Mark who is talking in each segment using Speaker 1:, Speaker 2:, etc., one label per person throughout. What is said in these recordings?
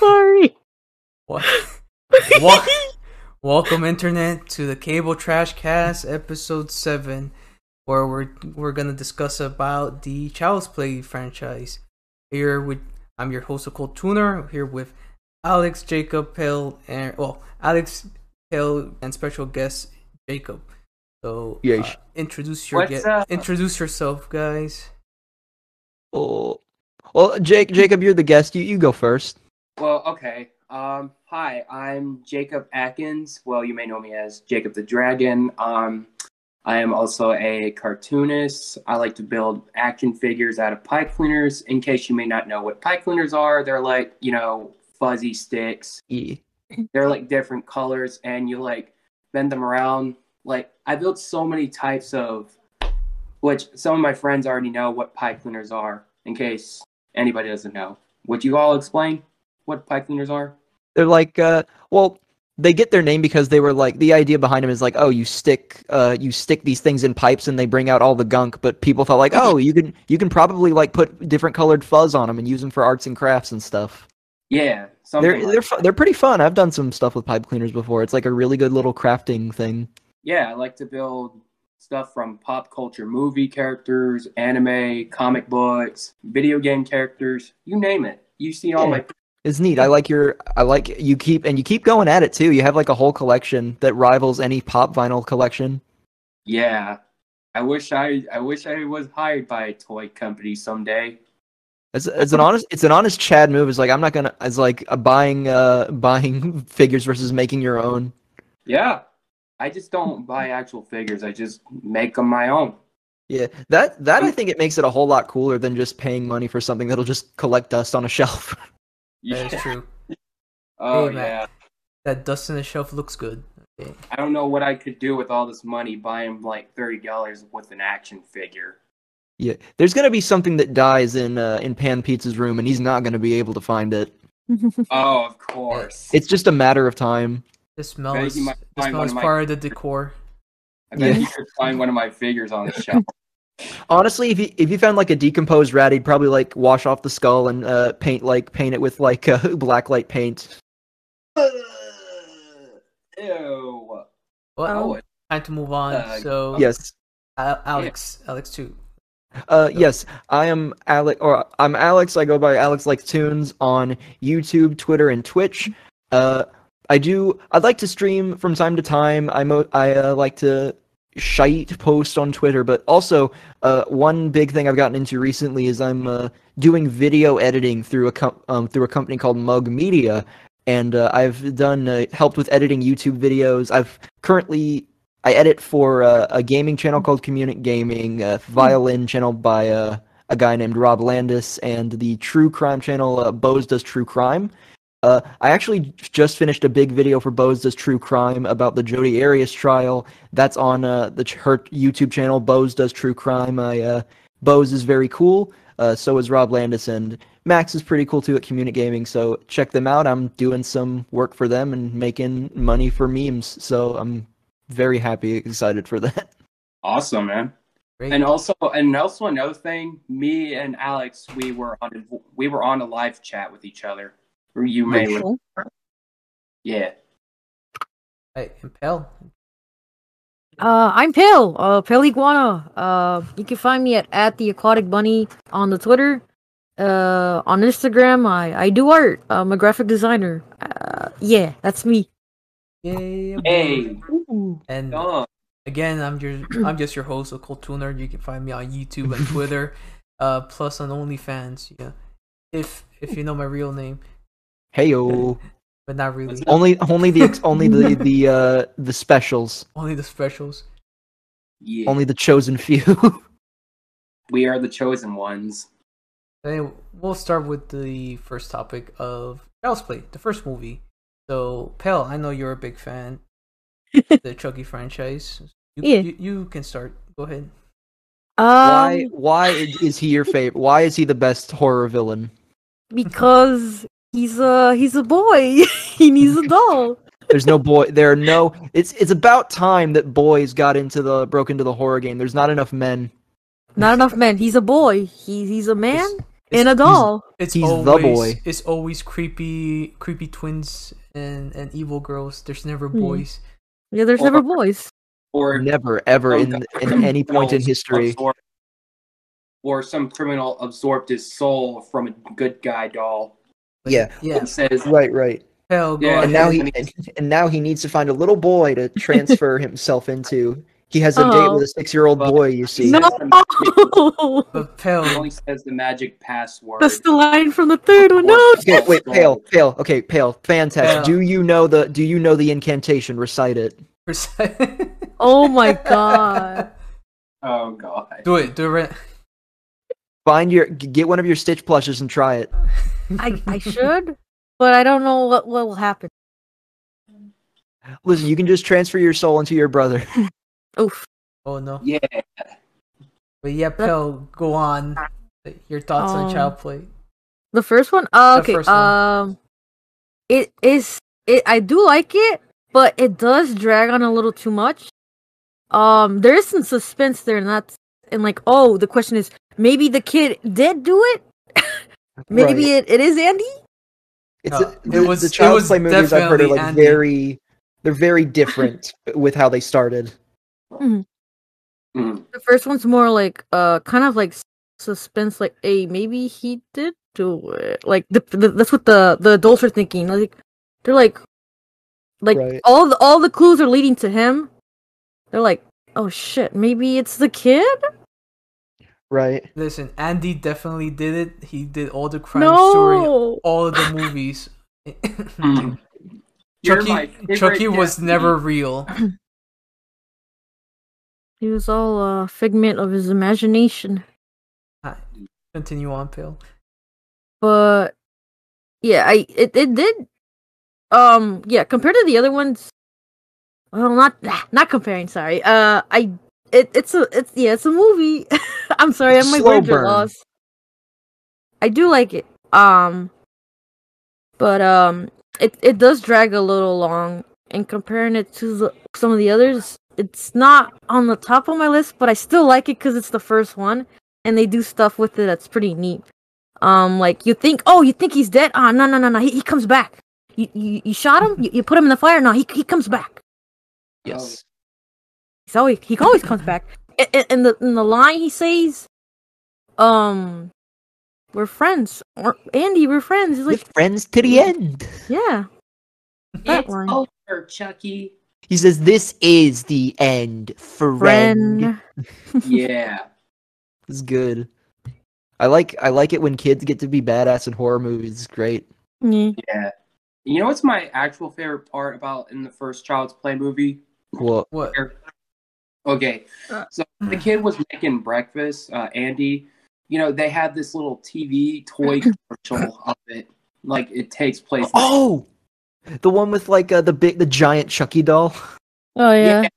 Speaker 1: Welcome, Internet, to the Cable Trash Cast, Episode 7, where we're, we're going to discuss about the Child's Play franchise. Here, with I'm your host, Nicole Tuner, here with Alex, Jacob, Pale, and, well, Alex, Pale, and special guest, Jacob. So, uh,
Speaker 2: Yes.
Speaker 1: introduce your
Speaker 3: What's
Speaker 1: guest.
Speaker 3: up?
Speaker 1: Introduce yourself, guys.
Speaker 2: Oh, well, Jake, Jacob, you're the guest. You you go first.
Speaker 3: Well, okay. Um, hi, I'm Jacob Atkins. Well, you may know me as Jacob the Dragon. Um, I am also a cartoonist. I like to build action figures out of pie cleaners. In case you may not know what pie cleaners are, they're like, you know, fuzzy sticks.
Speaker 2: E.
Speaker 3: They're like different colors, and you like bend them around. Like, I built so many types of, which some of my friends already know what pie cleaners are, in case anybody doesn't know. Would you all explain? what pie cleaners are?
Speaker 2: They're like, uh, well, they get their name because they were like the idea behind them is like, oh, you stick, uh, you stick these things in pipes and they bring out all the gunk. But people thought like, oh, you can you can probably like put different colored fuzz on them and use them for arts and crafts and stuff.
Speaker 3: Yeah, something.
Speaker 2: They're
Speaker 3: like
Speaker 2: they're
Speaker 3: that.
Speaker 2: fu- they're pretty fun. I've done some stuff with pipe cleaners before. It's like a really good little crafting thing.
Speaker 3: yeah, I like to build stuff from pop culture, movie characters, anime, comic books, video game characters. You name it. You see all my.
Speaker 2: It's neat. I like your I like you keep and you keep going at it too. You have like a whole collection that rivals any pop vinyl collection.
Speaker 3: Yeah, I wish I I wish I was hired by a toy company someday.
Speaker 2: It's, it's an honest it's an honest Chad move. It's like I'm not gonna it's like uh, buying uh buying figures versus making your own.
Speaker 3: Yeah, I just don't buy actual figures. I just make them my own.
Speaker 2: Yeah. That that I think it makes it a whole lot cooler than just paying money for something that'll just collect dust on a shelf.
Speaker 1: That is true.
Speaker 3: Oh
Speaker 1: Hey, Matt.
Speaker 3: yeah.
Speaker 1: That dust in the shelf looks good. Okay.
Speaker 3: I don't know what I could do with all this money buying like thirty dollars worth an action figure.
Speaker 2: yeah. There's gonna be something that dies in uh in Pan Pizza's room and he's not gonna be able to find it.
Speaker 3: Oh, of course.
Speaker 2: It's just a matter of time.
Speaker 1: This smell
Speaker 3: Maybe
Speaker 1: is,
Speaker 3: you might
Speaker 1: this
Speaker 3: find
Speaker 1: smell
Speaker 3: one
Speaker 1: is
Speaker 3: of my-
Speaker 1: part of the decor.
Speaker 3: I bet
Speaker 2: Yeah.
Speaker 3: you could find one of my figures on the shelf.
Speaker 2: Honestly, if you if you found like a decomposed rat, he'd probably like wash off the skull and uh, paint like paint it with like uh, black light paint.
Speaker 3: Ew.
Speaker 1: Well,
Speaker 3: Oh,
Speaker 1: time to move on.
Speaker 3: Uh,
Speaker 1: so
Speaker 2: Yes,
Speaker 1: Al- Alex, Alex too.
Speaker 2: uh, yes, I am Alex, or I'm Alex. I go by Alex Like Tunes on YouTube, Twitter, and Twitch. Uh, I do. I'd like to stream from time to time. I mo- I uh, like to shite post on Twitter, but also uh, one big thing I've gotten into recently is I'm uh, doing video editing through a com- um, through a company called Mug Media, and uh, I've done uh, helped with editing YouTube videos. I've currently I edit for uh, a gaming channel called Communit Gaming, a violin channel by uh, a guy named Rob Landis, and the true crime channel uh, Bose Does True Crime. Uh, I actually just finished a big video for Bose Does True Crime about the Jodi Arias trial. That's on uh, the ch- her YouTube channel, Bose Does True Crime. I, uh, Bose is very cool. Uh, so is Rob Landis, and Max is pretty cool too at Communit Gaming. So check them out. I'm doing some work for them and making money for memes. So I'm very happy, excited for that.
Speaker 3: awesome, man.
Speaker 1: Great.
Speaker 3: And also, and also another thing, me and Alex, we were on a, we were on a live chat with each other. Or You may,
Speaker 4: Uh,
Speaker 3: remember. yeah.
Speaker 1: Right, and Pell.
Speaker 4: Uh, I'm Pill, uh, Pill Iguana. Uh, you can find me at, at the Aquatic Bunny on the Twitter. Uh, on Instagram, I, I do art. I'm a graphic designer. Uh, yeah, that's me.
Speaker 1: Yay. boy.
Speaker 3: Hey,
Speaker 1: And
Speaker 3: dog.
Speaker 1: again, I'm your I'm just your host, Occult Tuner. You can find me on YouTube and Twitter, uh, plus on OnlyFans. Yeah, if if you know my real name,
Speaker 2: Heyo!
Speaker 1: but not really.
Speaker 3: What's
Speaker 2: Only, only the, ex- only the, the, uh, the specials.
Speaker 1: Only the specials.
Speaker 3: yeah.
Speaker 2: Only the chosen few.
Speaker 3: we are the chosen ones.
Speaker 1: Anyway, we'll start with the first topic of Child's Play, the first movie. So, Pell, I know you're a big fan of the Chucky franchise. You,
Speaker 4: Yeah.
Speaker 1: you, you can start. Go ahead.
Speaker 4: Um,
Speaker 2: why, why is is he your favorite? Why is he the best horror villain?
Speaker 4: Because he's a he's a boy. he needs a doll.
Speaker 2: There's no boy. There are no. It's, it's about time that boys got into the broke into the horror game. There's not enough men.
Speaker 4: Not enough men. He's a boy. He, he's a man
Speaker 1: It's-
Speaker 4: and a doll.
Speaker 1: It's
Speaker 2: He's the
Speaker 1: always,
Speaker 2: boy.
Speaker 1: It's always creepy, creepy twins and and evil girls. There's never
Speaker 4: Hmm.
Speaker 1: boys.
Speaker 4: Yeah, there's
Speaker 3: Or-
Speaker 4: never boys.
Speaker 3: or
Speaker 2: Never, ever in in any point in
Speaker 3: criminals
Speaker 2: history.
Speaker 3: absorb- or some criminal absorbed his soul from a good guy doll.
Speaker 1: Like,
Speaker 2: Yeah.
Speaker 1: yeah.
Speaker 3: It says
Speaker 2: Right, right.
Speaker 1: Hell, go
Speaker 3: Yeah,
Speaker 2: and now he
Speaker 1: ahead.
Speaker 2: and, and now he needs to find a little boy to transfer himself into. He has a date
Speaker 4: Oh.
Speaker 2: with a six-year-old
Speaker 3: Well,
Speaker 2: boy. You see,
Speaker 4: No,
Speaker 1: But
Speaker 3: it
Speaker 1: Pell,
Speaker 3: only says the magic password.
Speaker 4: that's the line from the third one. No,
Speaker 2: okay, wait, pale, pale. Okay, pale. Fantastic.
Speaker 1: Yeah.
Speaker 2: Do you know the Do you know the incantation? Recite it.
Speaker 4: oh my god.
Speaker 3: oh god.
Speaker 1: do it, do it. Right.
Speaker 2: Find your g- get one of your Stitch plushes and try it.
Speaker 4: I I should, but I don't know what what will happen.
Speaker 2: Listen, you can just transfer your soul into your brother.
Speaker 4: Oof.
Speaker 1: Oh no.
Speaker 3: Yeah.
Speaker 1: But yeah, Pell, go on. Your thoughts on
Speaker 4: Um,
Speaker 1: child play?
Speaker 4: The first one? Uh,
Speaker 1: The
Speaker 4: okay.
Speaker 1: first one.
Speaker 4: Um it is it I do like it, but it does drag on a little too much. Um there is some suspense there and that's and like oh the question is maybe the kid did do it? Maybe it, it is Andy?
Speaker 2: It's
Speaker 1: No,
Speaker 2: the,
Speaker 1: it was-
Speaker 2: the
Speaker 1: it
Speaker 2: child
Speaker 1: was
Speaker 2: play movies I've heard are
Speaker 1: definitely
Speaker 2: like
Speaker 1: Andy.
Speaker 2: very they're very different with how they started.
Speaker 3: Mm.
Speaker 4: The first one's more like uh kind of like s- suspense like hey maybe he did do it. Like the, the, that's what the the adults are thinking. Like they're like like
Speaker 2: Right.
Speaker 4: all the, all the clues are leading to him. They're like, "Oh shit, maybe it's the kid?"
Speaker 2: Right.
Speaker 1: Listen, Andy definitely did it. He did all the crimes during
Speaker 4: No.
Speaker 1: all of the movies.
Speaker 3: Mm. You're
Speaker 1: Hmm. Chucky,
Speaker 3: my favorite
Speaker 1: Chucky was
Speaker 3: Disney.
Speaker 1: never real.
Speaker 4: He was all a figment of his imagination.
Speaker 1: Continue on, Pale.
Speaker 4: But yeah, I it, it did um yeah, compared to the other ones well not not comparing, sorry. Uh I it, it's a it's yeah, it's a movie. I'm sorry,
Speaker 2: It's a
Speaker 4: I'm my
Speaker 2: slow
Speaker 4: words are
Speaker 2: burn.
Speaker 4: lost. I do like it. Um but um it it does drag a little long and comparing it to the, some of the others, it's not on the top of my list, but I still like it cuz it's the first one and they do stuff with it that's pretty neat. Um, like you think, oh, you think he's dead? Ah, no, no, no, no. He, he comes back. You, you you shot him. You, you put him in the fire. No, he he comes back.
Speaker 3: Yes.
Speaker 4: He's always he always comes back. A- a- And the in the line he says, um, we're friends. Or Andy, we're friends. He's
Speaker 2: We're
Speaker 4: like,
Speaker 2: friends to the end.
Speaker 4: yeah, that
Speaker 3: it's
Speaker 4: one.
Speaker 3: over, Chucky.
Speaker 2: He says, "This is the end, friend."
Speaker 4: friend.
Speaker 3: yeah.
Speaker 2: It's good. I like I like it when kids get to be badass in horror movies. It's great.
Speaker 4: Yeah.
Speaker 3: Yeah. You know what's my actual favorite part about in the first Child's Play movie?
Speaker 2: Well,
Speaker 1: What?
Speaker 3: Okay,
Speaker 4: Uh,
Speaker 3: so the kid was making breakfast. Uh, Andy, you know, they had this little TV toy commercial of it. Like it takes place.
Speaker 2: oh, the one with like uh, the big the giant Chucky doll.
Speaker 4: Oh yeah.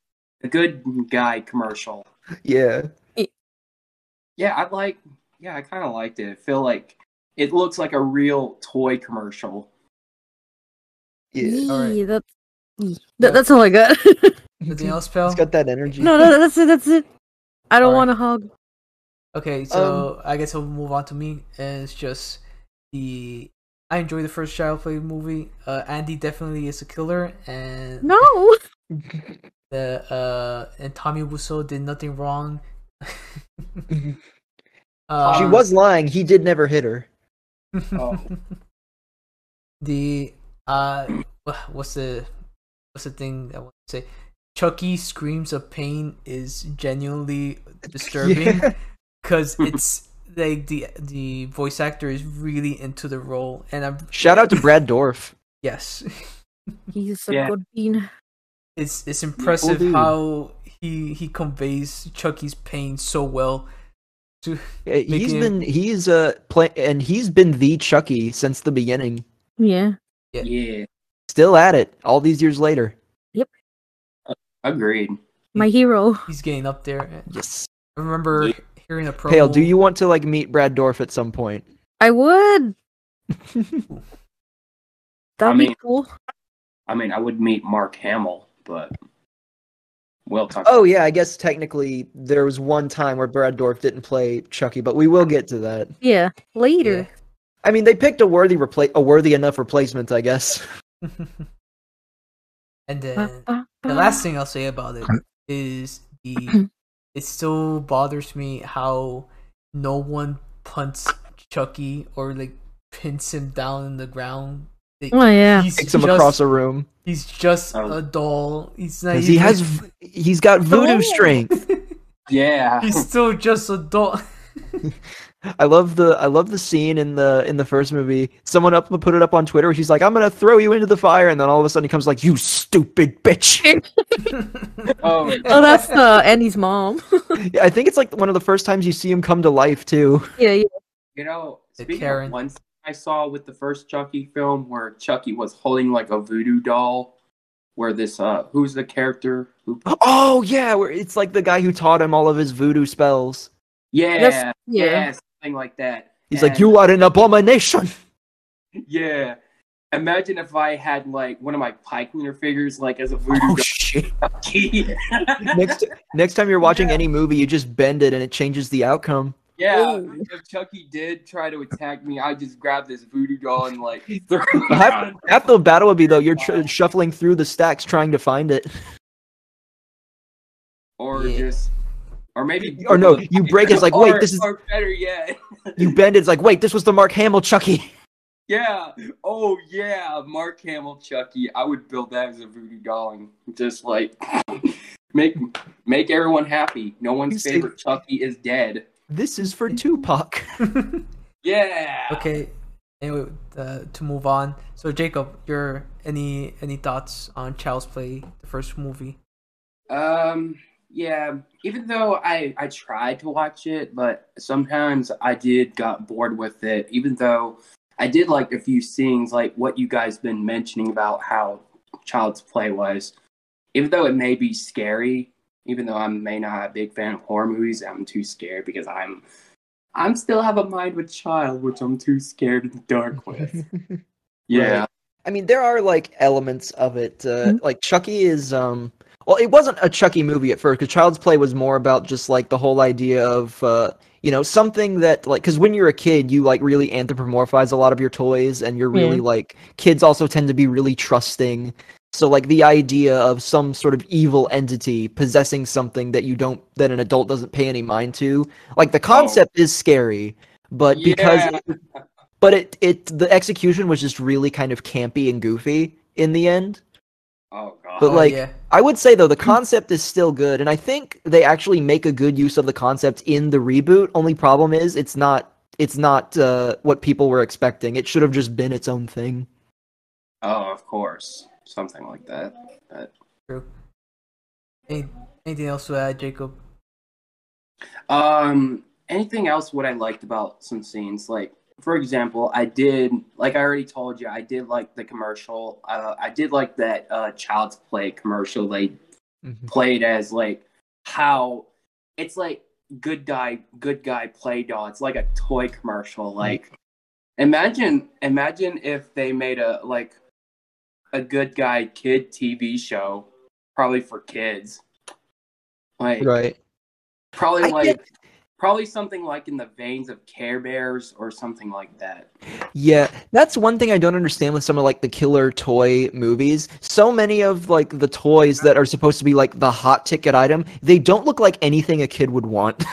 Speaker 3: the good guy commercial.
Speaker 2: yeah,
Speaker 3: Yeah, I like. Yeah, I kind of liked it. I feel like it looks like a real toy commercial.
Speaker 2: yeah.
Speaker 1: all right.
Speaker 4: Yee, That's yee. That, that's all I got.
Speaker 1: Anything else,
Speaker 2: It's
Speaker 1: Pell?
Speaker 2: got that energy.
Speaker 4: no, no, that's it. That's it. I don't
Speaker 1: All right.
Speaker 4: want to hug.
Speaker 1: Okay, so
Speaker 2: um,
Speaker 1: I guess I'll move on to me. And it's just the I enjoy the first child play movie. Uh, Andy definitely is a killer, and
Speaker 4: No.
Speaker 1: the uh, and Tommy Wiseau did nothing wrong.
Speaker 2: she
Speaker 1: Um,
Speaker 2: was lying. He did never hit her.
Speaker 3: Oh.
Speaker 1: the uh, wha- what's the what's the thing I want to say? Chucky screams of pain is genuinely disturbing
Speaker 2: Yeah.
Speaker 1: because it's like the the voice actor is really into the role, and I'm
Speaker 2: Shout out to Brad Dorf.
Speaker 1: yes,
Speaker 4: He's a
Speaker 3: Yeah.
Speaker 4: good bean.
Speaker 1: it's it's impressive
Speaker 2: dude.
Speaker 1: how he he conveys Chucky's pain so well. To
Speaker 2: Uh, He's
Speaker 1: Making-
Speaker 2: been he's uh play and he's been the Chucky since the beginning.
Speaker 4: Yeah.
Speaker 3: Yeah,
Speaker 2: Still at it all these years later.
Speaker 3: agreed.
Speaker 4: My hero.
Speaker 1: he's getting up there.
Speaker 2: Yes.
Speaker 1: I remember
Speaker 3: Yeah.
Speaker 1: hearing a promo.
Speaker 2: Pale, do you want to like meet Brad Dorf at some point?
Speaker 4: I would. That'd be
Speaker 3: mean-
Speaker 4: cool.
Speaker 3: I mean, I would meet Mark Hamill, but we'll talk.
Speaker 2: Oh yeah, I guess technically there was one time where Brad Dorf didn't play Chucky, but we will get to that.
Speaker 4: Yeah, later.
Speaker 2: I mean, they picked a worthy repla- a worthy enough replacement, I guess.
Speaker 1: and then the
Speaker 4: Uh-huh.
Speaker 1: last thing I'll say about it is the it still bothers me how no one punts Chucky or like pins him down in the ground. They-
Speaker 4: Oh, yeah.
Speaker 1: he's
Speaker 2: Takes him
Speaker 1: just-
Speaker 2: across a room
Speaker 1: He's just
Speaker 3: Um,
Speaker 1: a doll. He's not.
Speaker 2: because
Speaker 1: Even,
Speaker 2: he has v- he's got voodoo
Speaker 4: Oh.
Speaker 2: strength.
Speaker 3: Yeah.
Speaker 1: He's still just a doll.
Speaker 2: I love the I love the scene in the in the first movie. Someone up put it up on Twitter. Where she's like, "I'm gonna throw you into the fire," and then all of a sudden he comes like, "You stupid bitch."
Speaker 3: Oh,
Speaker 4: Oh, that's uh, Andy's mom.
Speaker 2: Yeah, I think it's like one of the first times you see him come to life too.
Speaker 4: yeah, yeah.
Speaker 3: you know,
Speaker 1: The
Speaker 3: speaking
Speaker 1: Karen.
Speaker 3: of one scene I saw with the first Chucky film where Chucky was holding like a voodoo doll, where this uh, who's the character? Who?
Speaker 2: Oh yeah, where it's like the guy who taught him all of his voodoo spells.
Speaker 3: Yeah,
Speaker 4: That's-
Speaker 3: yeah,
Speaker 4: yeah.
Speaker 3: something like that.
Speaker 2: He's like,
Speaker 3: And-
Speaker 2: "You are an abomination."
Speaker 3: Yeah. Imagine if I had like one of my pie cleaner figures, like as a voodoo
Speaker 2: Oh shit!
Speaker 3: donkey.
Speaker 2: next next time you're watching any movie, you just bend it and it changes the outcome.
Speaker 3: yeah.
Speaker 4: Ooh.
Speaker 3: If Chucky did try to attack me, I'd just grab this voodoo doll and like throw it
Speaker 2: Well,
Speaker 3: around.
Speaker 2: Half the battle would be though you're tr- shuffling through the stacks trying to find it,
Speaker 3: or
Speaker 1: Yeah.
Speaker 3: just, or maybe,
Speaker 2: or no, you break it, it's like, "Wait,
Speaker 3: Or-
Speaker 2: this is."
Speaker 3: or better yet,
Speaker 2: You bend it, it's like, "Wait, this was the Mark Hamill Chucky."
Speaker 3: yeah, oh yeah, Mark Hamill Chucky. I would build that as a voodoo doll and just like make make everyone happy. No
Speaker 2: You
Speaker 3: one's
Speaker 2: say-
Speaker 3: favorite Chucky is dead.
Speaker 2: This is for Tupac.
Speaker 3: Yeah.
Speaker 1: okay. Anyway, uh, to move on. So Jacob, your any any thoughts on Child's Play, the first movie?
Speaker 3: Um. Yeah. Even though I I tried to watch it, but sometimes I did got bored with it. Even though I did like a few scenes, like what you guys been mentioning about how Child's Play was. Even though it may be scary, even though I may not be a big fan of horror movies, I'm too scared because I'm I'm still have a mind with child, which I'm too scared in the dark with. Yeah.
Speaker 2: I mean, there are like elements of it. Uh, Like Chucky is, um, well, it wasn't a Chucky movie at first because Child's Play was more about just like the whole idea of, uh, you know, something that like because when you're a kid, you like really anthropomorphize a lot of your toys, and you're really like kids also tend to be really trusting. So like the idea of some sort of evil entity possessing something that you don't that an adult doesn't pay any mind to, like the concept is scary, but because
Speaker 3: Yeah.
Speaker 2: but it it the execution was just really kind of campy and goofy in the end.
Speaker 3: Oh god.
Speaker 2: But, like-
Speaker 1: yeah.
Speaker 2: I would say though the concept is still good, and I think they actually make a good use of the concept in the reboot. Only problem is it's not it's not uh, what people were expecting. It should have just been its own thing.
Speaker 3: oh, of course, something like that. But-
Speaker 1: Any, anything else to add, Jacob?
Speaker 3: Um, anything else what I liked about some scenes? Like, for example, I did like I already told you, I did like the commercial. Uh, I did like that uh, Child's Play commercial they played as like how it's like good guy, good guy play doll. It's like a toy commercial. Like, imagine, imagine if they made a like a good guy kid TV show, probably for kids. Like,
Speaker 2: Right.
Speaker 3: Probably
Speaker 2: I
Speaker 3: like
Speaker 2: get-
Speaker 3: probably something like in the veins of Care Bears or something like that.
Speaker 2: Yeah, that's one thing I don't understand with some of like the killer toy movies. So many of like the toys that are supposed to be like the hot ticket item, they don't look like anything a kid would want.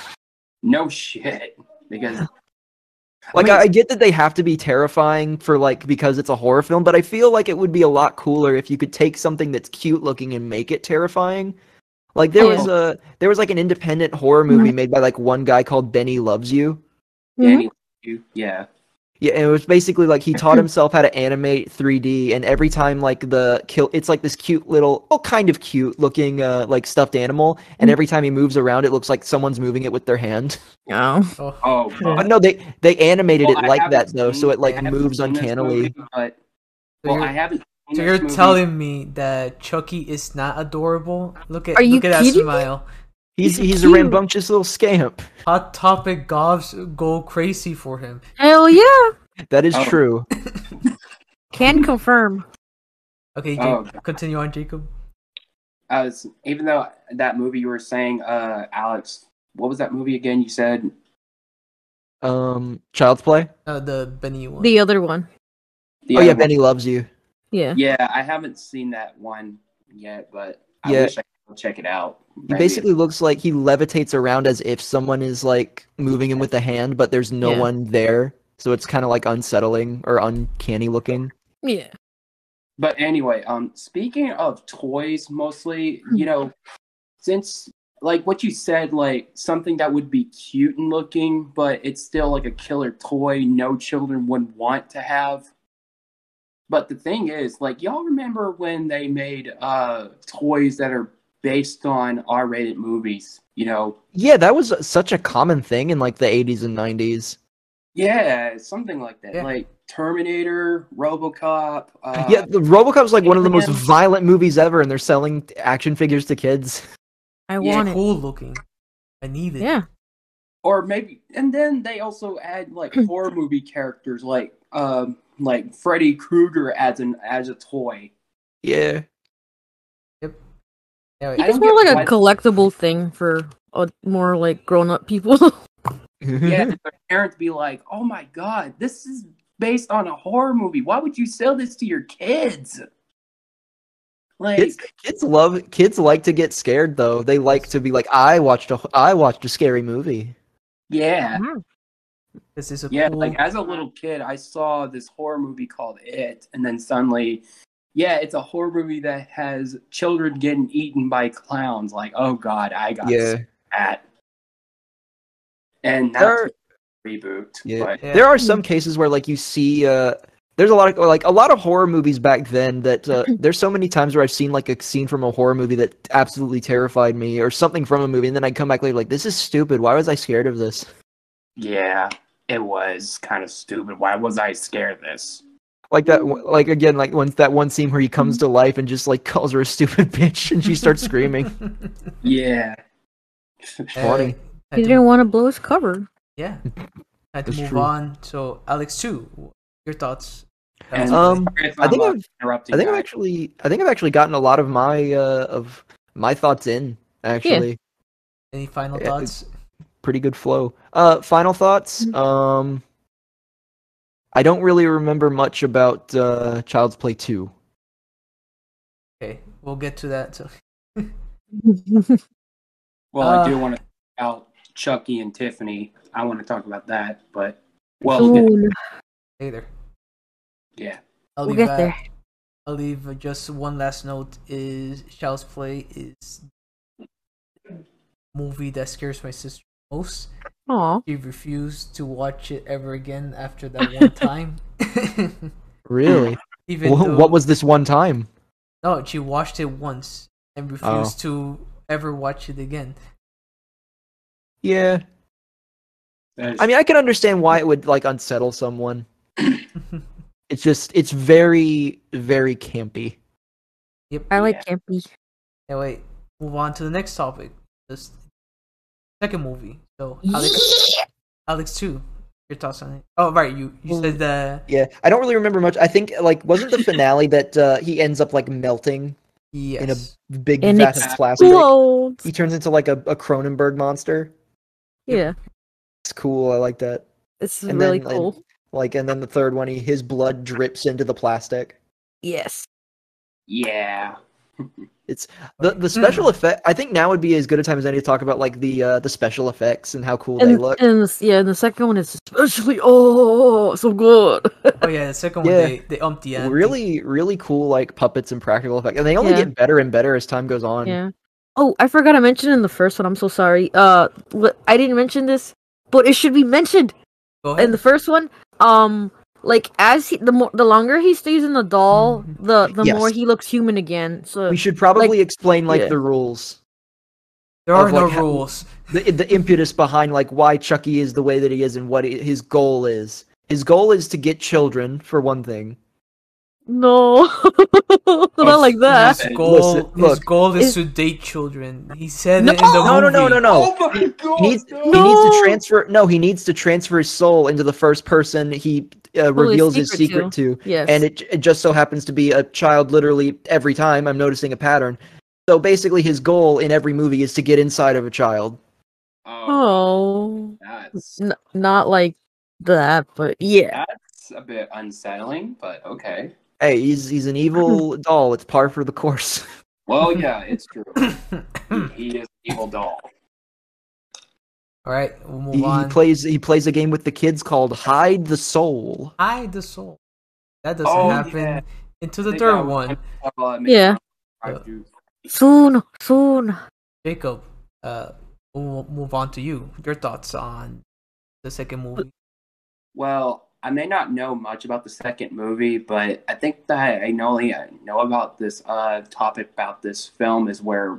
Speaker 3: No shit. Because
Speaker 2: Like
Speaker 3: I mean-
Speaker 2: I, I get that they have to be terrifying for like because it's a horror film, but I feel like it would be a lot cooler if you could take something that's cute looking and make it terrifying. Like there was a there was like an independent horror
Speaker 3: Mm-hmm.
Speaker 2: movie made by like one guy called Benny Loves You. Mm-hmm.
Speaker 3: Danny, you- yeah,
Speaker 2: Yeah, and it was basically like he taught himself how to animate 3D, and every time like the kill, it's like this cute little, well, kind of cute looking uh like stuffed animal,
Speaker 3: Mm-hmm.
Speaker 2: and every time he moves around, it looks like someone's moving it with their hand.
Speaker 4: No.
Speaker 1: Oh,
Speaker 3: oh,
Speaker 1: Yeah.
Speaker 2: But no, they they animated
Speaker 3: Well,
Speaker 2: it
Speaker 3: I
Speaker 2: like
Speaker 3: haven't
Speaker 2: that though, so
Speaker 3: seen-
Speaker 2: it like
Speaker 3: I haven't
Speaker 2: moves
Speaker 3: seen this
Speaker 2: uncannily.
Speaker 3: movie, but
Speaker 1: so
Speaker 3: well, I
Speaker 1: you're,
Speaker 3: haven't. seen
Speaker 1: so
Speaker 3: this
Speaker 1: you're
Speaker 3: movie.
Speaker 1: telling me that Chucky is not adorable? Look at
Speaker 4: Are you
Speaker 1: look at that
Speaker 4: kidding me?
Speaker 1: smile.
Speaker 2: He's
Speaker 4: He's
Speaker 2: he's a
Speaker 4: cute.
Speaker 2: rambunctious little scamp.
Speaker 1: Hot Topic gobs go crazy for him.
Speaker 4: Hell yeah.
Speaker 2: That is
Speaker 3: Oh.
Speaker 2: true.
Speaker 4: Can confirm.
Speaker 1: Okay,
Speaker 3: Oh,
Speaker 1: Jacob, continue on, Jacob.
Speaker 3: I was even though that movie you were saying, uh, Alex, what was that movie again? You said
Speaker 2: Um, Child's Play.
Speaker 1: Uh, the Benny one.
Speaker 4: The other one.
Speaker 3: the
Speaker 2: oh yeah,
Speaker 3: other one-
Speaker 2: Benny loves you.
Speaker 4: Yeah.
Speaker 3: Yeah, I haven't seen that one yet, but I
Speaker 2: Yeah.
Speaker 3: wish I could check it out.
Speaker 2: He
Speaker 3: Maybe.
Speaker 2: basically looks like he levitates around as if someone is like moving him with a hand, but there's no
Speaker 4: Yeah.
Speaker 2: one there. So it's kind of like unsettling or uncanny looking.
Speaker 4: Yeah.
Speaker 3: But anyway, um, speaking of toys, mostly, you know, since like what you said, like something that would be cute and looking, but it's still like a killer toy no children would want to have. But the thing is, like, y'all remember when they made uh toys that are based on R-rated movies? You know,
Speaker 2: Yeah, that was such a common thing in like the 80s and 90s.
Speaker 3: yeah, something like that,
Speaker 1: Yeah.
Speaker 3: like Terminator, RoboCop. Uh,
Speaker 2: yeah, the RoboCop's like one of the most
Speaker 3: Alien.
Speaker 2: violent movies ever, and they're selling action figures to kids.
Speaker 4: I
Speaker 3: Yeah,
Speaker 4: want it.
Speaker 1: Cool looking. I need it.
Speaker 4: Yeah.
Speaker 3: or maybe and then they also add like horror movie characters like um like freddy krueger as an as a toy
Speaker 2: Yeah.
Speaker 1: Anyway,
Speaker 3: I
Speaker 4: It's
Speaker 3: don't
Speaker 4: more
Speaker 3: get
Speaker 4: like
Speaker 3: why-
Speaker 4: a collectible thing for uh, more like grown up people.
Speaker 2: Mm-hmm.
Speaker 3: yeah their parents be like oh my god this is based on a horror movie why would you sell this to your kids like
Speaker 2: Kids, kids love kids like to get scared though. They like to be like I watched a I watched a scary movie.
Speaker 3: yeah
Speaker 1: this is a
Speaker 3: yeah
Speaker 1: cool.
Speaker 3: like as a little kid i saw this horror movie called it and then suddenly yeah it's a horror movie that has children getting eaten by clowns like oh god i got at. And
Speaker 2: There
Speaker 3: that's
Speaker 2: are-
Speaker 3: reboot.
Speaker 2: Yeah.
Speaker 3: But
Speaker 1: Yeah.
Speaker 2: There are some cases where like you see uh there's a lot of like a lot of horror movies back then that uh, there's so many times where I've seen like a scene from a horror movie that absolutely terrified me or something from a movie and then I come back later like this is stupid. Why was I scared of this?
Speaker 3: yeah, it was kind of stupid. Why was I scared of this?
Speaker 2: Like that one- like again like once that one scene where he comes to life and just like calls her a stupid bitch and she starts screaming.
Speaker 3: Yeah.
Speaker 2: Funny.
Speaker 1: I
Speaker 4: he
Speaker 1: do-
Speaker 4: didn't want to blow his cover.
Speaker 1: yeah. I had to
Speaker 2: That's
Speaker 1: move
Speaker 2: true.
Speaker 1: on. So, Alex, too, your thoughts?
Speaker 3: And-
Speaker 2: Um
Speaker 3: Sorry if
Speaker 2: I think
Speaker 3: uh,
Speaker 2: I've-
Speaker 3: interrupting.
Speaker 2: I think I've
Speaker 3: guys.
Speaker 2: actually I think I've actually gotten a lot of my uh of my thoughts in actually.
Speaker 1: Any final
Speaker 2: Yeah,
Speaker 1: thoughts?
Speaker 2: pretty good flow. Uh, final thoughts. Um, I don't really remember much about uh, Child's Play two.
Speaker 1: Okay, we'll get to that. So,
Speaker 3: well,
Speaker 1: uh,
Speaker 3: I do want to talk out Chucky and Tiffany. I want to talk about that, but well,
Speaker 4: Soon.
Speaker 1: later.
Speaker 3: yeah.
Speaker 1: I'll
Speaker 4: We'll
Speaker 1: leave
Speaker 4: get
Speaker 1: that-
Speaker 4: there.
Speaker 1: I'll leave just one last note is Child's Play is movie that scares my sister most.
Speaker 4: Aw.
Speaker 1: She refused to watch it ever again after that one time.
Speaker 2: Really?
Speaker 1: Even
Speaker 2: Wha-
Speaker 1: though,
Speaker 2: what was this one time?
Speaker 1: no, she watched it once and refused
Speaker 2: Oh.
Speaker 1: to ever watch it again.
Speaker 2: Yeah.
Speaker 3: That is-
Speaker 2: I mean, I can understand why it would like unsettle someone. It's just it's very very campy.
Speaker 1: Yep.
Speaker 4: I like campy.
Speaker 1: Now wait, move on to the next topic. This second movie. So Alex,
Speaker 4: Yeah.
Speaker 1: Alex two. Your thoughts on it? Oh right, you you said the
Speaker 2: Yeah. I don't really remember much. I think like wasn't the finale that uh, he ends up like melting
Speaker 1: yes.
Speaker 2: in a big
Speaker 4: And
Speaker 2: vat of
Speaker 3: it's-
Speaker 2: plastic.
Speaker 4: Whoa.
Speaker 2: He turns into like a, a Cronenberg monster.
Speaker 4: Yeah.
Speaker 2: It's cool. I like that.
Speaker 4: It's
Speaker 2: And
Speaker 4: really
Speaker 2: then, like-
Speaker 4: cool.
Speaker 2: Like, and then the third one, he, his blood drips into the plastic.
Speaker 4: yes.
Speaker 3: yeah.
Speaker 2: The the
Speaker 1: Hmm.
Speaker 2: special effect, I think now would be as good a time as any to talk about like the uh, the special effects and how cool they
Speaker 4: and,
Speaker 2: look.
Speaker 4: and this- yeah, and the second one is especially oh so good.
Speaker 1: oh yeah, the second
Speaker 2: Yeah.
Speaker 1: one they they umped the end.
Speaker 2: really, really cool like puppets and practical effects, and they only
Speaker 4: Yeah.
Speaker 2: get better and better as time goes on.
Speaker 4: Yeah. Oh, I forgot to mention in the first one. I'm so sorry. Uh, li- I didn't mention this, but it should be mentioned.
Speaker 1: Go ahead.
Speaker 4: in the first one, um, like as he, the more the longer he stays in the doll, the the
Speaker 2: Mm-hmm. Yes.
Speaker 4: more he looks human again. So
Speaker 2: We should probably explain like
Speaker 4: yeah.
Speaker 2: the rules,
Speaker 1: there are
Speaker 2: of,
Speaker 1: no
Speaker 2: like, how-
Speaker 1: rules.
Speaker 2: the the impetus behind like why Chucky is the way that he is and what i his goal is. His goal is to get children for one thing.
Speaker 4: no, not like that.
Speaker 1: His
Speaker 3: Listen,
Speaker 1: goal, his
Speaker 2: look.
Speaker 1: goal is
Speaker 4: Is-
Speaker 1: to date children. He said it in
Speaker 4: No!
Speaker 1: the
Speaker 2: No, no, no,
Speaker 1: movie.
Speaker 2: no, no.
Speaker 3: Oh my god!
Speaker 2: He needs, he
Speaker 3: no!
Speaker 2: needs to
Speaker 4: No.
Speaker 2: transfer. No, he needs to transfer his soul into the first person he uh,
Speaker 4: his
Speaker 2: reveals his
Speaker 4: secret
Speaker 2: secret to,
Speaker 4: Yes,
Speaker 2: and it, it just so happens to be a child. Literally every time, I'm noticing a pattern. So basically, his goal in every movie is to get inside of a child.
Speaker 3: Oh,
Speaker 4: oh,
Speaker 3: that's
Speaker 4: n- not like that, but yeah,
Speaker 3: that's a bit unsettling, but okay.
Speaker 2: Hey, he's he's an evil doll. It's par for the course.
Speaker 3: Well, yeah, it's true. he, he is an evil doll.
Speaker 1: All right, we'll move
Speaker 2: He, he
Speaker 1: on.
Speaker 2: plays he plays a game with the kids called Hide the Soul.
Speaker 1: Hide the soul. That doesn't
Speaker 3: Oh,
Speaker 1: happen
Speaker 3: yeah.
Speaker 1: until the
Speaker 3: They
Speaker 1: third
Speaker 3: got
Speaker 1: one.
Speaker 3: Uh,
Speaker 4: Yeah. Soon, soon.
Speaker 1: Jacob, uh, we'll move on to you. Your thoughts on the second movie?
Speaker 3: Well, I may not know much about the second movie, but I think that I know only I know about this uh, topic about this film is where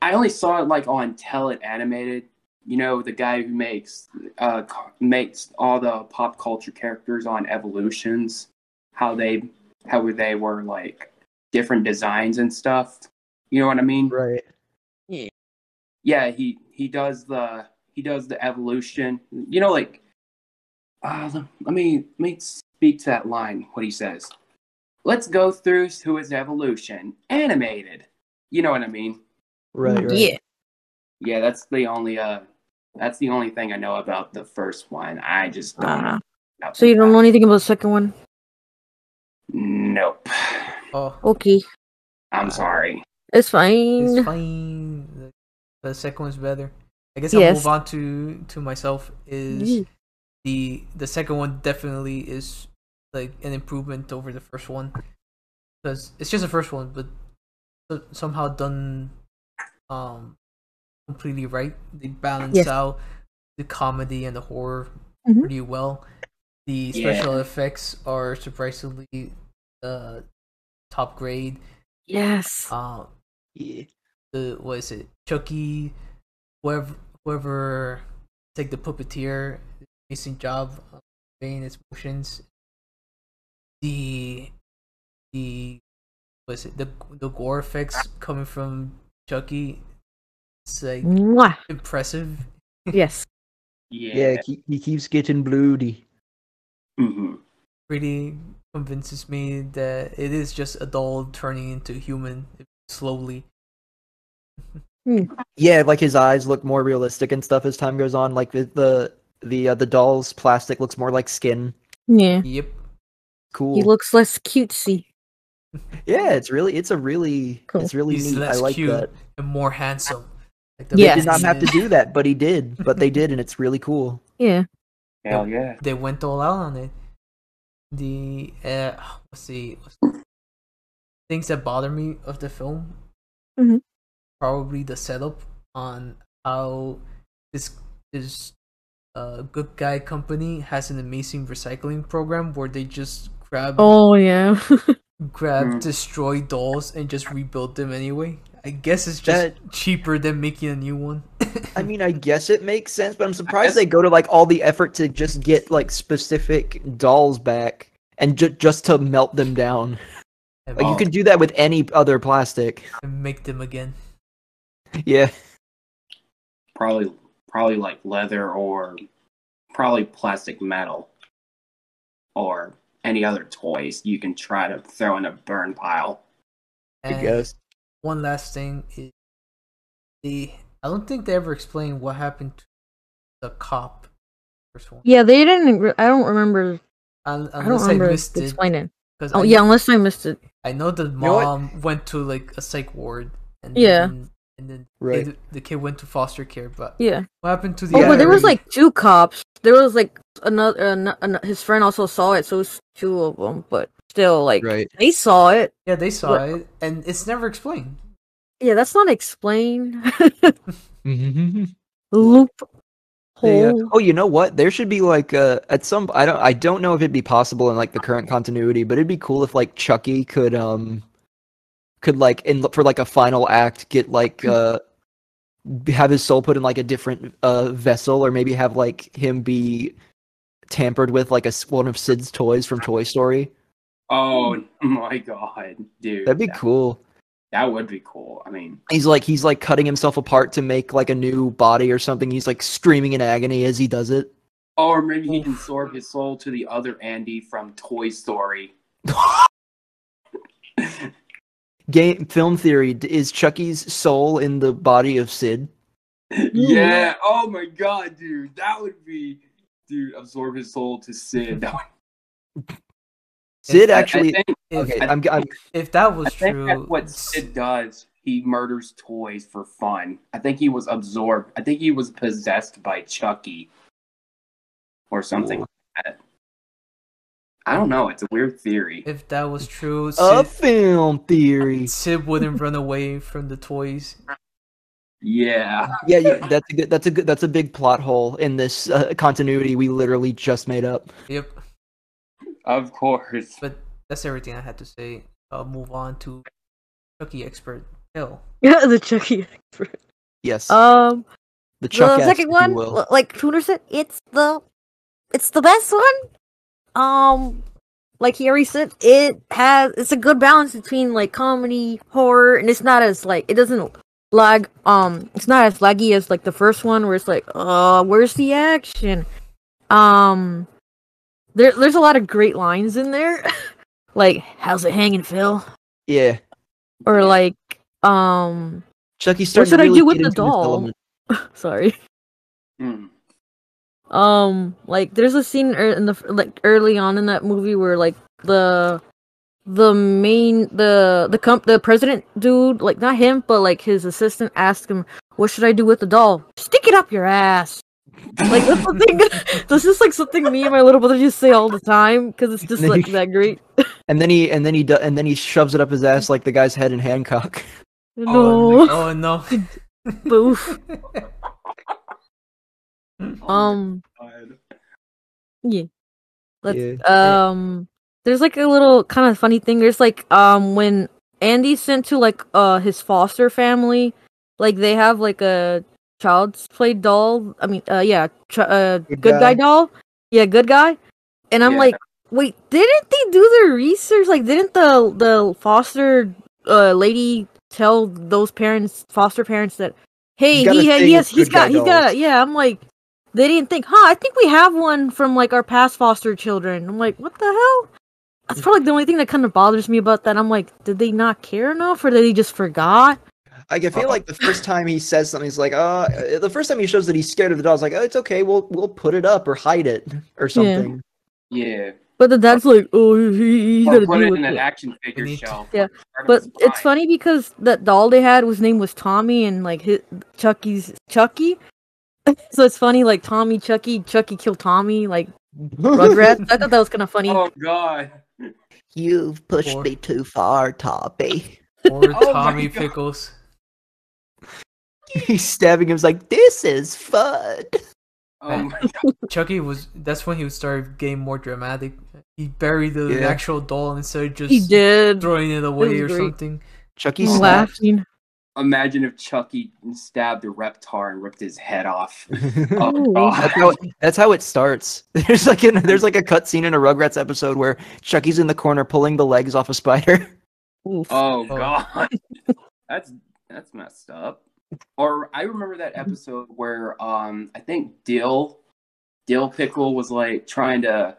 Speaker 3: I only saw it like on Tell It Animated. You know, the guy who makes uh, co- makes all the pop culture characters on evolutions, how they how they were like different designs and stuff. You know what I mean?
Speaker 2: Right.
Speaker 3: yeah he he does the he does the evolution you know like uh, let- let me let me speak to that line what he says let's go through who is evolution animated you know what i mean
Speaker 2: Right. right.
Speaker 4: Yeah.
Speaker 3: yeah that's the only uh that's the only thing i know about the first one i just don't know
Speaker 4: Uh,
Speaker 3: nothing
Speaker 4: so you don't know
Speaker 3: about-
Speaker 4: anything about the second one?
Speaker 3: nope
Speaker 1: Oh,
Speaker 4: Okay,
Speaker 3: i'm sorry
Speaker 4: it's
Speaker 1: it's
Speaker 4: fine.
Speaker 1: fine. The, the second one's better. I guess I'll
Speaker 4: Yes.
Speaker 1: move on to to myself. Is
Speaker 4: Yeah.
Speaker 1: the the second one definitely is like an improvement over the first one because it's just the first one but so- somehow done um completely right they balance
Speaker 4: Yes.
Speaker 1: out the comedy and the horror
Speaker 4: Mhm.
Speaker 1: pretty well the
Speaker 3: Yeah.
Speaker 1: special effects are surprisingly uh top grade
Speaker 4: Yes.
Speaker 1: um
Speaker 2: Yeah.
Speaker 1: the what is it Chucky, whoever whoever take the puppeteer, amazing job of conveying his motions. The the what is it the the gore effects coming from Chucky, it's like
Speaker 2: Mm.
Speaker 4: Mwah.
Speaker 1: impressive.
Speaker 4: Yes.
Speaker 3: yeah,
Speaker 2: Yeah. He, he keeps getting bloody.
Speaker 3: Mhm.
Speaker 1: Really convinces me that it is just a doll turning into human slowly.
Speaker 2: Yeah, like his eyes look more realistic and stuff as time goes on. Like the the the, uh, the doll's plastic looks more like skin.
Speaker 4: Yeah.
Speaker 1: Yep.
Speaker 2: Cool.
Speaker 4: He looks less cutesy.
Speaker 2: yeah, it's really it's a really
Speaker 4: Cool.
Speaker 2: it's really
Speaker 1: He's
Speaker 2: neat.
Speaker 1: less
Speaker 2: I like
Speaker 1: cute
Speaker 2: that.
Speaker 1: and more handsome. Like
Speaker 4: They
Speaker 2: Did not have to
Speaker 1: Batman.
Speaker 2: do that, but he did. But they did, and it's really cool.
Speaker 4: Yeah.
Speaker 3: hell yeah
Speaker 1: they went all out on it. The uh, let's see, things that bother me of the film,
Speaker 4: Mhm.
Speaker 1: probably the setup on how this this uh, good guy company has an amazing recycling program where they just grab
Speaker 4: Oh yeah.
Speaker 1: grab
Speaker 3: Mm.
Speaker 1: destroy dolls and just rebuild them anyway. I guess it's just cheaper than making a new one.
Speaker 2: I mean, I guess it makes sense, but I'm surprised
Speaker 3: guess-
Speaker 2: they go to like all the effort to just get like specific dolls back and ju- just to melt them down. Like you
Speaker 1: And
Speaker 2: could do that with any other plastic.
Speaker 1: make them again.
Speaker 2: Yeah.
Speaker 3: probably probably like leather or probably plastic metal or any other toys you can try to throw in a burn pile.
Speaker 2: I
Speaker 1: And-
Speaker 2: guess.
Speaker 1: one last thing is the I don't think they ever explain what happened to the cop first one.
Speaker 4: Yeah, they didn't. Re- I don't remember.
Speaker 1: Un-
Speaker 4: I don't
Speaker 1: unless I,
Speaker 4: remember
Speaker 1: missed it.
Speaker 4: explaining.
Speaker 1: Because
Speaker 4: Oh
Speaker 1: I,
Speaker 4: yeah, unless I missed it.
Speaker 1: I know the
Speaker 2: know what?
Speaker 1: mom went to like a psych ward and
Speaker 4: Yeah.
Speaker 1: then, and then
Speaker 2: Right.
Speaker 1: the, the kid went to foster care. But
Speaker 4: Yeah.
Speaker 1: what happened to the?
Speaker 4: Oh, but
Speaker 1: other
Speaker 4: there was
Speaker 1: lady?
Speaker 4: like two cops. There was like another. ano- ano- his friend also saw it, so it was two of them. But still, like
Speaker 2: Right.
Speaker 4: they saw it.
Speaker 1: yeah, they saw
Speaker 4: what-
Speaker 1: it, and it's never explained.
Speaker 4: Yeah, that's not explained.
Speaker 2: Mhm.
Speaker 4: Loop
Speaker 2: They, uh,
Speaker 4: hole.
Speaker 2: oh, you know what? There should be like uh, at some I don't I don't know if it'd be possible in like the current continuity, but it'd be cool if like Chucky could um could like in for like a final act get like uh b- have his soul put in like a different uh vessel or maybe have like him be tampered with like a s- one of Sid's toys from Toy Story.
Speaker 3: Oh my god, dude.
Speaker 2: That'd be
Speaker 3: that,
Speaker 2: cool.
Speaker 3: that would be cool. I mean,
Speaker 2: He's like he's like cutting himself apart to make like a new body or something. He's like screaming in agony as he does it.
Speaker 3: oh, or maybe he can absorb his soul to the other Andy from Toy Story.
Speaker 2: Game film theory d- is Chucky's soul in the body of Sid.
Speaker 3: yeah. Oh my god, dude. That would be dude, absorb his soul to Sid. That would-
Speaker 2: Sid
Speaker 1: I- I
Speaker 2: actually.
Speaker 3: I think,
Speaker 1: If,
Speaker 2: okay,
Speaker 3: I
Speaker 2: I'm, I'm
Speaker 1: if that was
Speaker 3: I think
Speaker 1: true,
Speaker 3: that's what
Speaker 1: Sid,
Speaker 3: Sid does. He murders toys for fun. I think he was absorbed. I think he was possessed by Chucky or something like that. I don't know. It's a weird theory.
Speaker 1: if that was true, Sid,
Speaker 2: a film theory.
Speaker 1: Sid wouldn't run away from the toys.
Speaker 3: Yeah.
Speaker 2: Yeah, yeah, that's a good, that's a good, that's a big plot hole in this uh, continuity we literally just made up.
Speaker 1: Yep.
Speaker 3: Of course.
Speaker 1: But that's everything I had to say. I'll move on to Chucky expert Hill.
Speaker 4: Yeah, the Chucky.
Speaker 2: Yes,
Speaker 4: Um,
Speaker 2: the Chuck
Speaker 4: the second one, l- like Cooner said, it's the it's the best one. Um, like he already said, it has it's a good balance between like comedy, horror, and it's not as like it doesn't lag. Um, it's not as laggy as like the first one where it's like, uh, where's the action? Um, there there's a lot of great lines in there, like how's it hanging, Phil?
Speaker 2: Yeah,
Speaker 4: Or like, um,
Speaker 2: Chucky started.
Speaker 4: should I
Speaker 2: really
Speaker 4: do with
Speaker 2: get
Speaker 4: the
Speaker 2: into his
Speaker 4: doll?
Speaker 2: element.
Speaker 4: sorry.
Speaker 3: Hmm.
Speaker 4: um like there's a scene er- in the like early on in that movie where like the the main the the comp the president dude like not him but like his assistant asked him what should i do with the doll stick it up your ass like that's something that's just like something me and my little brother just say all the time because it's just like that great
Speaker 2: And then he, and then he, do, and then he shoves it up his ass like the guy's head in Hancock.
Speaker 4: no
Speaker 1: Oh, no.
Speaker 4: boof
Speaker 3: Oh my
Speaker 4: um
Speaker 3: God.
Speaker 4: Let's-
Speaker 2: yeah.
Speaker 4: um there's like a little kind of funny thing there's like um when andy's sent to like uh his foster family like they have like a child's play doll i mean uh yeah ch- uh, good,
Speaker 2: Good
Speaker 4: guy.
Speaker 2: guy.
Speaker 4: doll yeah good guy and i'm
Speaker 3: Yeah.
Speaker 4: like wait didn't they do their research like didn't the the foster uh lady tell those parents foster parents that hey
Speaker 2: He's got
Speaker 4: he
Speaker 2: a
Speaker 4: ha-
Speaker 2: thing
Speaker 4: he has
Speaker 2: with
Speaker 4: he's
Speaker 2: good guy
Speaker 4: got he's got
Speaker 2: dolls.
Speaker 4: a, yeah i'm like they didn't think, huh, I think we have one from like our past foster children. I'm like, what the hell? That's probably the only thing that kind of bothers me about that. I'm like, did they not care enough or did they just forgot?
Speaker 2: I can feel like the first time he says something, he's like, uh, the first time he shows that he's scared of the doll, it's like, oh, it's okay, we'll we'll put it up or hide it or something.
Speaker 3: Yeah.
Speaker 4: But the dad's like, oh, he, he's
Speaker 3: Or
Speaker 4: gonna
Speaker 3: put
Speaker 4: do
Speaker 3: it
Speaker 4: it.
Speaker 3: in an action figure
Speaker 1: need to-
Speaker 3: shelf.
Speaker 4: Yeah.
Speaker 3: Part of
Speaker 4: But it's
Speaker 3: fine.
Speaker 4: funny because that doll they had was name was Tommy and like his, Chucky's Chucky. so it's funny, like Tommy, Chucky, Chucky killed Tommy, like Rugrats. I thought that was kind of funny.
Speaker 3: Oh God.
Speaker 2: You've pushed
Speaker 1: Or-
Speaker 2: me too far, Toppy.
Speaker 1: Or
Speaker 3: Oh my
Speaker 1: Tommy
Speaker 3: God.
Speaker 1: Pickles.
Speaker 2: he's stabbing him. He's like, this is fun.
Speaker 3: Oh my God.
Speaker 1: Chucky was. That's when he would start getting more dramatic. He buried the
Speaker 2: Yeah.
Speaker 1: actual doll instead of just
Speaker 4: he did.
Speaker 1: throwing it away
Speaker 4: was
Speaker 1: or
Speaker 4: great.
Speaker 1: something.
Speaker 2: Chucky
Speaker 4: I'm
Speaker 2: slaps.
Speaker 4: laughing.
Speaker 3: Imagine if Chucky stabbed a reptar and ripped his head off.
Speaker 4: Ooh.
Speaker 3: Oh
Speaker 2: That's
Speaker 3: God.
Speaker 2: how, it, that's how it starts. There's like an, there's like a cutscene in a Rugrats episode where Chucky's in the corner pulling the legs off a spider.
Speaker 4: Oof.
Speaker 3: Oh God. that's that's messed up. Or I remember that episode where um I think Dill Dill Pickle was like trying to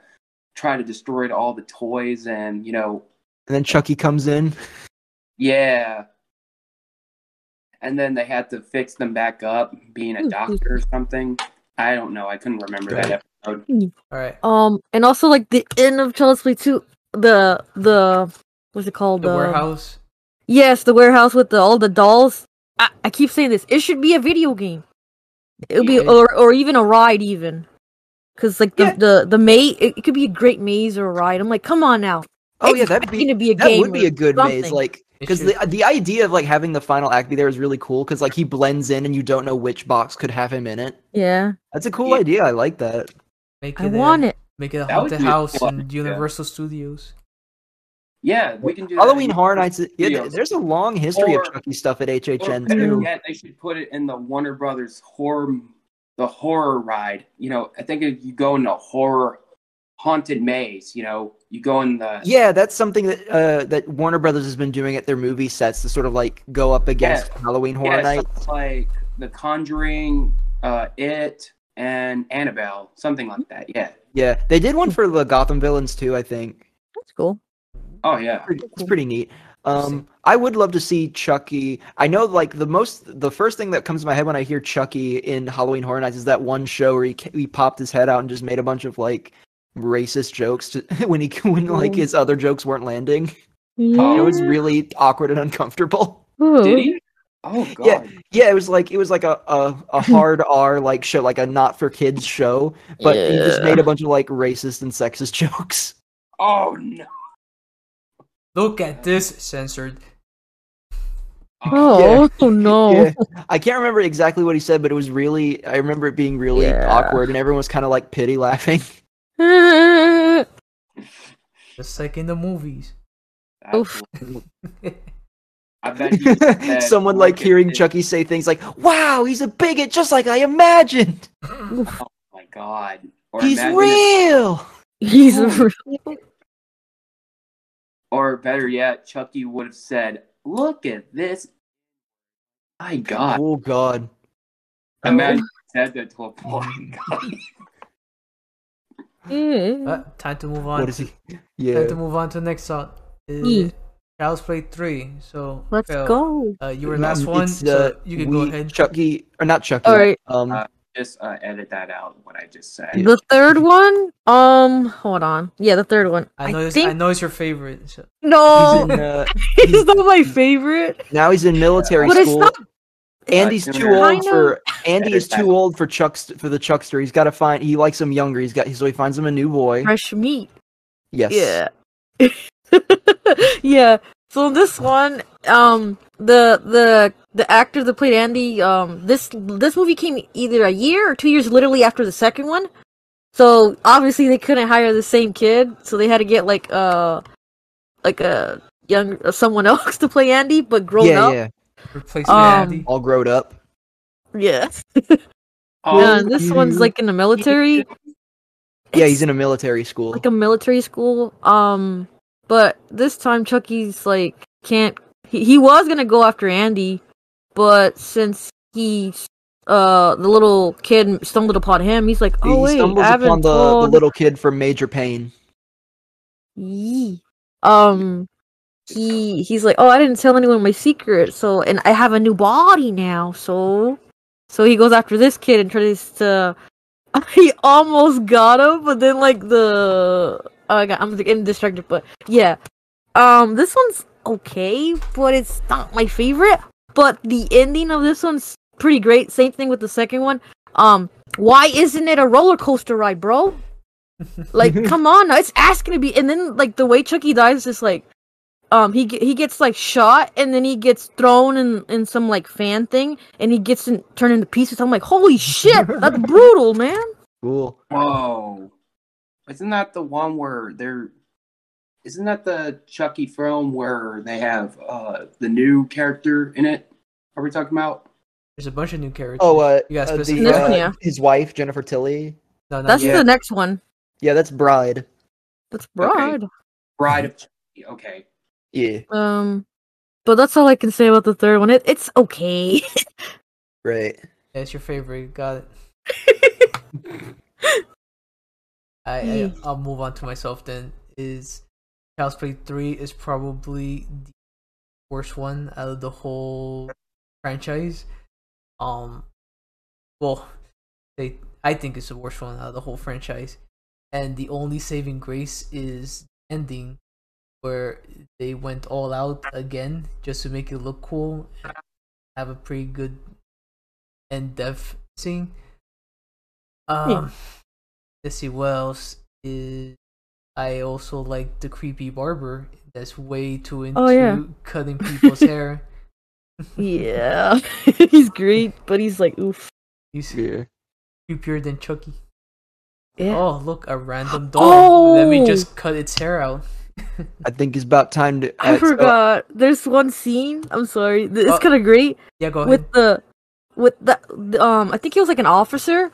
Speaker 3: try to destroy all the toys and you know
Speaker 2: And then Chucky comes in.
Speaker 3: yeah. And then they had to fix them back up, being a doctor or something. I don't know. I couldn't remember that episode.
Speaker 1: All right,
Speaker 4: Um, and also like the end of Child's Play two, the the what's it called?
Speaker 1: the
Speaker 4: Um,
Speaker 1: warehouse.
Speaker 4: Yes, the warehouse with the, all the dolls. I, I keep saying this. It should be a video game. It would be
Speaker 1: Yeah.
Speaker 4: or or even a ride even, because like the,
Speaker 2: Yeah.
Speaker 4: the the maze it, it could be a great maze or a ride. I'm like, come on now.
Speaker 2: Oh
Speaker 4: It's
Speaker 2: yeah, that'd be
Speaker 4: gonna be a
Speaker 2: that
Speaker 4: game
Speaker 2: would be
Speaker 4: or
Speaker 2: a good maze
Speaker 4: something.
Speaker 2: like
Speaker 1: It
Speaker 2: because the, the idea of like having the final act be there is really cool because like he blends in and you don't know which box could have him in it
Speaker 4: Yeah,
Speaker 2: that's a cool
Speaker 3: Yeah.
Speaker 2: idea i like that
Speaker 1: Make
Speaker 4: I
Speaker 1: it a,
Speaker 4: want it.
Speaker 1: Make it a
Speaker 3: That would
Speaker 1: haunted
Speaker 3: be a
Speaker 1: house
Speaker 3: cool
Speaker 1: in
Speaker 3: idea.
Speaker 1: Universal Studios.
Speaker 3: Yeah, we can do that.
Speaker 2: halloween horror nights is- yeah,
Speaker 3: Studios.
Speaker 2: there's a long history
Speaker 3: Or-
Speaker 2: of chucky stuff at
Speaker 3: Or
Speaker 2: hhn
Speaker 3: better
Speaker 2: too
Speaker 3: yet, they should put it in the Warner Brothers horror, the horror ride. You know, I think if you go in a horror haunted maze, you know, you go in the
Speaker 2: yeah that's something that uh that warner brothers has been doing at their movie sets to sort of like go up against halloween horror
Speaker 3: yeah,
Speaker 2: night
Speaker 3: something like The Conjuring, uh, It, and Annabelle, something like that. Yeah.
Speaker 2: yeah they did one for the gotham villains too i think
Speaker 4: That's cool.
Speaker 3: Oh yeah.
Speaker 2: pretty- it's
Speaker 4: Cool.
Speaker 2: pretty neat. Um, I would love to see Chucky. I know, like the most, the first thing that comes to my head when I hear E. Chucky in Halloween Horror Nights is that one show where he ca- he popped his head out and just made a bunch of like racist jokes to, when he when like his other jokes weren't landing.
Speaker 3: Oh.
Speaker 2: It was really awkward and uncomfortable.
Speaker 3: Did he? Oh god.
Speaker 2: Yeah, it was like it was like a a, a hard R like show, like a not for kids show, but he just made a bunch of like racist and sexist jokes.
Speaker 3: Oh no.
Speaker 1: Look at this censored.
Speaker 4: Oh, oh, no.
Speaker 2: Yeah. I can't remember exactly what he said, but it was really I remember it being really
Speaker 4: Yeah.
Speaker 2: awkward and everyone was kind of like pity laughing.
Speaker 1: Just like in the movies.
Speaker 3: That's
Speaker 4: Oof.
Speaker 3: wild. I bet he said,
Speaker 2: Someone
Speaker 3: "Look
Speaker 2: like
Speaker 3: at
Speaker 2: hearing
Speaker 3: this."
Speaker 2: Chucky say things like, "Wow, he's a bigot just like I imagined.
Speaker 3: Oh my god. Or
Speaker 2: he's
Speaker 3: imagine if-
Speaker 2: real."
Speaker 4: He's a
Speaker 3: Oh.
Speaker 4: real.
Speaker 3: or better yet, Chucky would have said, "Look at this." My god.
Speaker 2: Oh god.
Speaker 3: Imagine he said that to a boy.
Speaker 4: Mm.
Speaker 1: Uh, time to move on.
Speaker 2: What is he?
Speaker 1: Time to
Speaker 2: Yeah.
Speaker 1: move on to the next song. Uh,
Speaker 4: E.
Speaker 1: Child's Play 3. So,
Speaker 4: Let's
Speaker 1: Phil,
Speaker 4: go.
Speaker 1: Uh, you were last one,
Speaker 2: Mm, It's,
Speaker 1: so
Speaker 2: uh,
Speaker 1: you can
Speaker 2: we-
Speaker 1: go ahead.
Speaker 2: Chucky or not Chucky.
Speaker 4: All right.
Speaker 2: Um
Speaker 3: Uh, just uh, edit that out. What I just said.
Speaker 4: The third one? Um, hold on. Yeah, the third one.
Speaker 1: I know,
Speaker 4: I
Speaker 1: it's, I
Speaker 4: think
Speaker 1: know it's your favorite. So.
Speaker 2: he's in,
Speaker 4: no,
Speaker 2: uh,
Speaker 4: it's not my favorite.
Speaker 2: now he's in military
Speaker 4: But it's
Speaker 2: school.
Speaker 4: not-
Speaker 2: Andy's
Speaker 3: Uh,
Speaker 2: too old
Speaker 4: kind of-
Speaker 2: for Andy
Speaker 3: Better
Speaker 2: is
Speaker 3: time.
Speaker 2: too old for Chuck's for the Chuckster. He's got to find he likes him younger. He's got so he finds him a new boy.
Speaker 4: Fresh meat.
Speaker 2: Yes.
Speaker 4: Yeah. yeah. So this one, um, the the the actor that played Andy, um, this this movie came either a year or two years literally after the second one. So obviously they couldn't hire the same kid, so they had to get like uh like a young uh, someone else to play Andy, but grown
Speaker 2: yeah,
Speaker 4: up.
Speaker 2: yeah.
Speaker 1: Replace
Speaker 4: Um,
Speaker 1: Andy.
Speaker 2: All grown up.
Speaker 4: Yeah.
Speaker 3: Oh,
Speaker 4: Uh, this one's like in the military.
Speaker 2: Yeah,
Speaker 4: It's-
Speaker 2: he's in a military school.
Speaker 4: like a military school. Um, but this time Chucky's like can't. He, he was gonna go after Andy, but since he, uh, the little kid stumbled upon him, he's like,
Speaker 2: He-
Speaker 4: oh
Speaker 2: he
Speaker 4: wait,
Speaker 2: stumbles
Speaker 4: I haven't
Speaker 2: upon the, the
Speaker 4: told.
Speaker 2: little kid from Major Pain.
Speaker 4: Yee. Um, he he's like, oh, I didn't tell anyone my secret. So, and I have a new body now. So, so he goes after this kid and tries to. He almost got him, but then like the oh, I got, I'm getting distracted. But yeah, um, this one's okay, but it's not my favorite. But the ending of this one's pretty great. Same thing with the second one. Um, why isn't it a roller coaster ride, bro? Like, come on, now, it's asking to be. And then, like, the way Chucky dies is just like, um, he ge- he gets like shot, and then he gets thrown in in some like fan thing, and he gets in, turned into pieces. I'm like, holy shit, that's brutal, man.
Speaker 2: Cool.
Speaker 3: whoa! Isn't that the one where they're? Isn't that the Chucky film where they have uh, the new character in it? Are we talking about?
Speaker 1: There's a bunch of new characters.
Speaker 2: Oh, uh,
Speaker 1: You guys
Speaker 2: uh,
Speaker 1: specify.
Speaker 2: the, uh,
Speaker 4: Yeah.
Speaker 2: his wife Jennifer Tilly.
Speaker 1: no, no,
Speaker 4: That's
Speaker 1: yeah.
Speaker 3: yet.
Speaker 4: the next one.
Speaker 2: Yeah, that's Bride.
Speaker 4: That's
Speaker 3: Okay.
Speaker 4: broad.
Speaker 3: Bride of Chucky. Okay.
Speaker 2: Yeah,
Speaker 4: Um, but that's all I can say about the third one. It it's okay.
Speaker 2: right.
Speaker 1: That's your favorite. Got it. I, I
Speaker 4: Yeah.
Speaker 1: I'll move on to myself then. Is Child's Play three is probably the worst one out of the whole franchise. Um, well, they I think it's the worst one out of the whole franchise, and the only saving grace is ending, where they went all out again just to make it look cool, and have a pretty good and depth scene. Um, let's see what else is. I also like the creepy barber. That's way too into
Speaker 4: Oh, yeah.
Speaker 1: cutting people's hair.
Speaker 4: yeah, he's great, but he's like oof.
Speaker 1: He's
Speaker 2: Yeah.
Speaker 1: creepier than Chucky.
Speaker 4: Yeah.
Speaker 1: Oh, look, a random doll. Let me
Speaker 4: Oh!
Speaker 1: just cut its hair out.
Speaker 2: I think it's about time to.
Speaker 4: I
Speaker 2: uh, so-
Speaker 4: forgot. There's one scene. I'm sorry. th- It's
Speaker 1: Uh,
Speaker 4: kind of great
Speaker 1: Yeah, go ahead.
Speaker 4: with the with the the, um. I think he was like an officer,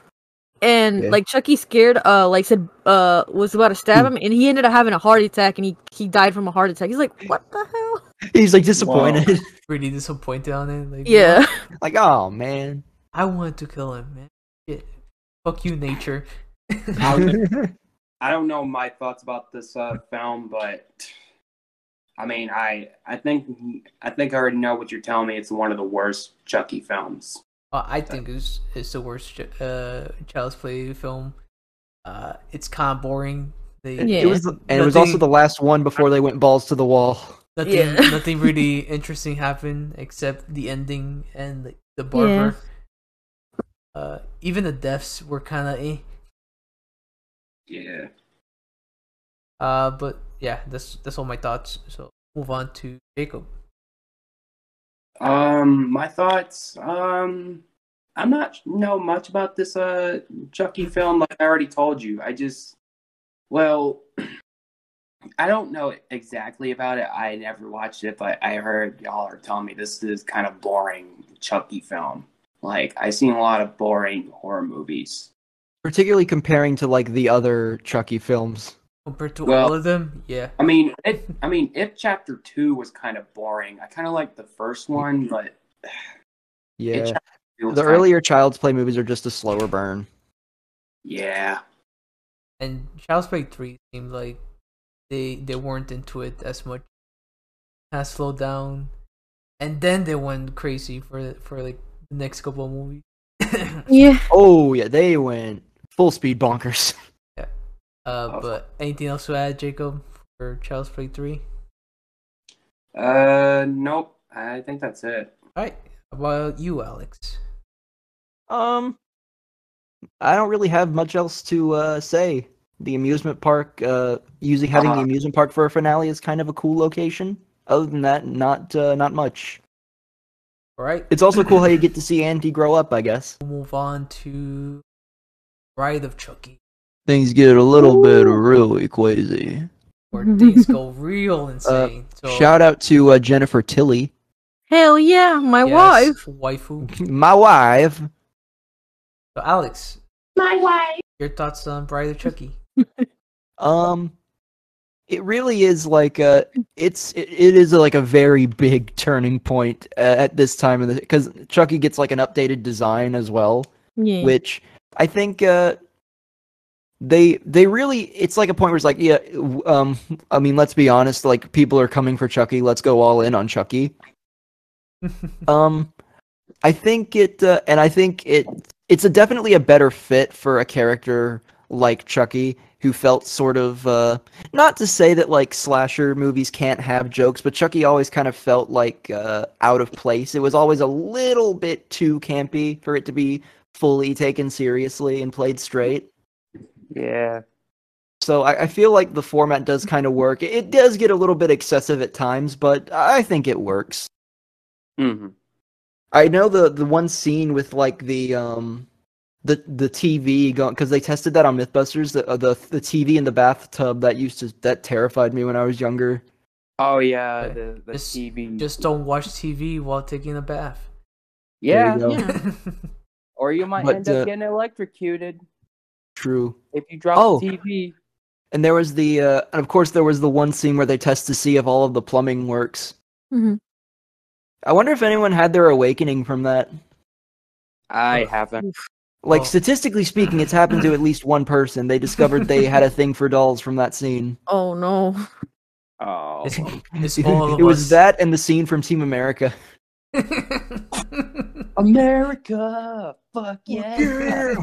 Speaker 4: and
Speaker 2: Yeah.
Speaker 4: like Chucky scared. Uh, like said uh was about to stab
Speaker 2: Hmm.
Speaker 4: him, and he ended up having a heart attack, and he he died from a heart attack. He's like, what the hell?
Speaker 2: He's like disappointed.
Speaker 1: Really disappointed on it. Like,
Speaker 4: Yeah.
Speaker 2: like, oh man.
Speaker 1: I wanted to kill him, man. Shit. Fuck you, nature.
Speaker 3: I was I don't know my thoughts about this uh, film, but I mean, I I think I think I already know what you're telling me. It's one of the worst Chucky films.
Speaker 1: Uh, I think it's it's the worst uh Child's Play film Uh, it's kind of boring. They,
Speaker 2: It,
Speaker 4: Yeah.
Speaker 2: it was, the- and it was
Speaker 1: Nothing-
Speaker 2: also the last one before they went balls to the wall.
Speaker 1: Nothing,
Speaker 4: Yeah.
Speaker 1: nothing really interesting happened except the ending and like, the barber. Uh, even the deaths were kind of eh.
Speaker 3: Yeah.
Speaker 1: Uh, but yeah, that's that's all my thoughts. So move on to Jacob.
Speaker 3: Um, my thoughts. Um, I'm not know much about this uh Chucky film. Like I already told you, I just, well, I don't know exactly about it. I never watched it, but I heard y'all are telling me this is kind of boring Chucky film. Like I seen a lot of boring horror movies.
Speaker 2: particularly comparing to like the other Chucky films.
Speaker 1: Compared to
Speaker 3: Well-
Speaker 1: all of them, yeah,
Speaker 3: I mean, it. I mean, if chapter two was kind of boring, I kind of liked the first one, but it
Speaker 2: Yeah,
Speaker 3: Chapter Two was
Speaker 2: the
Speaker 3: kinda-
Speaker 2: earlier Child's Play movies are just a slower burn.
Speaker 3: yeah,
Speaker 1: and Child's Play three seemed like they they weren't into it as much. Kind of slowed down, and then they went crazy for for like the next couple of movies. Uh,
Speaker 4: Yeah.
Speaker 2: Oh yeah, they went full speed bonkers.
Speaker 1: Uh, but anything else to add, Jacob, for Child's Play three?
Speaker 3: Uh, nope. I think that's it.
Speaker 1: All right, how about you, Alex?
Speaker 2: Um, I don't really have much else to uh, say. The amusement park, uh, using having
Speaker 3: Uh-huh.
Speaker 2: the amusement park for a finale is kind of a cool location. Other than that, not uh, not much.
Speaker 1: All right,
Speaker 2: It's also cool how you get to see Andy grow up. I guess
Speaker 1: we'll move on to Ride of Chucky,
Speaker 2: things get a little
Speaker 4: bit
Speaker 2: really crazy.
Speaker 1: where things go
Speaker 4: Uh,
Speaker 1: real insane. so,
Speaker 2: Shout out to uh, Jennifer Tilly,
Speaker 4: Hell yeah, my wife.
Speaker 1: yes, waifu.
Speaker 2: my wife.
Speaker 1: So, Alex,
Speaker 5: My wife.
Speaker 1: your thoughts on Bride of Chucky?
Speaker 2: Um, it really is like a it's it, it is like a very big turning point uh, at this time of the because Chucky gets like an updated design as well,
Speaker 4: Yeah.
Speaker 2: which I think uh they they really it's like a point where it's like yeah w- um I mean let's be honest like people are coming for Chucky let's go all in on Chucky um i think it uh, and i think it it's a definitely a better fit for a character like chucky who felt sort of uh not to say that like slasher movies can't have jokes but chucky always kind of felt like uh out of place it was always a little bit too campy for it to be fully taken seriously and played straight
Speaker 3: Yeah.
Speaker 2: so I, I feel like the format does kind of work. It, it does get a little bit excessive at times, but I think it works.
Speaker 3: hmm
Speaker 2: I know the the one scene with like the um the the TV going because they tested that on MythBusters the uh, the the TV in the bathtub that used to that terrified me when I was younger.
Speaker 3: Oh yeah,
Speaker 1: Okay.
Speaker 3: the, the
Speaker 1: Just-
Speaker 3: TV.
Speaker 1: Just don't watch TV while taking a bath.
Speaker 2: There
Speaker 3: yeah,
Speaker 2: you go.
Speaker 4: yeah.
Speaker 3: or you might
Speaker 2: But,
Speaker 3: end up
Speaker 2: uh,
Speaker 3: getting electrocuted
Speaker 2: True.
Speaker 3: if you drop
Speaker 2: Oh.
Speaker 3: the TV.
Speaker 2: And there was the uh, and of course there was the one scene where they test to see if all of the plumbing works.
Speaker 4: Mhm.
Speaker 2: I wonder if anyone had their awakening from that.
Speaker 1: Oh.
Speaker 3: I haven't.
Speaker 2: Like
Speaker 3: Oh.
Speaker 1: Well-
Speaker 2: statistically speaking, it's happened to at least one person. They discovered they had a thing for dolls from that scene.
Speaker 4: Oh no.
Speaker 3: Oh,
Speaker 1: It's, it's all of
Speaker 2: it was
Speaker 1: us.
Speaker 2: that and the scene from Team America.
Speaker 3: America! Fuck yeah!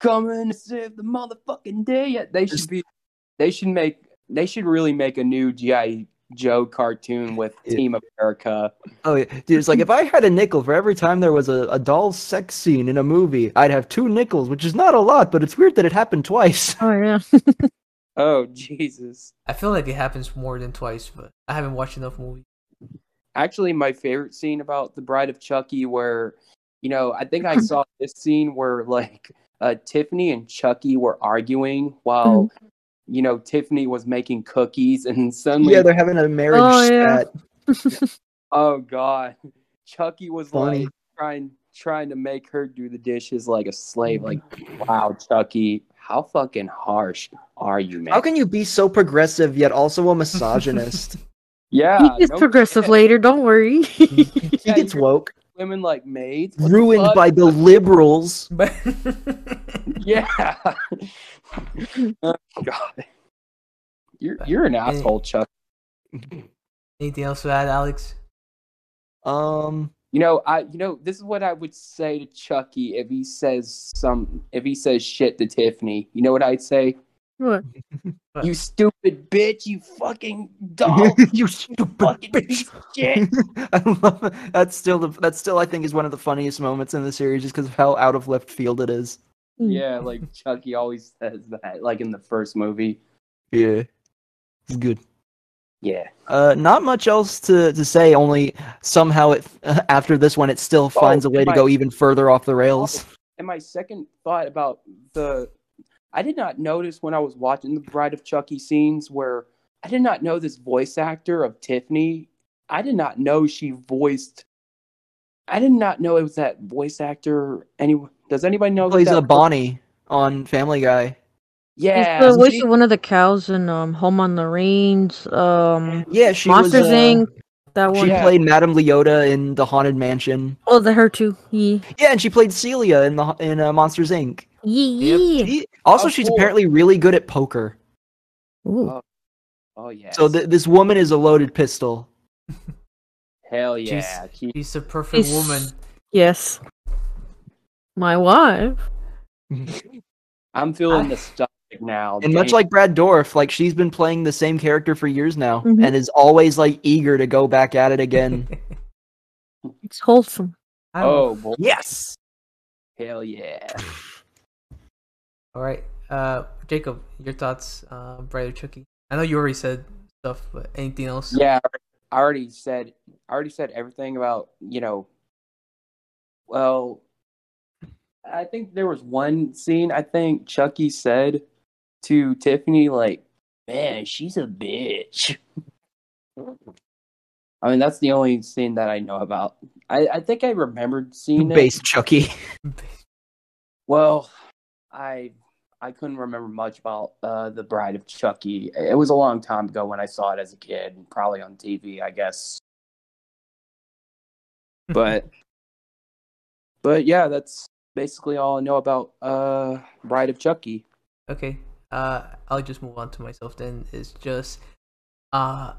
Speaker 3: Coming to save the motherfucking day. Yeah, They should be. They should make. They should really make a new GI Joe cartoon with
Speaker 2: Yeah.
Speaker 3: Team America.
Speaker 2: Oh yeah, dude! It's like if I had a nickel for every time there was a, a doll sex scene in a movie, I'd have two nickels, which is not a lot, but it's weird that it happened twice.
Speaker 4: Oh yeah.
Speaker 3: Oh Jesus!
Speaker 1: I feel like it happens more than twice, but I haven't watched enough movies.
Speaker 3: actually my favorite scene about the bride of chucky where you know i think i saw this scene where like uh, tiffany and chucky were arguing while
Speaker 2: Mm.
Speaker 3: you know tiffany was making cookies and suddenly
Speaker 2: yeah, they're having a marriage
Speaker 4: Oh, yeah.
Speaker 2: spat.
Speaker 3: oh god chucky was
Speaker 2: Funny.
Speaker 3: like trying trying to make her do the dishes like a slave like
Speaker 2: Mm.
Speaker 3: wow chucky how fucking harsh are you man
Speaker 2: How can you be so progressive yet also a misogynist?
Speaker 3: yeah
Speaker 4: he gets
Speaker 3: no
Speaker 4: progressive
Speaker 3: shit.
Speaker 4: later, don't worry.
Speaker 2: Hmm. he
Speaker 3: Yeah,
Speaker 2: gets
Speaker 3: you're
Speaker 2: woke,
Speaker 3: women like maids What the
Speaker 2: ruined
Speaker 3: fuck?
Speaker 2: by the liberals.
Speaker 1: But
Speaker 3: Yeah. oh, God. You're you're an asshole, Chuck.
Speaker 1: anything else to add, Alex?
Speaker 2: Um,
Speaker 3: You know, I you know this is what I would say to Chucky if he says some if he says shit to Tiffany. You know what I'd say?
Speaker 4: What?
Speaker 1: What?
Speaker 3: You stupid bitch! You fucking dog!
Speaker 2: you stupid
Speaker 3: fucking
Speaker 2: bitch.
Speaker 3: piece of shit!
Speaker 2: I love it. That's still the that's still I think is one of the funniest moments in the series just because of how out of left field it is.
Speaker 3: yeah, like Chucky always says that, like in the first movie.
Speaker 2: Yeah. It's good.
Speaker 3: Yeah.
Speaker 2: Uh, not much else to, to say. Only somehow it after this one, it
Speaker 3: Oh,
Speaker 2: still finds a way to
Speaker 3: my-
Speaker 2: go even further off the rails.
Speaker 3: Oh, And my second thought about the, I did not notice when I was watching the Bride of Chucky scenes where I did not know this voice actor of Tiffany. I did not know she voiced. I did not know it was that voice actor. Any does anybody know? who
Speaker 2: Plays
Speaker 3: that
Speaker 2: a Bonnie on Family Guy.
Speaker 3: Yeah.
Speaker 4: He's the voice
Speaker 3: she-
Speaker 4: of one of the cows in um, Home on the Range, um,
Speaker 2: Yeah, she
Speaker 4: Monsters
Speaker 2: was. uh,
Speaker 4: Inc. That one.
Speaker 2: She
Speaker 3: Yeah.
Speaker 2: played Madame Leota in The Haunted Mansion.
Speaker 4: Oh, the her too. Yeah,
Speaker 2: Yeah, and she played Celia in the in uh, Monsters Inc.
Speaker 4: yeah.
Speaker 1: Yep.
Speaker 4: yeah.
Speaker 2: She- also,
Speaker 3: Oh,
Speaker 2: she's
Speaker 3: cool.
Speaker 2: apparently really good at poker.
Speaker 4: Ooh.
Speaker 3: Oh, oh yeah.
Speaker 2: So th- this woman is a loaded pistol.
Speaker 3: hell yeah.
Speaker 1: She's-
Speaker 3: She-
Speaker 1: She's the perfect
Speaker 4: She's-
Speaker 1: woman.
Speaker 4: Yes. My wife.
Speaker 3: I'm feeling nostalgic now.
Speaker 2: And much
Speaker 3: damn.
Speaker 2: like Brad Dorff, like she's been playing the same character for years now,
Speaker 4: Mhm.
Speaker 2: and is always like eager to go back at it again.
Speaker 4: It's wholesome.
Speaker 1: I don't-
Speaker 3: oh boy,
Speaker 2: yes.
Speaker 3: hell yeah.
Speaker 1: All right, uh, Jacob, your thoughts, uh, Bride of Chucky. I know you already said stuff, but anything else?
Speaker 3: Yeah, I already said I already said everything about, you know, well, I think there was one scene I think Chucky said to Tiffany like, "Man, she's a bitch." I mean, that's the only scene that I know about. I, I think I remembered seeing it.
Speaker 2: Base Chucky.
Speaker 3: Well, I I couldn't remember much about uh, the Bride of Chucky. It was a long time ago when I saw it as a kid, probably on TV, I guess. But but yeah, that's basically all I know about uh, Bride of Chucky.
Speaker 1: Okay. Uh, I'll just move on to myself then. It's just, uh,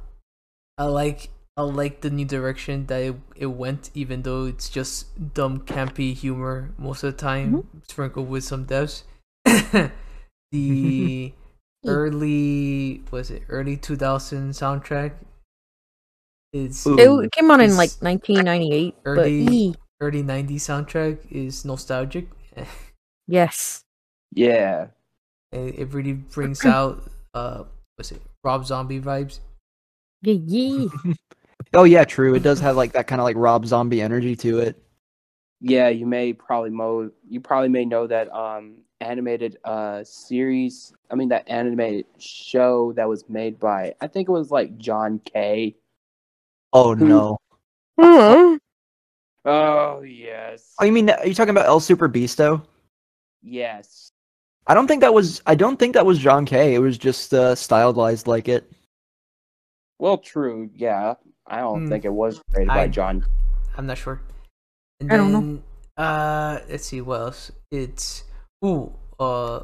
Speaker 1: I like I like the new direction that it, it went, even though it's just dumb campy humor most of the time, sprinkled with some depths. the early was it early two thousand soundtrack is
Speaker 2: Ooh.
Speaker 4: It, it came out in like
Speaker 1: It's
Speaker 4: 1998, but
Speaker 1: early-
Speaker 4: yeah.
Speaker 1: early nineties soundtrack is nostalgic.
Speaker 4: yes.
Speaker 3: Yeah,
Speaker 1: it, it really brings out uh what's it Rob Zombie vibes.
Speaker 4: Yeah, yeah.
Speaker 2: Oh yeah, true. It does have like that kind of like Rob Zombie energy to it.
Speaker 3: yeah. You may probably mo you probably may know that um animated uh series. I mean that animated show that was made by I think it was like John Kay.
Speaker 2: Oh
Speaker 3: Hmm.
Speaker 2: no.
Speaker 4: Mhm.
Speaker 3: Oh yes.
Speaker 2: Oh, you mean are you talking about El Super Bisto?
Speaker 3: Yes.
Speaker 2: I don't think that was. I don't think that was John Kay. It was just uh, stylized like it.
Speaker 3: Well, true. Yeah, I don't
Speaker 1: Hmm.
Speaker 3: think it was created by
Speaker 1: I-
Speaker 3: John.
Speaker 1: I'm not sure. And
Speaker 4: I don't know.
Speaker 1: know. Uh, let's see what else. It's ooh. Uh,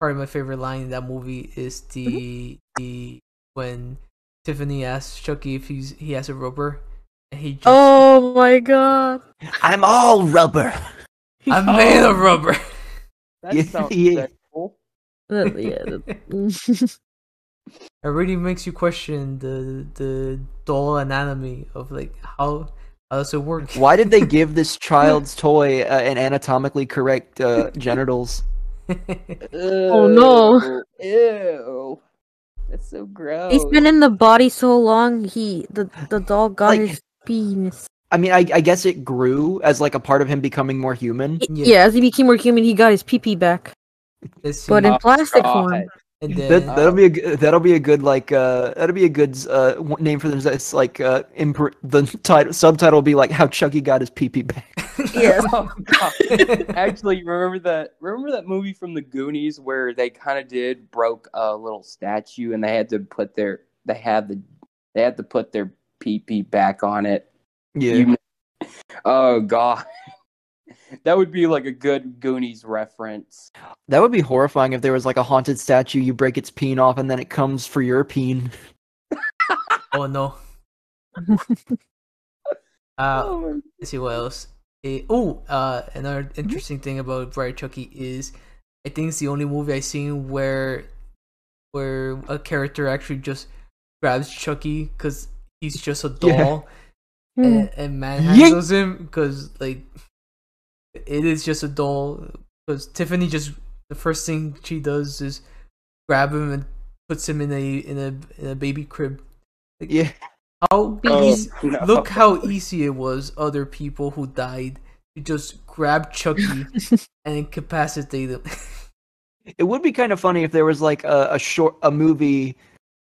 Speaker 1: probably my favorite line in that movie is
Speaker 4: Mm-hmm.
Speaker 1: the the when Tiffany asks Chucky if he's he has a rubber, and he just
Speaker 4: Oh my god.
Speaker 2: I'm all rubber.
Speaker 1: I made a rubber.
Speaker 3: That
Speaker 2: Yeah,
Speaker 3: sounds
Speaker 2: yeah.
Speaker 3: dreadful.
Speaker 4: Uh, yeah. that-
Speaker 1: it really makes you question the the dull anatomy of like how how does it work?
Speaker 2: Why did they give this child's toy uh, an anatomically correct uh, genitals?
Speaker 3: Oh
Speaker 4: no.
Speaker 3: Ew. That's so gross.
Speaker 4: He's been in the body so long. He the the dog got
Speaker 2: Like-
Speaker 4: his penis.
Speaker 2: I mean, I, I guess it grew as like a part of him becoming more human.
Speaker 4: Y-
Speaker 1: Yeah.
Speaker 4: Yeah. as he became more human, he got his pee pee back,
Speaker 1: Let's see.
Speaker 4: but in
Speaker 3: Oh,
Speaker 4: plastic
Speaker 3: God.
Speaker 4: form.
Speaker 1: and
Speaker 2: That,
Speaker 1: then
Speaker 2: that'll be a g- that'll be a good like uh, that'll be a good uh, w- name for them. It's like uh, impr- the title subtitle will be like how Chucky got his pee pee back.
Speaker 4: Yes.
Speaker 3: Oh, God. Actually, remember that? Remember that movie from the Goonies where they kind of did broke a little statue and they had to put their they had the they had to put their pee pee back on it.
Speaker 2: Yeah,
Speaker 3: You- oh god, that would be like a good Goonies reference.
Speaker 2: that would be horrifying if there was like a haunted statue. You break its peen off, and then it comes for your peen.
Speaker 1: oh no, Uh, Let's see what else. oh, uh, another interesting thing about Bright Chucky is, I think it's the only movie I've seen where, where a character actually just grabs Chucky because he's just a
Speaker 2: Yeah.
Speaker 1: doll
Speaker 4: Hmm.
Speaker 1: and, and manhandles him because like, it is just a doll. Because Tiffany just the first thing she does is grab him and puts him in a in a in a baby crib.
Speaker 2: yeah.
Speaker 1: How
Speaker 4: Oh,
Speaker 1: easy-
Speaker 3: no.
Speaker 1: Look how easy it was other people who died to just grab Chucky and incapacitate him.
Speaker 2: It would be kind of funny if there was like a, a short a movie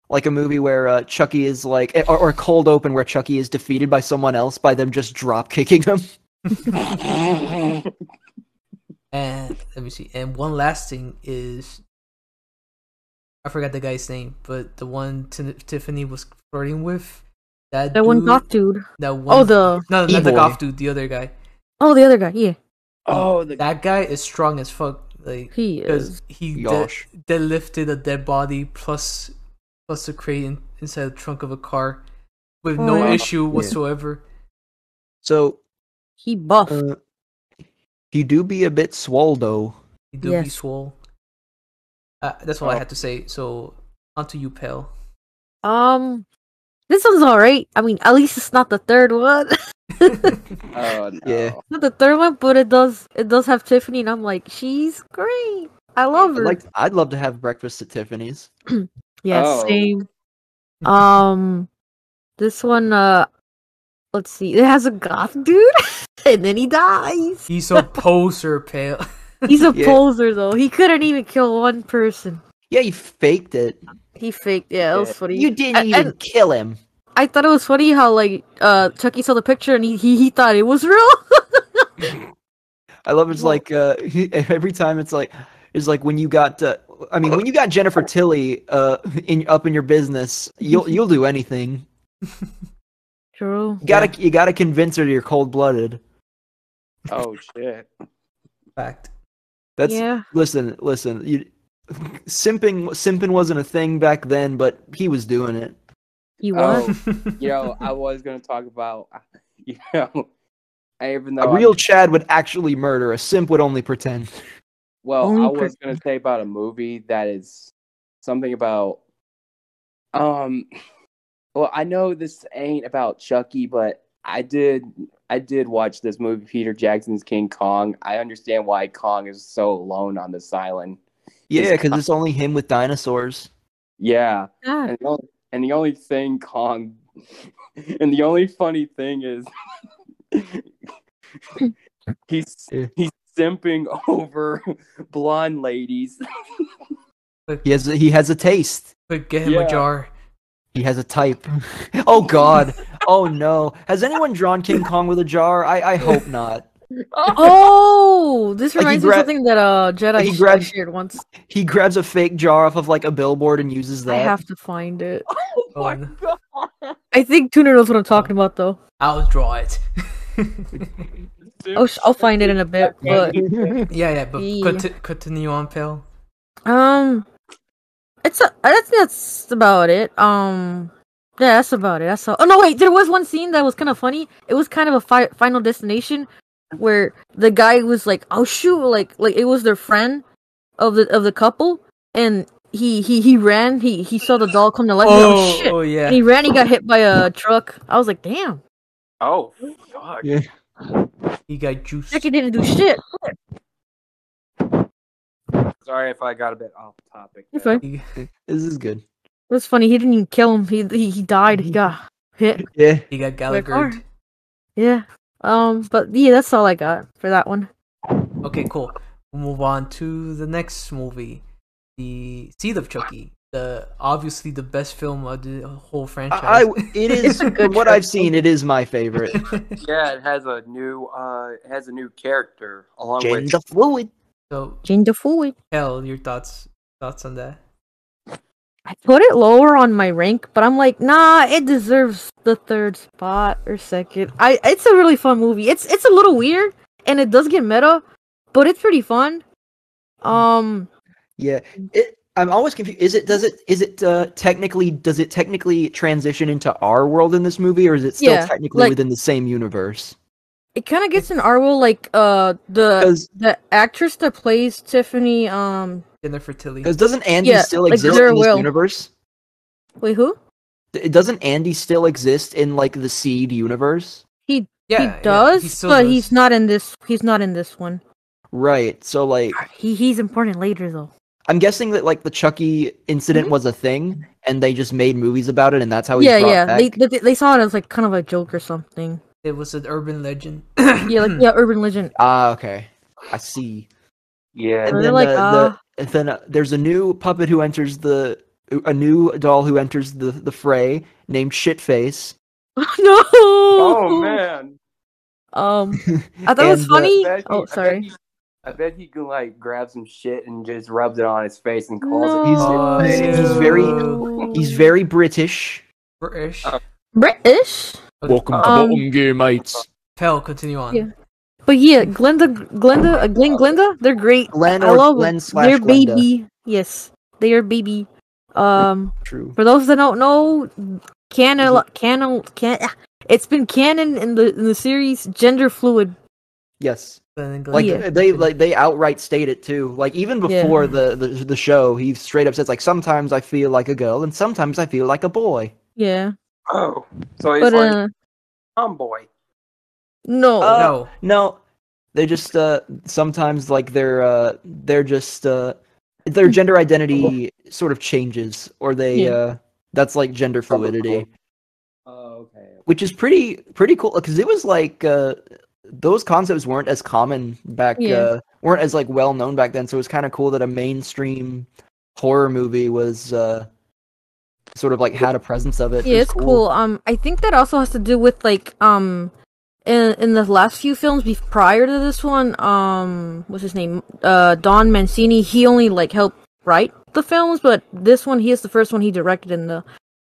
Speaker 2: like a movie where uh, Chucky is like or, or a cold open where Chucky is defeated by someone else by them just drop kicking him.
Speaker 1: and let me see. And one last thing is I forgot the guy's name, but the one Ti- Tiffany was flirting with that
Speaker 4: That one
Speaker 1: dude-
Speaker 4: not dude.
Speaker 1: that one
Speaker 4: Oh the
Speaker 1: no not the
Speaker 2: E-boy.
Speaker 1: golf dude, the other guy.
Speaker 4: oh the other guy. Yeah,
Speaker 3: oh, the
Speaker 1: That guy is strong as fuck. Like
Speaker 4: he is.
Speaker 1: because he de-
Speaker 2: Yosh.
Speaker 1: deadlifted a dead body plus plus a crate in, inside the trunk of a car with no
Speaker 4: Wow.
Speaker 1: issue whatsoever.
Speaker 2: So
Speaker 4: He buff.
Speaker 2: uh, he do be a bit swole though.
Speaker 1: He do be
Speaker 4: Yes.
Speaker 1: swole. Uh, that's all I
Speaker 3: Oh.
Speaker 1: had to say. So onto you, pale.
Speaker 4: Um, this one's all right. I mean, at least it's not the third one.
Speaker 3: Oh, no.
Speaker 2: Yeah.
Speaker 4: not the third one, but it does. It does have Tiffany, and I'm like, she's great. I love
Speaker 2: I'd
Speaker 4: her.
Speaker 2: like I'd love to have breakfast at Tiffany's.
Speaker 4: Yeah,
Speaker 3: Oh.
Speaker 4: same.
Speaker 2: Hmm.
Speaker 4: Um, this one, uh, let's see. It has a goth dude, and then he dies.
Speaker 1: He's a poser, pale.
Speaker 4: He's a
Speaker 2: Yeah.
Speaker 4: poser, though. He couldn't even kill one person.
Speaker 2: Yeah, he faked it.
Speaker 4: He faked. Yeah, it was
Speaker 3: Yeah.
Speaker 4: funny.
Speaker 2: You didn't
Speaker 4: A-
Speaker 2: even
Speaker 4: and-
Speaker 2: kill him.
Speaker 4: I thought it was funny how like uh Chucky saw the picture and he he, he thought it was real.
Speaker 2: I love it's
Speaker 4: Well-
Speaker 2: like uh, every time it's like it's like when you got uh, I mean when you got Jennifer Tilly uh, in up in your business you'll you'll do anything.
Speaker 4: True.
Speaker 2: You gotta you gotta convince her you're cold blooded.
Speaker 3: Oh shit.
Speaker 1: Fact.
Speaker 2: That's
Speaker 4: yeah.
Speaker 2: listen listen you, simping simping wasn't a thing back then but he was doing it.
Speaker 4: He was.
Speaker 3: Oh, you know, I was gonna talk about, you know, I even though
Speaker 2: a
Speaker 3: I-
Speaker 2: real Chad would actually murder. A simp would only pretend.
Speaker 3: Well,
Speaker 4: Only
Speaker 3: I was gonna say about a movie that is something about um well, I know this ain't about Chucky, but I did I did watch this movie Peter Jackson's King Kong. I understand why Kong is so alone on this island.
Speaker 2: Yeah, because it's only him with dinosaurs.
Speaker 3: Yeah.
Speaker 4: Yeah.
Speaker 3: And the only, and the only thing Kong and the only funny thing is he's
Speaker 2: Yeah.
Speaker 3: he's simping over blonde ladies.
Speaker 2: He has a, he has a taste.
Speaker 1: But get him
Speaker 3: Yeah.
Speaker 1: a jar.
Speaker 2: He has a type. oh God. Oh no. Has anyone drawn King Kong with a jar? I, I hope not.
Speaker 4: Oh, this
Speaker 2: Like, he
Speaker 4: reminds me
Speaker 2: gra-
Speaker 4: of something that uh Jedi
Speaker 2: he
Speaker 4: sh-
Speaker 2: grabbed-
Speaker 4: shared once.
Speaker 2: He grabs a fake jar off of like a billboard and uses that.
Speaker 4: I have to find it.
Speaker 1: Oh,
Speaker 3: my
Speaker 1: no.
Speaker 4: I think Tuner knows what I'm talking about though.
Speaker 1: I'll draw it.
Speaker 3: Oh,
Speaker 4: I'll, sh- I'll find it in a bit. But
Speaker 1: yeah, yeah, but
Speaker 4: Yeah.
Speaker 1: conti- continue on, pale.
Speaker 4: um, it's a, I think that's about it. Um, yeah, that's about it. That's all. Oh no, wait, there was one scene that was kind of funny. It was kind of a fi- Final Destination where the guy was like, "Oh shoot!" Like like it was their friend of the of the couple, and he he he ran. He he saw the doll come to life. He's like,
Speaker 1: Oh,
Speaker 4: shit.
Speaker 1: oh yeah.
Speaker 4: And he ran. He got hit by a truck. I was like, "Damn,
Speaker 3: Oh, fuck.
Speaker 2: Yeah.
Speaker 1: He got juice.
Speaker 4: Jackie didn't do shit."
Speaker 3: Sorry if I got a bit off topic.
Speaker 4: It's
Speaker 3: there.
Speaker 4: fine.
Speaker 1: He-
Speaker 2: This is good.
Speaker 4: It was funny. He didn't even kill him. He he, he died. He got hit.
Speaker 2: Yeah.
Speaker 1: He got
Speaker 4: Like,
Speaker 1: Gallagher.
Speaker 4: alright. Yeah. Um. But yeah, that's all I got for that one.
Speaker 1: Okay, cool. We'll move on to the next movie, the Seed of Chucky. The obviously the best film of the whole
Speaker 2: I,
Speaker 1: franchise.
Speaker 2: I- it is
Speaker 4: a
Speaker 2: from
Speaker 4: good
Speaker 2: what
Speaker 4: choice.
Speaker 2: I've seen, it is my favorite.
Speaker 3: Yeah, it has a new uh it has a new character along
Speaker 2: Gender fluid.
Speaker 1: so,
Speaker 4: Ginger Fooey.
Speaker 1: Hell, your thoughts thoughts on that?
Speaker 4: I put it lower on my rank, but I'm like, nah, it deserves the third spot or second. I it's a really fun movie. It's it's a little weird and it does get meta, but it's pretty fun. Um.
Speaker 2: Yeah. It I'm always confused. Is it does it is it uh, technically does it technically transition into our world in this movie, or is it still
Speaker 4: Yeah,
Speaker 2: technically
Speaker 4: like-
Speaker 2: within the same universe?
Speaker 4: It kind of gets an Arwell like uh the
Speaker 2: 'Cause-
Speaker 4: the actress that plays Tiffany um
Speaker 1: Jennifer Tilly.
Speaker 2: Because doesn't Andy
Speaker 4: Yeah,
Speaker 2: still
Speaker 4: like,
Speaker 2: exist
Speaker 4: there
Speaker 2: in this
Speaker 4: will.
Speaker 2: universe?
Speaker 4: wait who
Speaker 2: D- Doesn't Andy still exist in like the Seed universe?
Speaker 1: Yeah,
Speaker 4: he does
Speaker 1: yeah, still
Speaker 4: but
Speaker 1: does.
Speaker 4: he's not in this he's not in this one
Speaker 2: Right. So like,
Speaker 4: he he's important later though
Speaker 2: I'm guessing that like the Chucky incident was a thing, and they just made movies about it, and that's how he's
Speaker 4: Mm-hmm. yeah
Speaker 2: brought
Speaker 4: yeah
Speaker 2: back.
Speaker 4: they, they they saw it as like kind of a joke or something
Speaker 1: It was an urban legend.
Speaker 4: yeah
Speaker 2: Hmm.
Speaker 4: like yeah urban legend
Speaker 2: Ah, okay. I see.
Speaker 4: They're
Speaker 3: Yeah.
Speaker 2: And then,
Speaker 4: like,
Speaker 2: uh,
Speaker 4: "Ah."
Speaker 2: the, and then uh, there's a new puppet who enters the uh, a new doll who enters the the fray named Shitface.
Speaker 4: no oh
Speaker 3: Oh man.
Speaker 4: um I thought it was
Speaker 2: And, uh,
Speaker 4: funny
Speaker 3: I bet he-
Speaker 4: oh
Speaker 3: I bet,
Speaker 4: sorry
Speaker 3: he, I bet he could like grab some shit and just rubs it on his face and calls
Speaker 4: no.
Speaker 3: it. Oh,
Speaker 2: He's- he's- he's very- He's very British.
Speaker 1: British.
Speaker 3: Uh,
Speaker 2: Uh,
Speaker 4: British
Speaker 1: Welcome
Speaker 4: to Um, Bottom
Speaker 2: Gear, mates.
Speaker 1: Pell, continue on.
Speaker 4: Yeah. But yeah, Glenda, Glenda, uh, Glenn, Glenda, they're great.
Speaker 2: Glenn
Speaker 4: I
Speaker 2: or
Speaker 4: love
Speaker 2: Glenn
Speaker 4: them.
Speaker 2: slash
Speaker 4: They're
Speaker 2: Glenda.
Speaker 4: baby. Yes, they are baby. Um,
Speaker 2: True.
Speaker 4: for those that don't know, canon, canon, can, ah, it's been canon in the in the series gender fluid.
Speaker 2: Yes.
Speaker 1: Glenn and Glenn.
Speaker 2: Like
Speaker 4: Yeah.
Speaker 2: they like they outright state it too. Like even
Speaker 4: Yeah.
Speaker 2: before the, the the show, he straight up says like sometimes I feel like a girl and sometimes I feel like a boy.
Speaker 4: Yeah,
Speaker 3: Oh, so he's
Speaker 4: but
Speaker 3: like
Speaker 4: uh,
Speaker 3: tomboy.
Speaker 4: no,
Speaker 2: Uh,
Speaker 1: no.
Speaker 2: No, they just uh sometimes like they're uh they're just uh their gender identity sort of changes or they
Speaker 4: Yeah.
Speaker 2: uh that's like gender fluidity,
Speaker 3: Oh, okay.
Speaker 2: which is pretty pretty cool because it was like uh those concepts weren't as common back
Speaker 4: Yeah.
Speaker 2: uh weren't as like well known back then, so it was kind of cool that a mainstream horror movie was uh sort of like had a presence of it. It
Speaker 4: yeah,
Speaker 2: was
Speaker 4: it's cool. Um, I think that also has to do with like um, in in the last few films bef- prior to this one, um, what's his name? Uh, Don Mancini. He only like helped write the films, but this one he is the first one he directed in the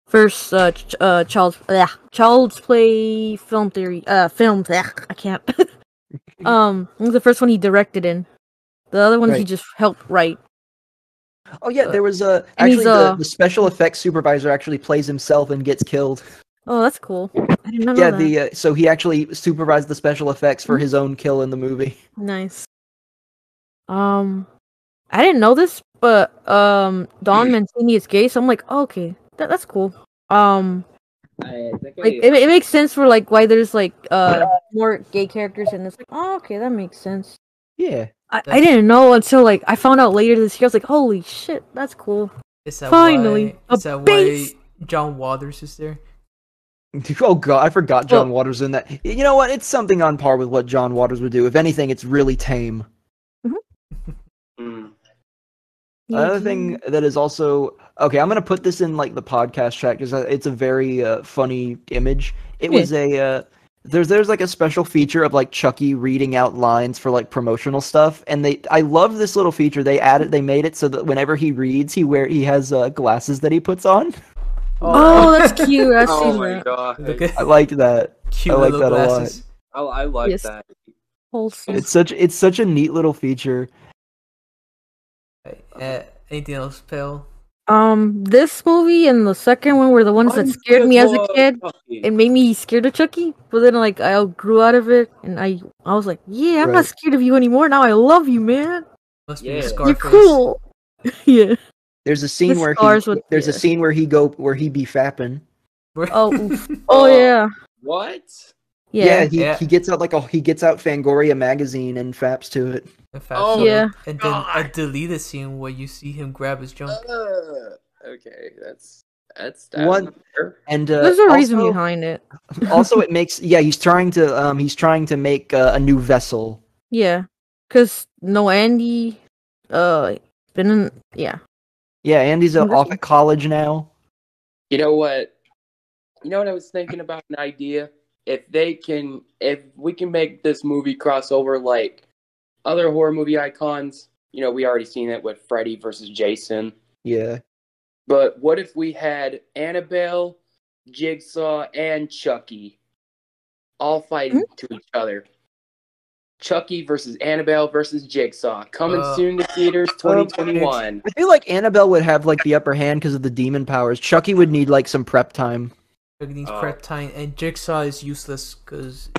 Speaker 4: first uh, ch- uh child's bleh, child's play film theory uh film. bleh, I can't. um, it was the first one he directed in. The other ones he
Speaker 2: Right.
Speaker 4: just helped write.
Speaker 2: Oh yeah,
Speaker 4: Uh,
Speaker 2: there was a
Speaker 4: and he's,
Speaker 2: actually the,
Speaker 4: uh,
Speaker 2: the special effects supervisor actually plays himself and gets killed.
Speaker 4: Oh, that's cool. I did not know
Speaker 2: yeah,
Speaker 4: that. Mm-hmm.
Speaker 2: the uh, so he actually supervised the special effects for his own kill in the movie.
Speaker 4: Nice. Um, I didn't know this, but um, Don Mancini is gay, so I'm like, oh, okay, that that's cool. Um,
Speaker 3: I think
Speaker 4: like it, it makes sense for like why there's like uh more gay characters in this. Like, oh, okay, that makes sense.
Speaker 2: Yeah,
Speaker 4: I, I didn't know until like I found out later this year. I was like, holy shit, that's cool.
Speaker 1: It's that
Speaker 4: Finally,
Speaker 1: Why,
Speaker 4: a
Speaker 1: it's that
Speaker 4: base!
Speaker 1: why John Waters is there.
Speaker 2: oh god, I forgot John
Speaker 4: Well-
Speaker 2: Waters in that. Y- You know what? It's something on par with what John Waters would do. If anything, it's really tame.
Speaker 3: Mm.
Speaker 2: Another thing that is also okay. I'm gonna put this in like the podcast chat because it's a very uh, funny image. It
Speaker 4: Yeah.
Speaker 2: was a uh, there's there's like a special feature of like Chucky reading out lines for like promotional stuff, and they I love this little feature they added. They made it so that whenever he reads, he wear he has uh, glasses that he puts on.
Speaker 4: Oh, that's cute. I've
Speaker 3: Oh
Speaker 4: seen
Speaker 3: my
Speaker 4: that.
Speaker 3: god.
Speaker 1: Look at
Speaker 2: I liked that.
Speaker 1: cute
Speaker 2: I like
Speaker 1: little
Speaker 2: that a lot.
Speaker 1: glasses.
Speaker 3: I, I like
Speaker 4: Yes.
Speaker 3: that.
Speaker 4: Wholesome.
Speaker 2: It's such it's such a neat little feature.
Speaker 1: Uh, anything else, Pell?
Speaker 4: Um, this movie and the second one were the ones that scared me as a kid. it made me scared of Chucky. But then, like, I grew out of it, and I, I was like, yeah, I'm
Speaker 2: Right.
Speaker 4: not scared of you anymore. Now I love you, man.
Speaker 1: Must be
Speaker 3: Yeah.
Speaker 1: a
Speaker 3: You're
Speaker 1: Scarface.
Speaker 4: You're cool. yeah.
Speaker 2: There's a scene where he
Speaker 4: scars would-
Speaker 2: there's a
Speaker 4: yeah.
Speaker 2: scene where he go where he be fapping.
Speaker 4: Oh, oof.
Speaker 3: Oh.
Speaker 4: oh yeah.
Speaker 3: What?
Speaker 2: Yeah,
Speaker 4: Yeah.
Speaker 2: he,
Speaker 1: Yeah.
Speaker 2: he gets out like a he gets out Fangoria magazine and faps to it.
Speaker 1: In fact,
Speaker 3: Oh
Speaker 1: so-
Speaker 4: Yeah.
Speaker 1: And then a deleted scene where you see him grab his junk.
Speaker 3: Uh, okay, that's that's
Speaker 2: One-
Speaker 3: that's fair.
Speaker 2: And uh,
Speaker 4: There's a
Speaker 2: also,
Speaker 4: reason behind it.
Speaker 2: also, it makes yeah. He's trying to um he's trying to make uh, a new vessel.
Speaker 4: Yeah. Cause no Andy, uh, been in yeah.
Speaker 2: Yeah, Andy's uh,
Speaker 4: New
Speaker 2: off
Speaker 4: vessel.
Speaker 2: at college now.
Speaker 3: You know what? You know what I was thinking about an idea. If they can, if we can make this movie crossover like other horror movie icons, you know, we already seen it with Freddy versus Jason.
Speaker 2: Yeah,
Speaker 3: But what if we had Annabelle,
Speaker 2: Hmm?
Speaker 3: Jigsaw, and Chucky all fighting to each other? Chucky versus Annabelle versus Jigsaw. Coming
Speaker 1: Uh,
Speaker 3: soon to theaters 2021.
Speaker 2: I feel like Annabelle would have like the upper hand because of the demon powers. Chucky would need like some prep time.
Speaker 1: Chucky needs
Speaker 3: Oh.
Speaker 1: prep time, and Jigsaw is useless because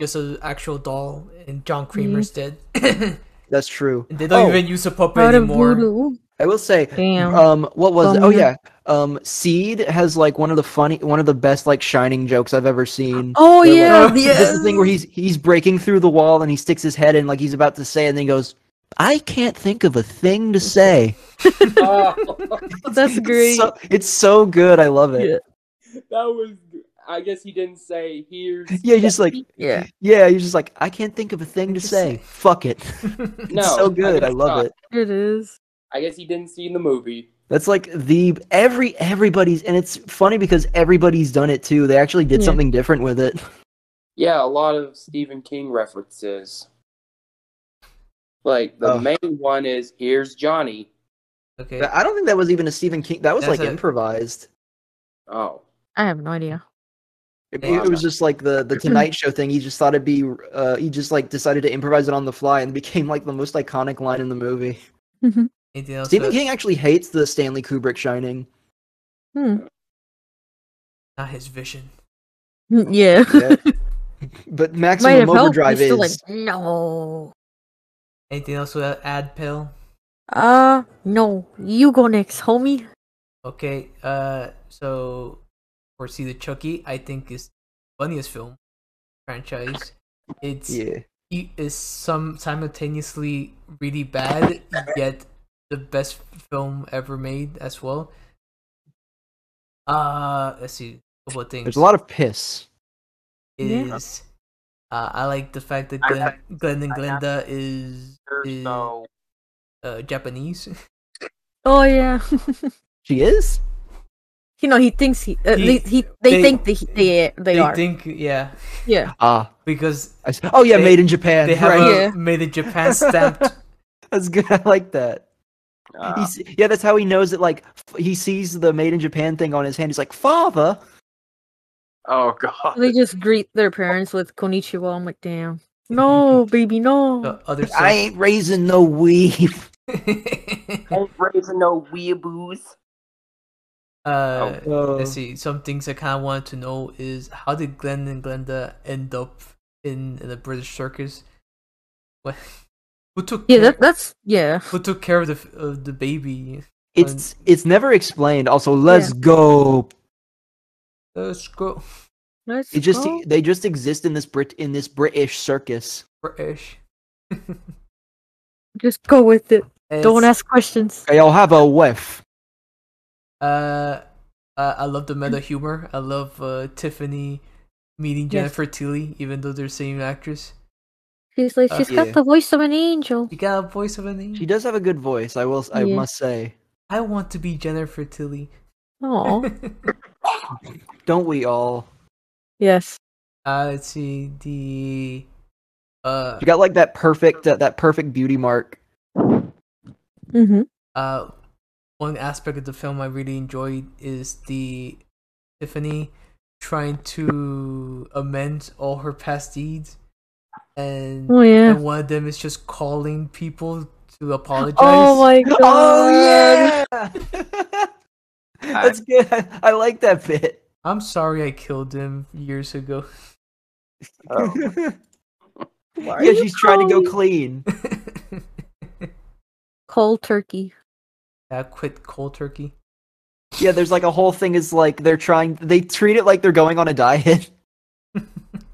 Speaker 1: just an actual doll, and John Kramer's
Speaker 4: Mm-hmm.
Speaker 1: dead.
Speaker 2: That's true.
Speaker 1: they don't
Speaker 2: Oh,
Speaker 1: even use a puppet
Speaker 4: Out of
Speaker 1: anymore.
Speaker 4: voodoo.
Speaker 2: I will say,
Speaker 4: Damn.
Speaker 2: um, what was? it? Oh
Speaker 4: Bummer.
Speaker 2: yeah, um, Seed has like one of the funny, one of the best like shining jokes I've ever seen.
Speaker 4: oh
Speaker 2: Where, like,
Speaker 4: yeah, the,
Speaker 2: This is the thing where he's he's breaking through the wall and he sticks his head in like he's about to say, and then he goes, "I can't think of a thing to say."
Speaker 3: Oh,
Speaker 4: that's great.
Speaker 2: So, it's so good. I love it.
Speaker 4: Yeah.
Speaker 3: that was. I guess he didn't say here's.
Speaker 2: Yeah, you're just like
Speaker 4: yeah.
Speaker 2: yeah, you're just like I can't think of a thing to say. Fuck it.
Speaker 3: No,
Speaker 2: it's so good. I
Speaker 3: guess
Speaker 2: love
Speaker 3: not.
Speaker 2: it.
Speaker 4: It is.
Speaker 3: I guess he didn't see in the movie.
Speaker 2: That's like the every everybody's and it's funny because everybody's done it too. They actually did
Speaker 4: Yeah.
Speaker 2: something different with it.
Speaker 3: Yeah, a lot of Stephen King references. Like the
Speaker 2: Oh.
Speaker 3: main one is here's Johnny.
Speaker 1: okay,
Speaker 2: I don't think that was even a Stephen King. That was
Speaker 1: That's
Speaker 2: like
Speaker 1: a-
Speaker 2: improvised.
Speaker 3: Oh,
Speaker 4: I have no idea.
Speaker 2: It,
Speaker 1: Yeah.
Speaker 2: it was just like the the Tonight Show thing. He just thought it'd be. Uh, he just like decided to improvise it on the fly and became like the most iconic line in the movie.
Speaker 1: anything else?
Speaker 2: Stephen
Speaker 1: that-
Speaker 2: King actually hates the Stanley Kubrick Shining.
Speaker 4: Hmm.
Speaker 1: Not his vision.
Speaker 4: Yeah.
Speaker 2: Yeah. but Maximum Overdrive
Speaker 4: He's
Speaker 2: is.
Speaker 4: still like, no.
Speaker 1: Anything else with that ad pill?
Speaker 4: Uh, no. You go next, homie.
Speaker 1: Okay, uh, so for see the Chucky, I think is funniest film franchise. It's
Speaker 2: yeah.
Speaker 1: it is some simultaneously really bad yet the best film ever made as well. Uh let's see a couple of things.
Speaker 2: There's a lot of piss.
Speaker 4: Yeah.
Speaker 1: is uh, I like the fact that
Speaker 3: I
Speaker 1: Glenn,
Speaker 3: like-
Speaker 1: Glenn and
Speaker 3: I like-
Speaker 1: Glenda is
Speaker 3: there's
Speaker 1: Mm.
Speaker 3: no.
Speaker 1: uh, Japanese.
Speaker 4: Oh yeah.
Speaker 2: She is.
Speaker 4: you know he thinks he. Uh,
Speaker 1: He-
Speaker 4: they, he they,
Speaker 1: they-
Speaker 4: think they they they,
Speaker 1: They
Speaker 4: are.
Speaker 1: think yeah
Speaker 4: yeah.
Speaker 2: Ah.
Speaker 1: because
Speaker 2: I s oh yeah,
Speaker 1: They-
Speaker 2: made in Japan.
Speaker 1: they have
Speaker 2: right.
Speaker 1: a,
Speaker 4: Yeah.
Speaker 1: made in Japan stamped
Speaker 2: That's good. I like that.
Speaker 3: Uh,
Speaker 2: He's, yeah, that's how he knows it. Like f- he sees the made in Japan thing on his hand. He's like, "Father."
Speaker 3: oh god.
Speaker 4: They just greet their parents with konnichiwa. I'm like, damn. No, baby, no.
Speaker 1: the other
Speaker 2: I
Speaker 1: side.
Speaker 2: ain't raising no weeb.
Speaker 3: Ain't raising no weeaboos.
Speaker 1: uh,
Speaker 2: Oh.
Speaker 1: Let's see. Some things I kind of wanted to know is how did Glenn and Glenda end up in, in the British circus? What? Who took
Speaker 4: Yeah,
Speaker 1: care,
Speaker 4: that, that's yeah.
Speaker 1: who took care of the f- of the baby?
Speaker 2: It's it's never explained. Also, let's go.
Speaker 1: Let's go
Speaker 4: Let's
Speaker 2: It just
Speaker 4: go.
Speaker 2: they just exist in this Brit in this British circus.
Speaker 1: British.
Speaker 4: just go with it. Don't
Speaker 1: It's-
Speaker 4: ask questions.
Speaker 2: I'll have a whiff.
Speaker 1: Uh, uh, I love the meta humor. I love uh, Tiffany meeting
Speaker 4: Yes.
Speaker 1: Jennifer Tilly, even though they're same actress.
Speaker 4: She's like,
Speaker 1: Uh,
Speaker 4: she's
Speaker 2: yeah.
Speaker 4: got the voice of an angel.
Speaker 1: You got a voice of an angel.
Speaker 2: She does have a good voice. I will. I
Speaker 4: Yeah.
Speaker 2: must say.
Speaker 1: I want to be Jennifer Tilly.
Speaker 4: Oh,
Speaker 2: Don't we all?
Speaker 4: yes.
Speaker 1: uh, let's see the uh
Speaker 2: She got like that perfect that, that perfect beauty mark.
Speaker 4: Mm-hmm.
Speaker 1: uh one aspect of the film I really enjoyed is the Tiffany trying to amend all her past deeds and
Speaker 4: Oh yeah.
Speaker 1: and one of them is just calling people to apologize.
Speaker 4: Oh my god.
Speaker 2: yeah. That's good. I, I like that bit.
Speaker 1: I'm sorry I killed him years ago.
Speaker 3: Oh.
Speaker 4: Why are
Speaker 2: yeah,
Speaker 4: you
Speaker 2: she's trying to go
Speaker 4: calling-
Speaker 2: clean.
Speaker 4: Cold turkey.
Speaker 1: I quit cold turkey.
Speaker 2: Yeah, there's like a whole thing is like they're trying they treat it like they're going on a diet.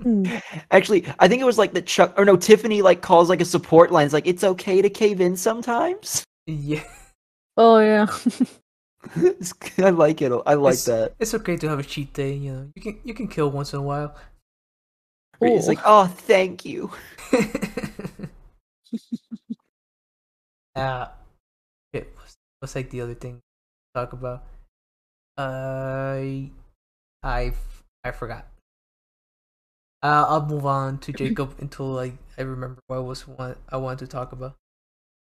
Speaker 4: Hmm.
Speaker 2: Actually, I think it was like that Chuck or no, Tiffany like calls like a support line. It's like it's okay to cave in sometimes.
Speaker 1: Yeah,
Speaker 4: Oh yeah.
Speaker 2: It's- I like it. I like
Speaker 1: It's-
Speaker 2: that.
Speaker 1: it's okay to have a cheat day. You know, you can you can kill once in a while.
Speaker 2: It's like, oh thank you.
Speaker 1: uh, shit, what's, what's like the other thing to talk about? Uh, I I forgot. Uh, I'll move on to Jacob until like I remember what was one I wanted to talk about.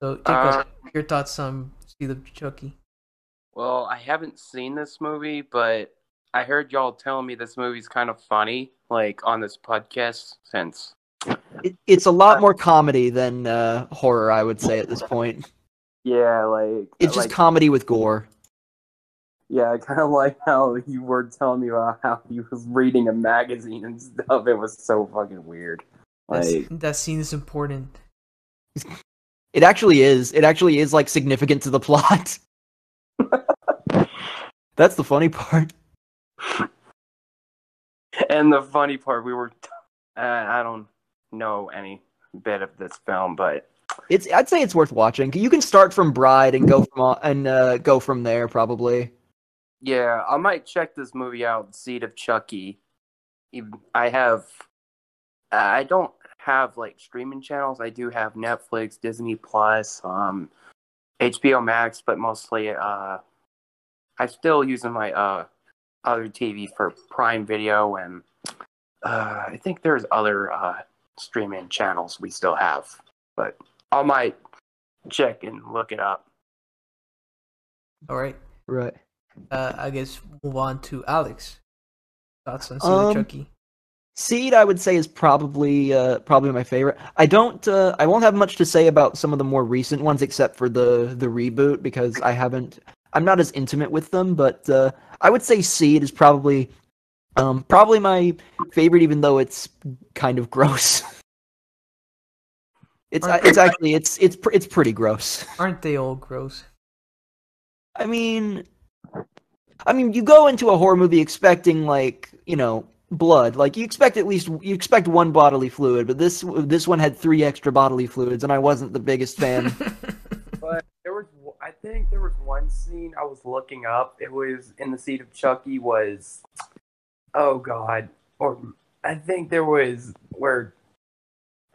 Speaker 1: So Jacob,
Speaker 3: Uh,
Speaker 1: your thoughts on Steel of Chucky?
Speaker 3: Well, I haven't seen this movie, but I heard y'all telling me this movie's kind of funny, like on this podcast since
Speaker 2: it, it's a lot more comedy than uh, horror, I would say at this point.
Speaker 3: Yeah, like
Speaker 2: It's just
Speaker 3: like,
Speaker 2: comedy with gore.
Speaker 3: yeah, kind of like how you were telling me about how you was reading a magazine and stuff. It was so fucking weird.
Speaker 1: That's-
Speaker 3: Like
Speaker 1: that scene is important.
Speaker 2: It actually is. It actually is like significant to the plot. That's the funny part.
Speaker 3: And the funny part, we were, uh, I don't know any bit of this film, but
Speaker 2: It's I'd say it's worth watching. You can start from Bride and go from on- and uh, go from there probably.
Speaker 3: yeah, I might check this movie out, Seed of Chucky. Even- I have, I don't have like streaming channels. I do have Netflix, Disney Plus, um, HBO Max, but mostly, uh, I'm still using my uh other TV for Prime Video, and uh, I think there's other uh streaming channels we still have, but I might check and look it up.
Speaker 1: All right.
Speaker 2: Right.
Speaker 1: Uh, I guess move on to Alex. Thoughts on Seed
Speaker 2: Um,
Speaker 1: of Chucky?
Speaker 2: Seed, I would say, is probably uh, probably my favorite. I don't, uh, I won't have much to say about some of the more recent ones, except for the the reboot because I haven't, I'm not as intimate with them. But uh, I would say Seed is probably, um, probably my favorite, even though it's kind of gross. it's uh,
Speaker 1: Aren't-
Speaker 2: it's actually it's it's pr- it's pretty gross.
Speaker 1: Aren't they all gross?
Speaker 2: I mean, I mean, you go into a horror movie expecting like you know blood, like you expect at least you expect one bodily fluid, but this this one had three extra bodily fluids, and I wasn't the biggest fan.
Speaker 3: But there was, I think there was one scene I was looking up. It was in the seat of Chucky. Was oh god, or I think there was where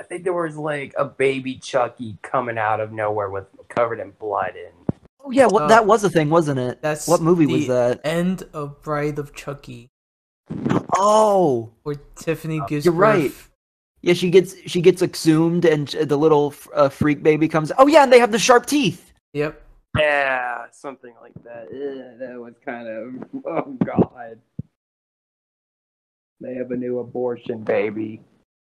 Speaker 3: I think there was like a baby Chucky coming out of nowhere with covered in blood and
Speaker 2: oh yeah, well,
Speaker 1: Uh,
Speaker 2: that was a thing, wasn't it?
Speaker 1: that's
Speaker 2: what movie was
Speaker 1: the-
Speaker 2: that?
Speaker 1: End of Bride of Chucky,
Speaker 2: Oh,
Speaker 1: where Tiffany gives
Speaker 2: you're
Speaker 1: birth.
Speaker 2: right. yeah, she gets she gets exhumed, and the little uh, freak baby comes. Oh yeah, and they have the sharp teeth.
Speaker 1: Yep.
Speaker 3: yeah, something like that. Ugh, that was kind of oh god. They have a new abortion baby,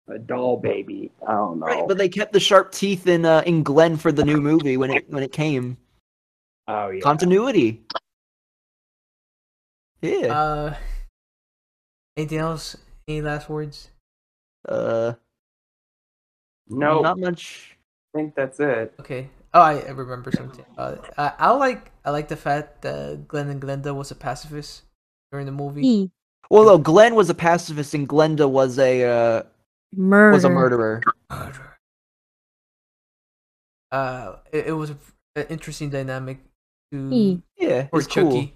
Speaker 3: a doll baby. I don't know.
Speaker 2: Right, but they kept the sharp teeth in uh, in Glen for the new movie when it when it came
Speaker 3: oh yeah.
Speaker 2: continuity. Yeah.
Speaker 1: Uh, anything else? Any last words?
Speaker 2: Uh,
Speaker 3: no,
Speaker 2: not much.
Speaker 3: I think that's it.
Speaker 1: Okay. Oh, I I remember something. Uh, I, I like I like the fact that Glenn and Glenda was a pacifist during the movie.
Speaker 4: He
Speaker 2: Well, no, Glenn was a pacifist and Glenda was a uh,
Speaker 4: murder.
Speaker 2: was a murderer.
Speaker 1: Murder. Uh, it, it was a- an interesting dynamic to
Speaker 4: He
Speaker 2: Yeah,
Speaker 1: for
Speaker 2: it's cool.
Speaker 1: Chucky.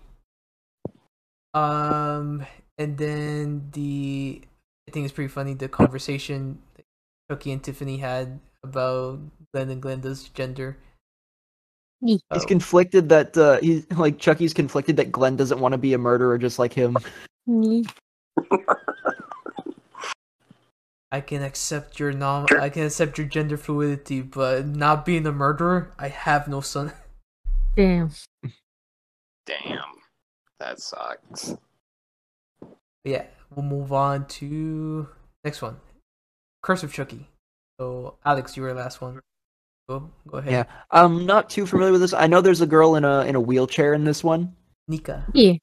Speaker 1: Um, and then the I think it's pretty funny the conversation that Chucky and Tiffany had about Glenn and Glenda's gender.
Speaker 4: He-
Speaker 2: He's
Speaker 1: Oh.
Speaker 2: conflicted that uh, he's like Chucky's conflicted that Glenn doesn't want to be a murderer just like him.
Speaker 4: he-
Speaker 1: I can accept your nom I can accept your gender fluidity, but not being a murderer, I have no son.
Speaker 4: Damn.
Speaker 3: Damn, that sucks.
Speaker 1: But yeah, we'll move on to next one. Curse of Chucky. So Alex, you were the last one. Go go ahead.
Speaker 2: Yeah. I'm not too familiar with this. I know there's a girl in a in a wheelchair in this one,
Speaker 1: Nika.
Speaker 4: Yeah.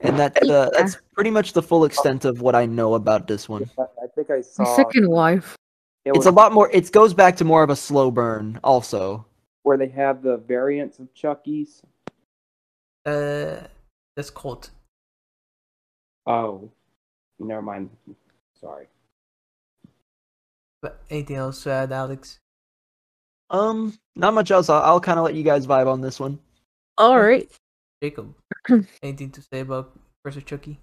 Speaker 2: and that uh, that's pretty much the full extent of what I know about this one.
Speaker 3: I think I
Speaker 4: My
Speaker 3: saw
Speaker 4: second wife.
Speaker 3: it
Speaker 2: It's
Speaker 3: was
Speaker 2: a lot more. It goes back to more of a slow burn, also.
Speaker 3: where they have the variants of Chucky's.
Speaker 1: Uh that's Colt.
Speaker 3: Oh, never mind. Sorry.
Speaker 1: But anything else to add, Alex?
Speaker 2: Um, not much else. I'll, I'll kind of let you guys vibe on this one.
Speaker 4: All right.
Speaker 1: Jacob, anything to say about Curse of Chucky?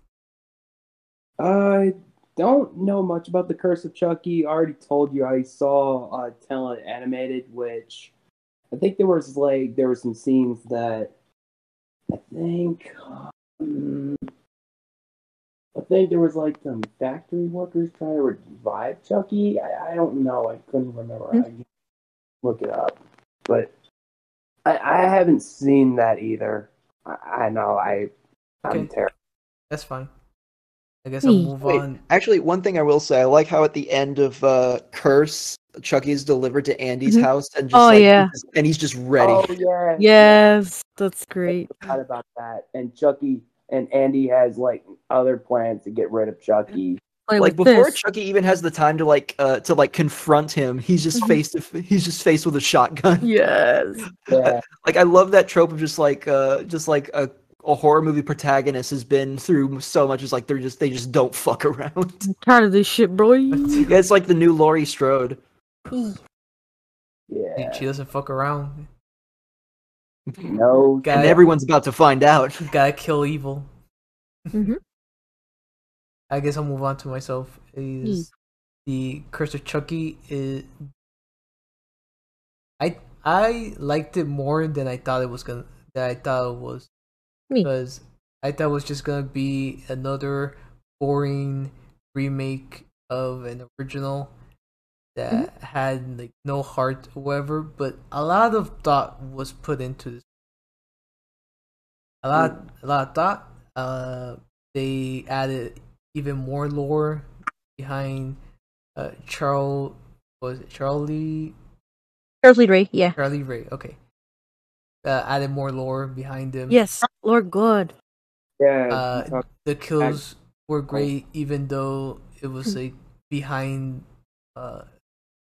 Speaker 3: I don't know much about the Curse of Chucky. I already told you I saw uh, Talent animated, which I think there was like there were some scenes that I think um, I think there was like some factory workers trying to revive Chucky. I, I don't know. I couldn't remember. I can look it up, but I, I haven't seen that either. I, I know. I I'm
Speaker 1: Okay.
Speaker 3: terrible.
Speaker 1: That's fine. I guess I'll
Speaker 4: Wait.
Speaker 1: move
Speaker 2: Wait,
Speaker 1: on.
Speaker 2: actually, one thing I will say, I like how at the end of uh, Curse, Chucky's delivered to Andy's
Speaker 4: Mhm.
Speaker 2: house, and just
Speaker 4: Oh,
Speaker 2: like,
Speaker 4: yeah.
Speaker 2: and he's just ready.
Speaker 3: Oh yeah.
Speaker 4: Yes, that's great.
Speaker 3: forgot about that. And Chucky and Andy has like other plans to get rid of Chucky.
Speaker 4: Play
Speaker 2: like
Speaker 4: with
Speaker 2: before
Speaker 4: this.
Speaker 2: Chucky even has the time to like uh, to like confront him, he's just
Speaker 4: Mhm.
Speaker 2: face to he's just faced with a shotgun.
Speaker 4: Yes.
Speaker 3: Yeah.
Speaker 2: Like I love that trope of just like uh, just like a, a horror movie protagonist has been through so much. It's like they're just they just don't fuck around.
Speaker 4: Tired of this shit, bro.
Speaker 2: yeah, it's like the new Laurie Strode.
Speaker 3: Yeah.
Speaker 1: She doesn't fuck around.
Speaker 3: No.
Speaker 1: Got
Speaker 2: and
Speaker 1: it.
Speaker 2: everyone's about to find out.
Speaker 1: Gotta kill evil.
Speaker 4: Mhm.
Speaker 1: I guess I'll move on to myself. Is the Curse of Chucky is I I liked it more than I thought it was gonna that I thought it was.
Speaker 4: Me.
Speaker 1: Because I thought it was just gonna be another boring remake of an original that had like no heart whatever, but a lot of thought was put into this. A lot a lot of thought. Uh they added even more lore behind uh Charles was it Charlie
Speaker 4: Charlie Ray, yeah.
Speaker 1: Charlie Ray, okay. Uh, added more lore behind him.
Speaker 4: Yes, Lord God.
Speaker 3: Yeah.
Speaker 1: Uh,
Speaker 3: Chucky.
Speaker 1: the kills were great even though it was like behind uh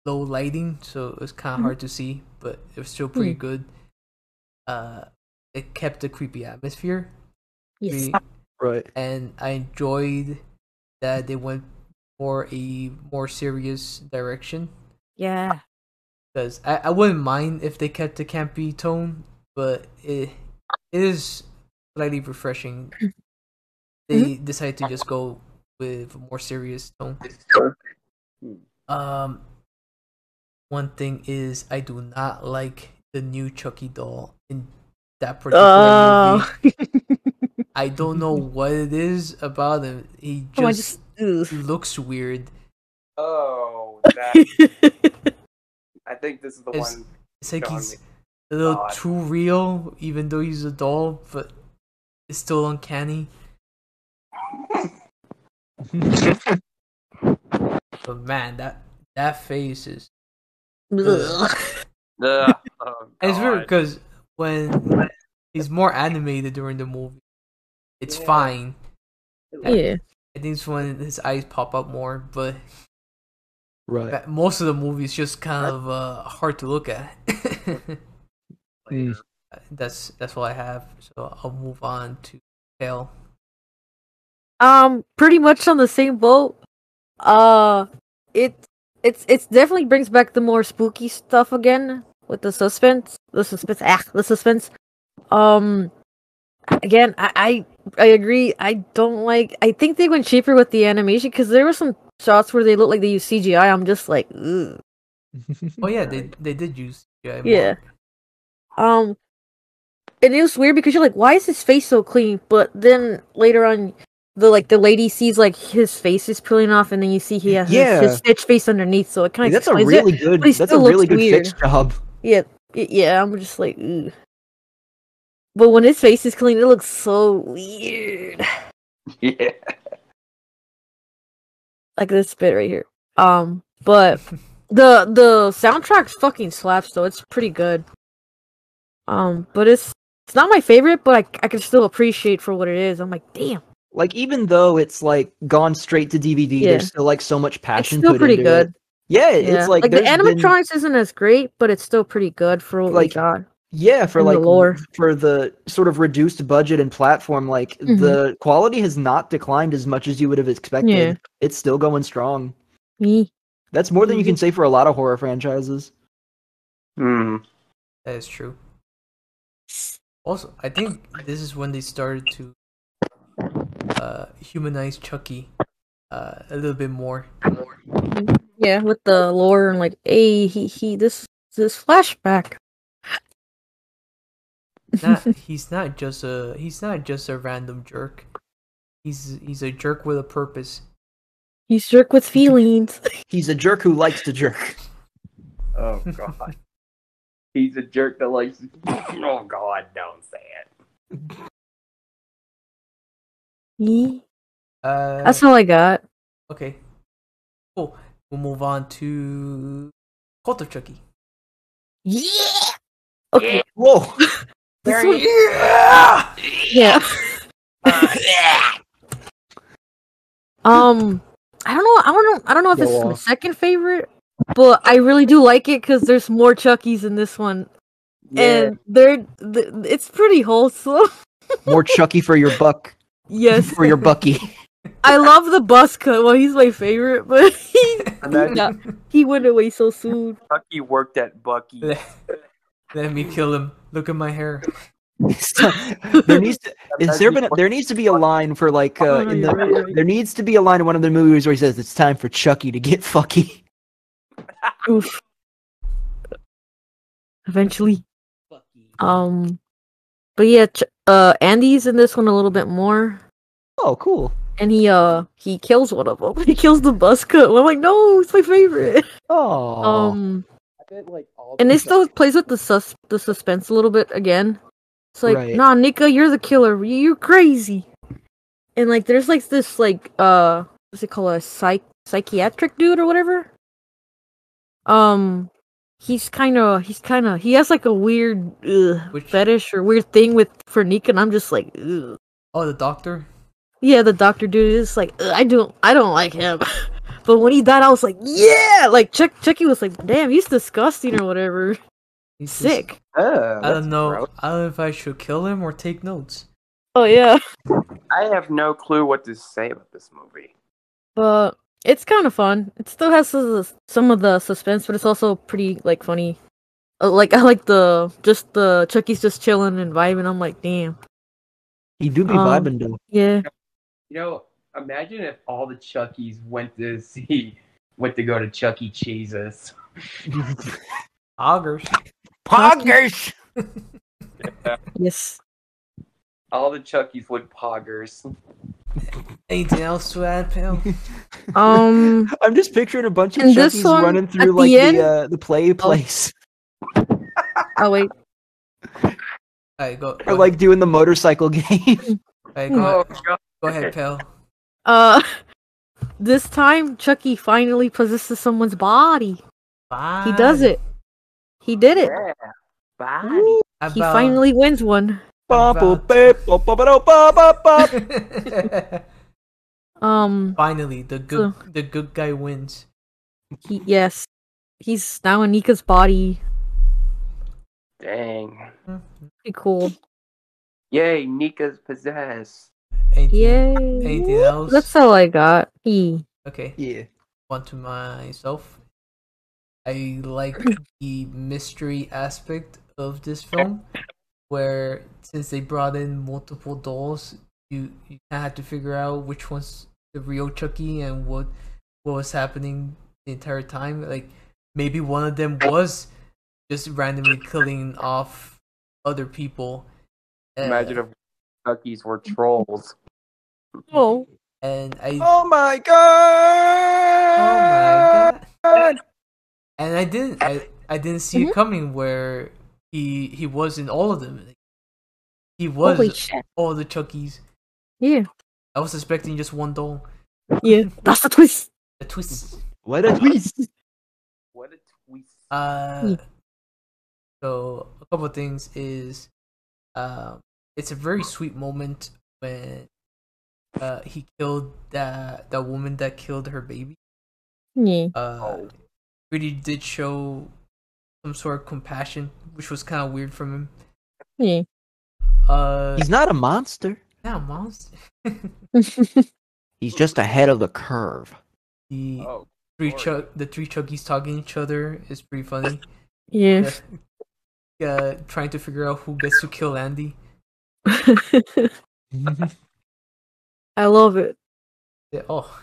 Speaker 1: low lighting so it was kind of
Speaker 4: Mhm.
Speaker 1: hard to see but it was still pretty good uh it kept the creepy atmosphere
Speaker 4: Yes.
Speaker 1: We-
Speaker 2: Right.
Speaker 1: and i enjoyed that they went for a more serious direction
Speaker 4: Yeah.
Speaker 1: because I, I wouldn't mind if they kept the campy tone, but it, it is slightly refreshing. They
Speaker 4: Mm-hmm.
Speaker 1: decided to just go with a more serious tone. Um, one thing is I do not like the new Chucky doll in that particular movie.
Speaker 4: Oh.
Speaker 1: I don't know what it is about him. He
Speaker 4: Oh, I
Speaker 1: just
Speaker 4: just. ugh.
Speaker 1: looks weird.
Speaker 3: Oh, that, I think this is the
Speaker 1: It's-
Speaker 3: one.
Speaker 1: It's like
Speaker 3: John
Speaker 1: he's a little
Speaker 3: God.
Speaker 1: too real, even though he's a doll, but it's still uncanny. But man, that that face is
Speaker 4: Ugh.
Speaker 5: Ugh, oh,
Speaker 1: and it's weird
Speaker 5: God.
Speaker 1: because when when he's more animated during the movie, it's
Speaker 3: Yeah.
Speaker 1: fine.
Speaker 4: yeah.
Speaker 1: I think it's when his eyes pop up more, but
Speaker 2: Right.
Speaker 1: that- most of the movie is just kind of uh, hard to look at.
Speaker 2: Mm.
Speaker 3: uh,
Speaker 1: that's that's what I have. So I'll move on to Tail.
Speaker 4: Um, pretty much on the same boat. Uh, it it's it's definitely brings back the more spooky stuff again with the suspense, the suspense, ah, the suspense. Um, again, I I, I agree. I don't like. I think they went cheaper with the animation because there were some shots where they looked like they used CGI. I'm just like, ugh.
Speaker 1: Oh yeah, they they did use CGI more.
Speaker 4: Yeah. Um, and it was weird because you're like, why is his face so clean? But then later on, the like the lady sees like his face is peeling off, and then you see he has
Speaker 2: Yeah.
Speaker 4: his, his stitch face underneath. So it kind
Speaker 2: Like,
Speaker 4: of
Speaker 2: that's a really good.
Speaker 4: but he
Speaker 2: That's a
Speaker 4: still looks
Speaker 2: really good
Speaker 4: weird.
Speaker 2: fix job.
Speaker 4: yeah y- yeah. I'm just like, Ugh. but when his face is clean, it looks so weird.
Speaker 3: Yeah.
Speaker 4: Like this bit right here. Um, but the the soundtrack fucking slaps though. It's pretty good. Um, but it's it's not my favorite, but I I can still appreciate for what it is. I'm like, damn.
Speaker 2: Like even though it's like gone straight to DVD,
Speaker 4: Yeah.
Speaker 2: there's still like so much
Speaker 4: it's
Speaker 2: passion.
Speaker 4: still
Speaker 2: put
Speaker 4: pretty
Speaker 2: into
Speaker 4: good.
Speaker 2: It. Yeah,
Speaker 4: Yeah.
Speaker 2: it's like,
Speaker 4: the
Speaker 2: there's been-
Speaker 4: animatronics isn't as great, but it's still pretty good for what
Speaker 2: Like,
Speaker 4: we got.
Speaker 2: yeah, for
Speaker 4: in the
Speaker 2: like
Speaker 4: lore.
Speaker 2: for the sort of reduced budget and platform, like
Speaker 4: Mhm.
Speaker 2: the quality has not declined as much as you would have expected.
Speaker 4: Yeah.
Speaker 2: It's still going strong.
Speaker 4: Me,
Speaker 2: That's more than you can
Speaker 4: Mm-hmm.
Speaker 2: say for a lot of horror franchises.
Speaker 3: Hmm.
Speaker 1: That is true. Also, I think this is when they started to uh, humanize Chucky uh, a little bit more.
Speaker 4: yeah, with the lore and like, hey, he he, this this flashback.
Speaker 1: Not, he's not just a he's not just a random jerk. He's he's a jerk with a purpose.
Speaker 4: He's jerk with feelings.
Speaker 2: He's a jerk who likes to jerk.
Speaker 3: Oh God. He's a jerk that likes. Oh God, don't say it.
Speaker 4: Me,
Speaker 1: Uh,
Speaker 4: That's all I got.
Speaker 1: okay. Cool. We'll move on to Cult of Chucky.
Speaker 4: Yeah. Okay.
Speaker 2: Whoa.
Speaker 4: This
Speaker 5: Very-
Speaker 4: one-
Speaker 1: Yeah.
Speaker 4: yeah.
Speaker 3: Uh,
Speaker 4: Um, I don't know. I don't know. I don't know if this is
Speaker 2: Go
Speaker 4: my
Speaker 2: off.
Speaker 4: second favorite, but I really do like it because there's more Chuckies in this one,
Speaker 3: Yeah.
Speaker 4: and they're th- it's pretty wholesome.
Speaker 2: More Chucky for your buck.
Speaker 4: yes,
Speaker 2: For your bucky.
Speaker 4: I love the bus cut. Well, he's my favorite, but he
Speaker 5: Imagine
Speaker 4: Yeah. he went away so soon.
Speaker 5: Chucky worked at Bucky.
Speaker 1: Let, let me kill him. Look at my hair.
Speaker 2: there needs to is there been a, there needs to be a line for like uh,
Speaker 4: Oh, no,
Speaker 2: in
Speaker 4: you're right, you're
Speaker 2: the,
Speaker 4: right.
Speaker 2: there needs to be a line in one of the movies where he says it's time for Chucky to get fucky.
Speaker 4: Oof. Eventually. Um, but yeah, Ch- uh, Andy's in this one a little bit more,
Speaker 2: Oh, cool.
Speaker 4: and he uh he kills one of them. He kills the bus cut. I'm like, no, it's my favorite.
Speaker 2: Oh.
Speaker 4: Um, and it still plays with the sus the suspense a little bit again. It's like,
Speaker 2: Right.
Speaker 4: nah, Nika, you're the killer. You- You're crazy. And like, there's like this like uh, what's it called a psych psychiatric dude or whatever. Um, he's kind of he's kind of he has like a weird ugh,
Speaker 1: Which-
Speaker 4: fetish or weird thing with for Nika, and I'm just like, ugh.
Speaker 1: Oh, the doctor.
Speaker 4: yeah, the doctor dude is like, ugh, I don't I don't like him. But when he died, I was like, yeah! Like, Chuck, Chucky was like, damn, he's disgusting or whatever.
Speaker 1: He's just-
Speaker 4: Sick.
Speaker 5: Oh,
Speaker 1: I don't know.
Speaker 5: gross.
Speaker 1: I don't know if I should kill him or take notes.
Speaker 4: Oh yeah,
Speaker 5: I have no clue what to say about this movie.
Speaker 4: but it's kind of fun. It still has some some of the suspense, but it's also pretty like funny. Uh, Like I like the just the Chucky's just chilling and vibing. I'm like, damn,
Speaker 2: he do be
Speaker 4: um,
Speaker 2: vibing though.
Speaker 4: yeah,
Speaker 3: You know, imagine if all the Chuckies went to see went to go to Chuck E. Cheese's.
Speaker 1: Augers.
Speaker 2: Poggers.
Speaker 4: yes.
Speaker 3: All the Chuckies would poggers.
Speaker 1: Anything else to add, pal?
Speaker 4: Um,
Speaker 2: I'm just picturing a bunch of
Speaker 4: And this
Speaker 2: Chuckies
Speaker 4: one,
Speaker 2: running
Speaker 4: at
Speaker 2: through
Speaker 4: the
Speaker 2: like the
Speaker 4: end-
Speaker 2: uh, the play place.
Speaker 4: oh wait,
Speaker 1: Alright, go.
Speaker 2: Or like doing the motorcycle game.
Speaker 1: Alright, go,
Speaker 3: Oh.
Speaker 1: ahead.
Speaker 5: God.
Speaker 1: go ahead, pal.
Speaker 4: uh, this time Chucky finally possesses someone's body.
Speaker 1: Bye.
Speaker 4: He does it. He did it.
Speaker 5: Yeah. Body.
Speaker 2: Ooh.
Speaker 1: How
Speaker 4: He
Speaker 1: about-
Speaker 4: finally wins one.
Speaker 1: How
Speaker 2: Ba-
Speaker 1: about-
Speaker 2: ba- ba- ba- ba- da- ba- ba- ba.
Speaker 4: Um,
Speaker 1: finally, the good the good guy wins.
Speaker 4: he yes, he's now in Nika's body.
Speaker 5: Dang.
Speaker 4: Pretty cool.
Speaker 5: Yay, Nika's possessed.
Speaker 1: Anything,
Speaker 4: Yay.
Speaker 1: Anything else?
Speaker 4: That's all I got. He.
Speaker 1: Okay.
Speaker 2: Yeah.
Speaker 1: One to myself. I like the mystery aspect of this film, where since they brought in multiple dolls, you you kinda had to figure out which one's the real Chucky and what what was happening the entire time. Like maybe one of them was just randomly killing off other people. Uh,
Speaker 5: Imagine if Chucky's were trolls.
Speaker 4: Oh.
Speaker 1: and I oh
Speaker 2: Oh my
Speaker 1: my
Speaker 2: god.
Speaker 1: god. and I didn't I, I didn't see it coming where he he was in all of them. He was
Speaker 4: Holy shit.
Speaker 1: all the Chuckies.
Speaker 4: Yeah.
Speaker 1: I was expecting just one doll.
Speaker 4: Yeah. That's the twist.
Speaker 1: The twist.
Speaker 2: What a twist.
Speaker 5: What a twist.
Speaker 1: Uh,
Speaker 4: Yeah.
Speaker 1: so a couple of things is, um, it's a very sweet moment when uh he killed that that woman that killed her baby.
Speaker 4: Yeah.
Speaker 1: uh,
Speaker 5: Oh.
Speaker 1: really did show some sort of compassion, which was kind of weird from him.
Speaker 4: Yeah.
Speaker 1: Uh,
Speaker 2: He's not a monster.
Speaker 1: not a monster.
Speaker 2: He's just ahead of the curve.
Speaker 1: the
Speaker 5: Oh,
Speaker 1: three
Speaker 5: Lord.
Speaker 1: Chuck, the three Chuckies talking to each other is pretty funny.
Speaker 4: yeah.
Speaker 1: uh, trying to figure out who gets to kill Andy.
Speaker 4: I love it.
Speaker 1: Yeah, oh,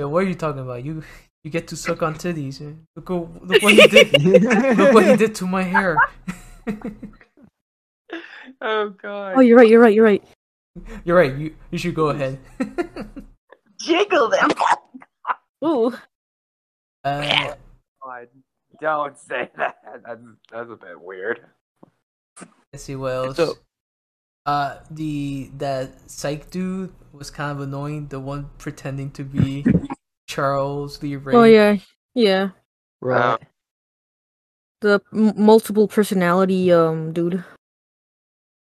Speaker 1: yeah, what are you talking about? You you get to suck on titties. eh? Look, who- look what he did. look what he did to my hair.
Speaker 5: oh God.
Speaker 4: Oh, you're right. You're right. You're right.
Speaker 1: You're right. You you should go ahead.
Speaker 5: Jiggle them.
Speaker 4: Ooh.
Speaker 1: uh,
Speaker 5: God, don't say that. That's, that's a bit weird.
Speaker 1: let's see what else.
Speaker 2: So-
Speaker 1: Uh, the that psych dude was kind of annoying. The one pretending to be Charles Lee Ray.
Speaker 4: Oh yeah, yeah.
Speaker 2: Right.
Speaker 4: The m- multiple personality um dude.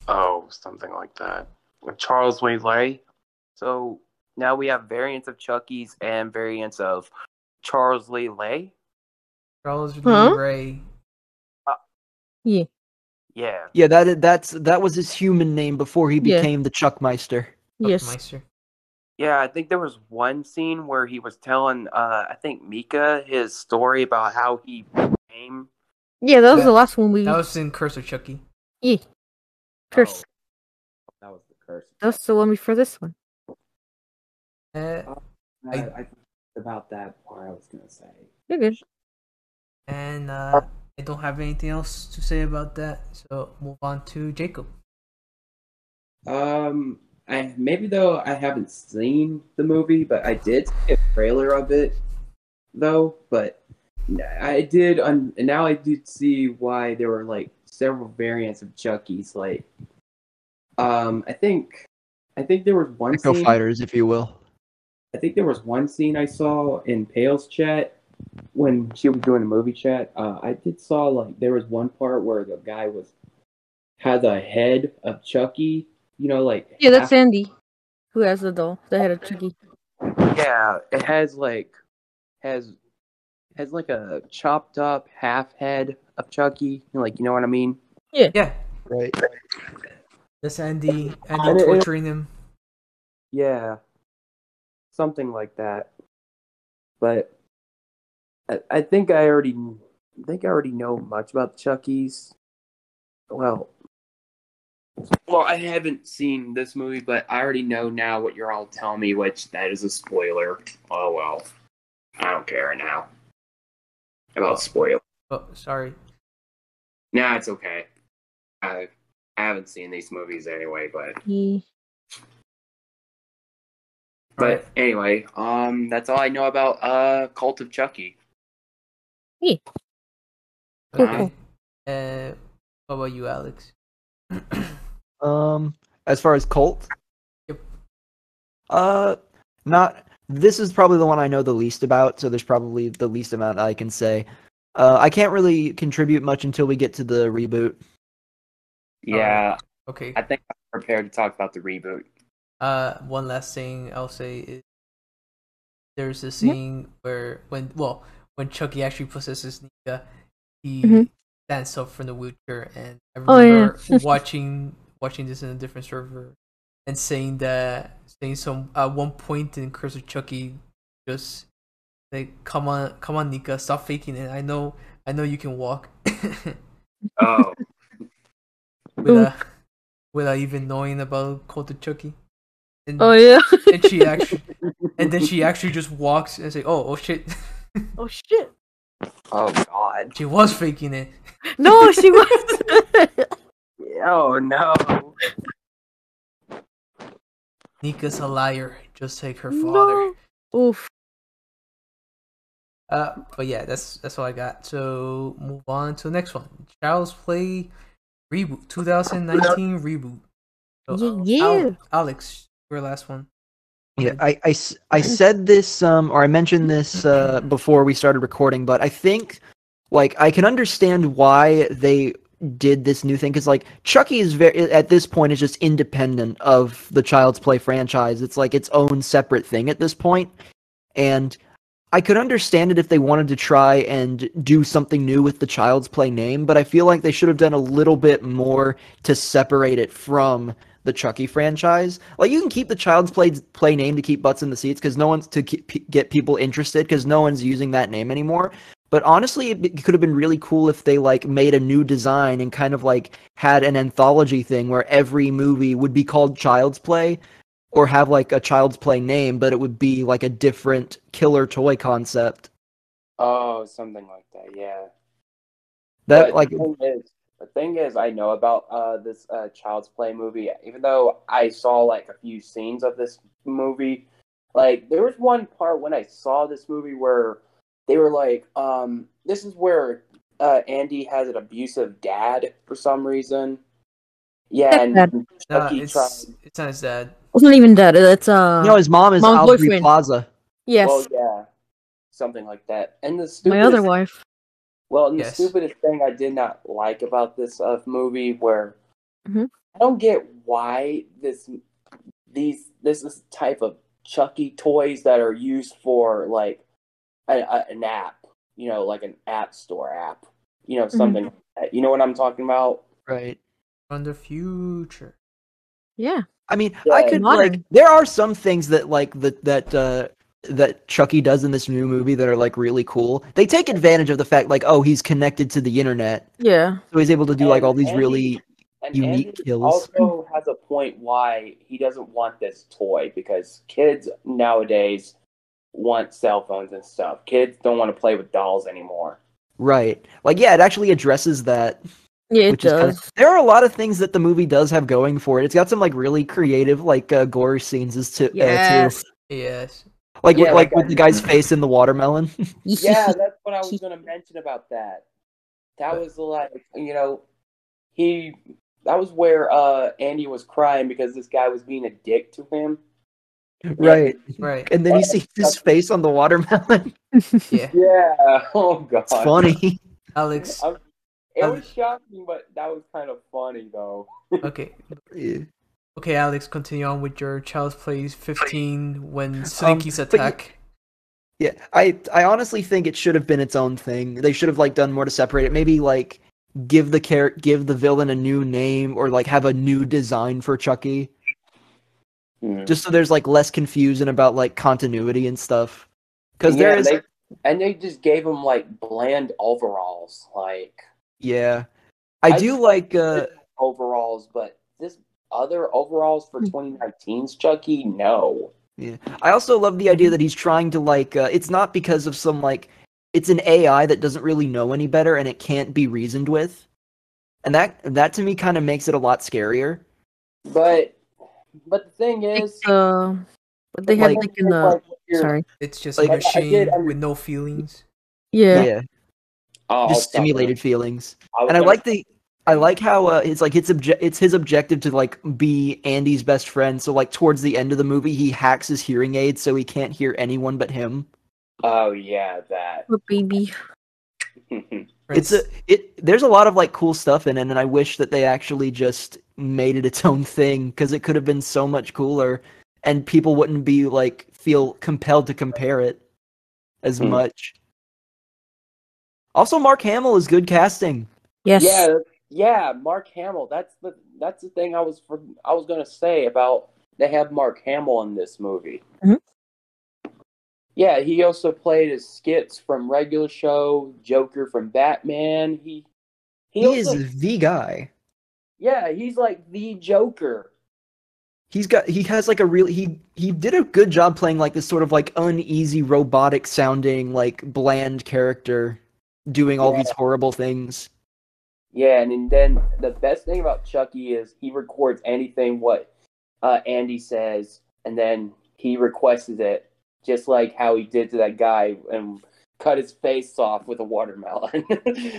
Speaker 5: Oh, something like that. With Charles Waylay.
Speaker 3: So now we have variants of Chucky's and variants of Charles Lee Lay.
Speaker 1: Charles Lee
Speaker 4: Huh?
Speaker 1: Ray.
Speaker 4: Yeah.
Speaker 3: Yeah.
Speaker 2: Yeah, that i- that's that was his human name before he
Speaker 4: Yeah.
Speaker 2: became the Chuckmeister.
Speaker 4: Yes.
Speaker 1: Buckmeister.
Speaker 5: Yeah, I think there was one scene where he was telling, uh, I think Mika his story about how he came.
Speaker 4: Yeah, that was
Speaker 1: Yeah.
Speaker 4: the last one we
Speaker 1: That was in Curse of Chucky.
Speaker 4: cursed.
Speaker 5: oh,
Speaker 3: That was the curse.
Speaker 4: That's the one before this one.
Speaker 1: Eh,
Speaker 3: I, I, about that part, I was gonna say.
Speaker 4: You're good.
Speaker 1: And uh, I don't have anything else to say about that. So move on to Jacob.
Speaker 3: Um, I maybe though I haven't seen the movie, but I did see a trailer of it, though. But I did, un- and now I did see why there were like several variants of Chucky's. Like, um, I think, I think there was one
Speaker 2: Echo
Speaker 3: scene.
Speaker 2: fighters, if you will.
Speaker 3: I think there was one scene I saw in Pale's chat when she was doing the movie chat. Uh, I did saw like there was one part where the guy was had the head of Chucky. You know, like
Speaker 4: Yeah,
Speaker 3: half-
Speaker 4: that's Andy, who has the doll, the head of Chucky.
Speaker 3: Yeah, it has like has has like a chopped up half head of Chucky. Like you know what I mean?
Speaker 1: Yeah,
Speaker 2: Right.
Speaker 1: that's Andy.
Speaker 3: And
Speaker 1: Andy
Speaker 3: it-
Speaker 1: torturing him.
Speaker 3: Yeah, something like that. But I, I think I already I think I already know much about Chucky's. Well, well, I haven't seen this movie, but I already know now what you're all telling me, which that is a spoiler. Oh well, I don't care now about spoilers.
Speaker 1: Oh, sorry.
Speaker 3: No, it's okay. I, I haven't seen these movies anyway, but
Speaker 4: He-
Speaker 3: but anyway, um, that's all I know about uh Cult of Chucky.
Speaker 1: Okay.
Speaker 4: Cool,
Speaker 1: Uh, what about you, Alex?
Speaker 2: Um, as far as cult,
Speaker 1: Yep.
Speaker 2: Uh, not. This is probably the one I know the least about, so there's probably the least amount I can say. Uh, I can't really contribute much until we get to the reboot.
Speaker 3: Um,
Speaker 1: Yeah, Okay.
Speaker 3: I think I'm prepared to talk about the reboot.
Speaker 1: Uh, one last thing I'll say is there's a scene where when well when Chucky actually possesses Nika, he
Speaker 4: Mhm.
Speaker 1: stands up from the wheelchair, and I
Speaker 4: Oh, yeah.
Speaker 1: remember watching watching this in a different server and saying that saying some at one point in Curse of Chucky just like come on come on Nika stop faking it I know I know you can walk
Speaker 3: Oh,
Speaker 1: without without even knowing about Cult of Chucky. And-
Speaker 4: Oh yeah.
Speaker 1: and she actually and then she actually just walks and say oh oh shit
Speaker 4: oh shit.
Speaker 3: oh God!
Speaker 1: she was faking it
Speaker 4: No, she was.
Speaker 5: Oh no!
Speaker 1: nika's a liar just like her father
Speaker 4: no. Oof.
Speaker 1: uh but yeah that's that's all i got so move on to the next one child's play reboot 2019 reboot So,
Speaker 4: Yeah,
Speaker 1: Al-
Speaker 4: yeah.
Speaker 1: alex your last one
Speaker 2: Yeah, I, I s- I said this um or I mentioned this uh before we started recording, but I think like I can understand why they did this new thing because like Chucky is very at this point is just independent of the Child's Play franchise. It's like its own separate thing at this point, and I could understand it if they wanted to try and do something new with the Child's Play name, but I feel like they should have done a little bit more to separate it from the Chucky franchise. Like you can keep the Child's Play play name to keep butts in the seats because no one's to keep, pe- get people interested because no one's using that name anymore. But honestly, it, be- could have been really cool if they like made a new design and kind of like had an anthology thing where every movie would be called Child's Play or have like a Child's Play name, but it would be like a different killer toy concept.
Speaker 5: Oh, something like that. Yeah.
Speaker 2: That
Speaker 5: But
Speaker 2: like
Speaker 5: the thing is, the thing is, I know about uh, this uh, Child's Play movie. Even though I saw like a few scenes of this movie, like there was one part when I saw this movie where they were like, um, "This is where uh, Andy has an abusive dad for some reason."
Speaker 3: Yeah, and
Speaker 4: Stepdad.
Speaker 1: Nah,
Speaker 3: Kentucky tried.
Speaker 1: it's, it's not his dad.
Speaker 4: It's not even that. It's uh.
Speaker 2: no, his mom is
Speaker 4: mom's
Speaker 2: Aubrey
Speaker 4: boyfriend.
Speaker 2: Plaza.
Speaker 4: yes,
Speaker 3: Well, yeah, something like that. And the
Speaker 4: my
Speaker 3: stupidest
Speaker 4: other wife.
Speaker 3: Well, and the
Speaker 1: Yes.
Speaker 3: stupidest thing I did not like about this uh, movie, where
Speaker 4: Mhm.
Speaker 3: I don't get why this these this is type of Chucky toys that are used for like a, a, an app, you know, like an app store app, you know, something. Like that. You know what I'm talking about?
Speaker 2: Right.
Speaker 1: From the future.
Speaker 4: Yeah,
Speaker 2: I mean,
Speaker 3: Yeah,
Speaker 2: I could
Speaker 4: modern.
Speaker 2: like. There are some things that like the, that uh, that Chucky does in this new movie that are like really cool. They take advantage of the fact like, oh, he's connected to the internet,
Speaker 4: yeah.
Speaker 2: so he's able to do like
Speaker 3: And
Speaker 2: all these
Speaker 3: Andy-
Speaker 2: really.
Speaker 3: And
Speaker 2: Unique
Speaker 3: Andy
Speaker 2: kills.
Speaker 3: also has a point why he doesn't want this toy because kids nowadays want cell phones and stuff. Kids don't want to play with dolls anymore.
Speaker 2: Right. Like, yeah, it actually addresses that.
Speaker 4: Yeah, it
Speaker 2: which
Speaker 4: does.
Speaker 2: is kind of, there are a lot of things that the movie does have going for it. It's got some like really creative like uh, gore scenes as to uh, too.
Speaker 4: yes.
Speaker 1: Yes.
Speaker 2: Like
Speaker 3: Yeah,
Speaker 2: like
Speaker 3: like
Speaker 2: with the guy's face in the watermelon.
Speaker 3: yeah, that's what I was
Speaker 4: he-
Speaker 3: going to mention about that. That was like, you know, he that was where uh Andy was crying because this guy was being a dick to him.
Speaker 2: right.
Speaker 1: Right.
Speaker 2: And then you see his face on the watermelon.
Speaker 1: Yeah.
Speaker 3: Yeah. Oh god.
Speaker 2: It's funny. Um,
Speaker 1: Alex.
Speaker 3: I'm- It was shocking, but that was kind of funny though.
Speaker 1: Okay.
Speaker 2: Yeah.
Speaker 1: Okay, Alex, continue on with your Child's Play 15
Speaker 4: Um,
Speaker 1: when Slinky's
Speaker 2: but you-
Speaker 1: attack.
Speaker 2: Yeah, I I honestly think it should have been its own thing. They should have like done more to separate it. Maybe like give the care give the villain a new name or like have a new design for Chucky, just so there's like less confusion about like continuity and stuff. Because there
Speaker 3: Yeah,
Speaker 2: is
Speaker 3: they- and they just gave him like bland overalls, like
Speaker 2: yeah, I,
Speaker 3: I-
Speaker 2: do like uh
Speaker 3: overalls, but this other overalls for 2019's Chucky, no.
Speaker 2: I also love the idea that he's trying to like uh, it's not because of some like it's an AI that doesn't really know any better and it can't be reasoned with, and that that to me kind of makes it a lot scarier.
Speaker 3: But but the thing is,
Speaker 4: Like, uh, what they had
Speaker 2: Like-
Speaker 4: like, in the
Speaker 3: like, you're-
Speaker 4: sorry.
Speaker 1: It's just
Speaker 2: Like,
Speaker 1: a
Speaker 2: I- I
Speaker 3: did
Speaker 1: machine
Speaker 3: under-
Speaker 1: with no feelings.
Speaker 4: Yeah.
Speaker 2: yeah.
Speaker 3: Oh,
Speaker 2: just
Speaker 3: stop it.
Speaker 2: simulated feelings.
Speaker 3: was
Speaker 2: And I
Speaker 3: gonna-
Speaker 2: like the I like how uh, it's like it's obje- it's his objective to like be Andy's best friend. So like towards the end of the movie, he hacks his hearing aid so he can't hear anyone but him.
Speaker 3: Oh yeah, that.
Speaker 4: But baby.
Speaker 2: It's a it. There's a lot of like cool stuff in it, and I wish that they actually just made it its own thing because it could have been so much cooler, and people wouldn't be like feel compelled to compare it as
Speaker 3: Hmm.
Speaker 2: much. Also, Mark Hamill is good casting.
Speaker 4: Yes.
Speaker 3: Yeah, that- yeah. Mark Hamill. That's the that's the thing I was for, I was gonna say about they have Mark Hamill in this movie.
Speaker 4: Mhm.
Speaker 3: Yeah, he also played as skits from regular show, Joker from Batman. He he,
Speaker 2: He
Speaker 3: also,
Speaker 2: is the guy.
Speaker 3: yeah, he's like the Joker.
Speaker 2: he's got he has like a real he he did a good job playing like this sort of like uneasy robotic sounding like bland character doing all these horrible things
Speaker 3: Yeah, and, and then the best thing about Chucky is he records anything what uh, Andy says, and then he requests it, just like how he did to that guy and cut his face off with a watermelon.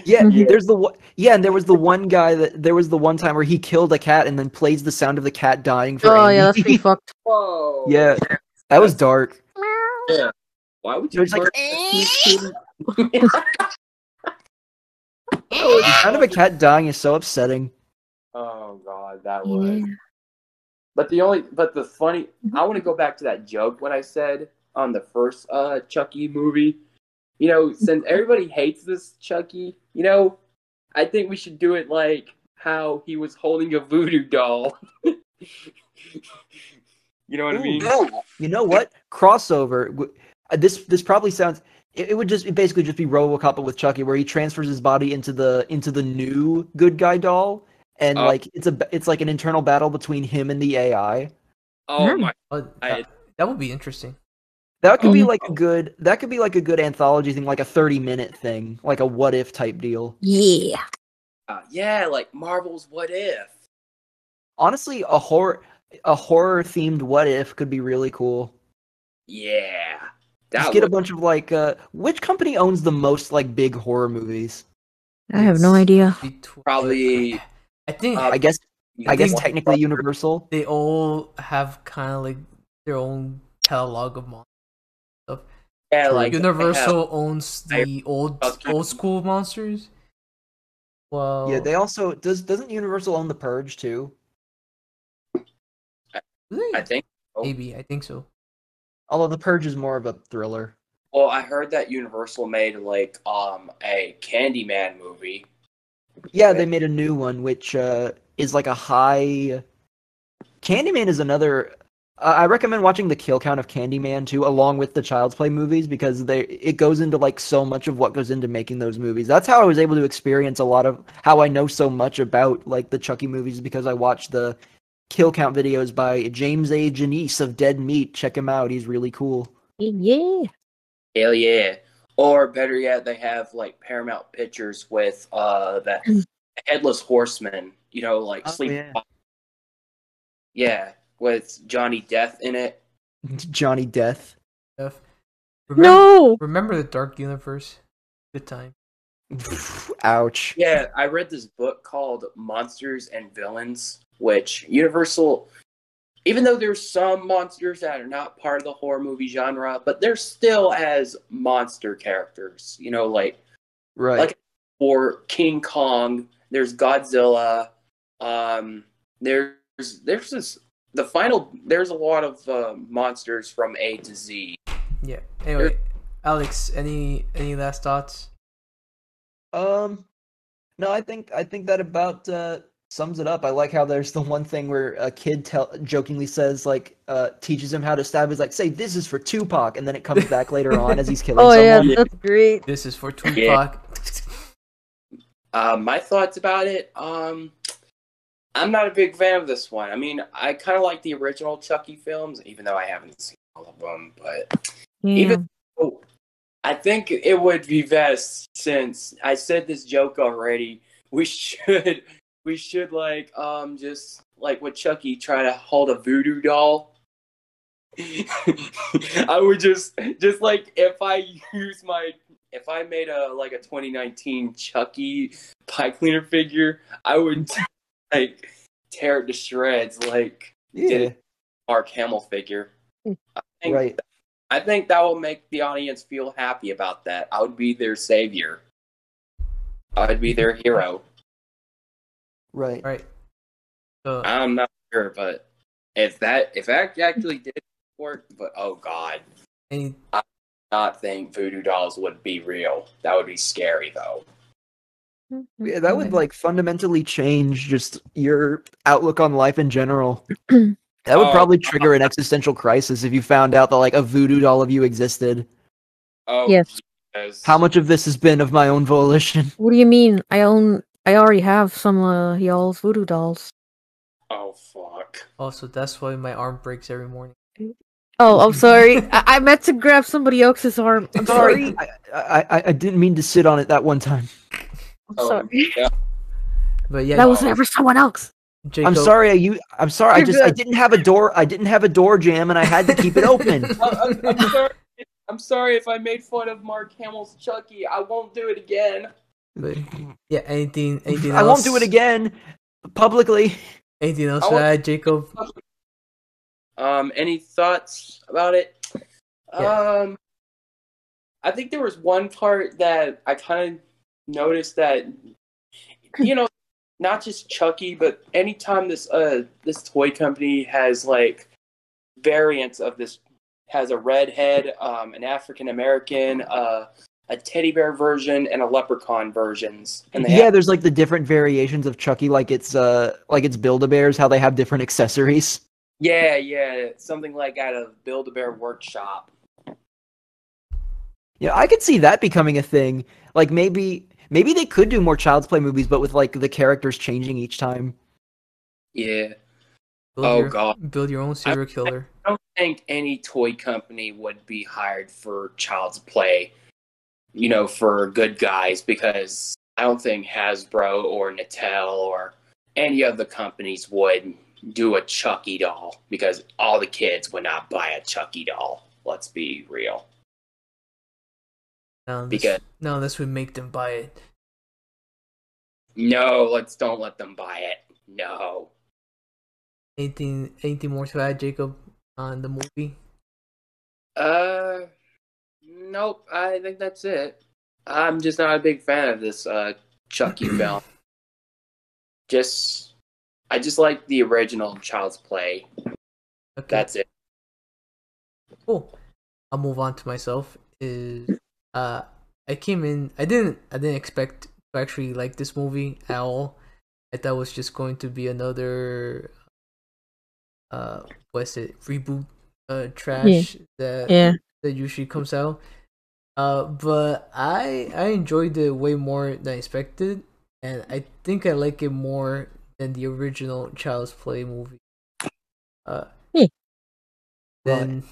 Speaker 2: yeah
Speaker 3: Mhm.
Speaker 2: there's the one yeah and there was the one guy that there was the one time where he killed a cat and then plays the sound of the cat dying for
Speaker 4: Oh
Speaker 2: Andy.
Speaker 4: yeah, that's pretty fucked.
Speaker 3: Whoa.
Speaker 2: yeah that was dark
Speaker 3: Why would
Speaker 2: It
Speaker 3: you?
Speaker 2: was like-
Speaker 3: murder these two-
Speaker 2: the sound of a cat dying is so upsetting
Speaker 3: oh god, that was.
Speaker 4: Yeah.
Speaker 3: But the only, but the funny, I want to go back to that joke when I said on the first uh Chucky movie. You know, since everybody hates this Chucky, you know, I think we should do it like how he was holding a voodoo doll. you know what I mean?
Speaker 2: you know what crossover w- uh, this this probably sounds it, it would just it basically just be RoboCop but with Chucky where he transfers his body into the into the new good guy doll and
Speaker 3: Oh.
Speaker 2: like it's a ba- it's like an internal battle between him and the AI
Speaker 3: Oh my!
Speaker 1: Oh,
Speaker 3: I-
Speaker 1: that, that would be interesting.
Speaker 2: that could be
Speaker 3: Oh.
Speaker 2: like a good that could be like a good anthology thing like a 30 minute thing like a what if type deal
Speaker 4: Yeah.
Speaker 3: God. Yeah, like Marvel's What If.
Speaker 2: honestly a horror a horror themed what if could be really cool
Speaker 3: Yeah,
Speaker 2: just
Speaker 3: that
Speaker 2: get a
Speaker 3: would,
Speaker 2: bunch of like uh which company owns the most like big horror movies
Speaker 4: I have no
Speaker 1: It's
Speaker 4: idea.
Speaker 1: between-
Speaker 3: Probably-
Speaker 1: I think
Speaker 3: Uh,
Speaker 2: I guess I guess
Speaker 1: think-
Speaker 2: technically Universal.
Speaker 1: They all have kind of like their own catalog of monsters.
Speaker 3: Yeah, like
Speaker 1: Universal owns
Speaker 3: I-
Speaker 1: the old
Speaker 3: Okay.
Speaker 1: old school monsters. Well,
Speaker 2: Yeah, they also does doesn't Universal own the Purge too?
Speaker 1: do they?
Speaker 3: I think.
Speaker 1: maybe I think so.
Speaker 2: Although the Purge is more of a thriller.
Speaker 3: Well, I heard that Universal made like um a Candyman movie.
Speaker 2: Yeah, they made a new one which uh, is like a high. Candyman is another. I I recommend watching the kill count of Candyman too, along with the Child's Play movies, because they it goes into like so much of what goes into making those movies. That's how I was able to experience a lot of how I know so much about like the Chucky movies because I watched the kill count videos by James A. Janice of Dead Meat. Check him out; he's really cool.
Speaker 4: Yeah.
Speaker 3: Hell yeah! Or better yet, they have like Paramount Pictures with uh that headless horseman. You know, like
Speaker 2: Mm. Oh,
Speaker 3: sleep.
Speaker 2: yeah.
Speaker 3: Yeah. with Johnny Death in it.
Speaker 2: Johnny Death.
Speaker 1: Jeff. Remember,
Speaker 4: No.
Speaker 1: remember the Dark Universe? Good time.
Speaker 2: Ouch.
Speaker 3: Yeah, I read this book called Monsters and Villains, which Universal, even though there's some monsters that are not part of the horror movie genre, but they're still as monster characters. You know, like
Speaker 2: Right.
Speaker 3: Like- for King Kong, there's Godzilla, um, there's there's this the final there's a lot of uh, monsters from A to Z.
Speaker 1: Yeah. Anyway, Alex, any any last thoughts?
Speaker 2: Um, no, I think I think that about uh, sums it up. I like how there's the one thing where a kid tell jokingly says like uh, teaches him how to stab. He's like, say this is for Tupac, and then it comes back later on as he's killing
Speaker 4: Oh yeah,
Speaker 2: someone.
Speaker 4: that's great.
Speaker 1: This is for Tupac.
Speaker 3: Uh, my thoughts about it, um, I'm not a big fan of this one. I mean, I kind of like the original Chucky films, even though I haven't seen all of them. But Even- oh, I think it would be best since I said this joke already. We should, we should like, um, just like with Chucky, try to hold a voodoo doll. I would just, just like if I use my, if I made a like a 2019 Chucky pie cleaner figure, I would like tear it to shreds like
Speaker 2: Yeah,
Speaker 3: Mark Hamill figure. I think
Speaker 2: right.
Speaker 3: I think that will make the audience feel happy about that. I would be their savior. I would be their hero.
Speaker 2: Right.
Speaker 1: All right. So,
Speaker 3: I'm not sure, but if that if that actually did work, but oh god,
Speaker 1: any
Speaker 3: not think voodoo dolls would be real. That would be scary though.
Speaker 2: Yeah, that would like fundamentally change just your outlook on life in general. That would
Speaker 3: Oh.
Speaker 2: probably trigger an existential crisis if you found out that like a voodoo doll of you existed.
Speaker 3: Oh
Speaker 4: Yes.
Speaker 3: yes.
Speaker 2: How much of this has been of my own volition?
Speaker 4: What do you mean? I own. I already have some uh, y'all's voodoo dolls.
Speaker 3: Oh fuck.
Speaker 1: also that's why my arm breaks every morning.
Speaker 4: Oh, I'm sorry. I-, I meant to grab somebody else's arm. I'm sorry.
Speaker 2: I, I, I- I didn't mean to sit on it that one time.
Speaker 4: I'm
Speaker 3: Oh,
Speaker 4: sorry.
Speaker 3: yeah.
Speaker 1: But yeah,
Speaker 4: That was never someone else.
Speaker 1: Jacob,
Speaker 2: I'm sorry. I, you, I'm sorry. I
Speaker 4: You're
Speaker 2: just I
Speaker 4: good.
Speaker 2: didn't have a door. I didn't have a door jam, and I had to keep it open.
Speaker 3: I, am Uh, I'm sorry. I'm sorry if I made fun of Mark Hamill's Chucky. I won't do it again.
Speaker 1: But, yeah, anything, anything
Speaker 2: I
Speaker 1: else?
Speaker 2: won't do it again publicly.
Speaker 1: Anything else Uh,
Speaker 3: I
Speaker 1: to
Speaker 3: won't-
Speaker 1: add, Jacob?
Speaker 3: Um, any thoughts about it? Um, I think there was one part that I kind of noticed that, you know, not just Chucky, but anytime this uh this toy company has like variants of this has a redhead, um, an African American, uh, a teddy bear version, and a leprechaun versions, and they
Speaker 2: Yeah,
Speaker 3: have,
Speaker 2: there's like the different variations of Chucky, like it's uh like it's Build a Bears, how they have different accessories.
Speaker 3: yeah, yeah, something like out of Build a Bear Workshop.
Speaker 2: Yeah, I could see that becoming a thing. Like maybe maybe they could do more Child's Play movies, but with like the characters changing each time.
Speaker 3: Yeah.
Speaker 1: Build
Speaker 3: Oh,
Speaker 1: your,
Speaker 3: God.
Speaker 1: Build your own serial killer.
Speaker 3: I don't think any toy company would be hired for Child's Play, you know, for good guys because I don't think Hasbro or Mattel or any of the companies would do a Chucky doll because all the kids would not buy a Chucky doll. Let's be real.
Speaker 1: Now this,
Speaker 3: Because-
Speaker 1: now this would make them buy it.
Speaker 3: No, let's don't let them buy it. No.
Speaker 1: Anything anything more to add, Jacob, on the movie?
Speaker 3: Uh, nope. I think that's it. I'm just not a big fan of this uh, Chucky film. Just, I just like the original Child's Play.
Speaker 1: Okay,
Speaker 3: That's it.
Speaker 1: cool. I'll move on to myself. Is uh, I came in. I didn't. I didn't expect to actually like this movie at all. I thought it was just going to be another. Uh, what's it? Reboot. Uh, trash that
Speaker 4: Yeah.
Speaker 1: that usually comes out. Uh, but I I enjoyed it way more than I expected, and I think I like it more than the original Child's Play movie. Uh,
Speaker 4: Hmm.
Speaker 1: then,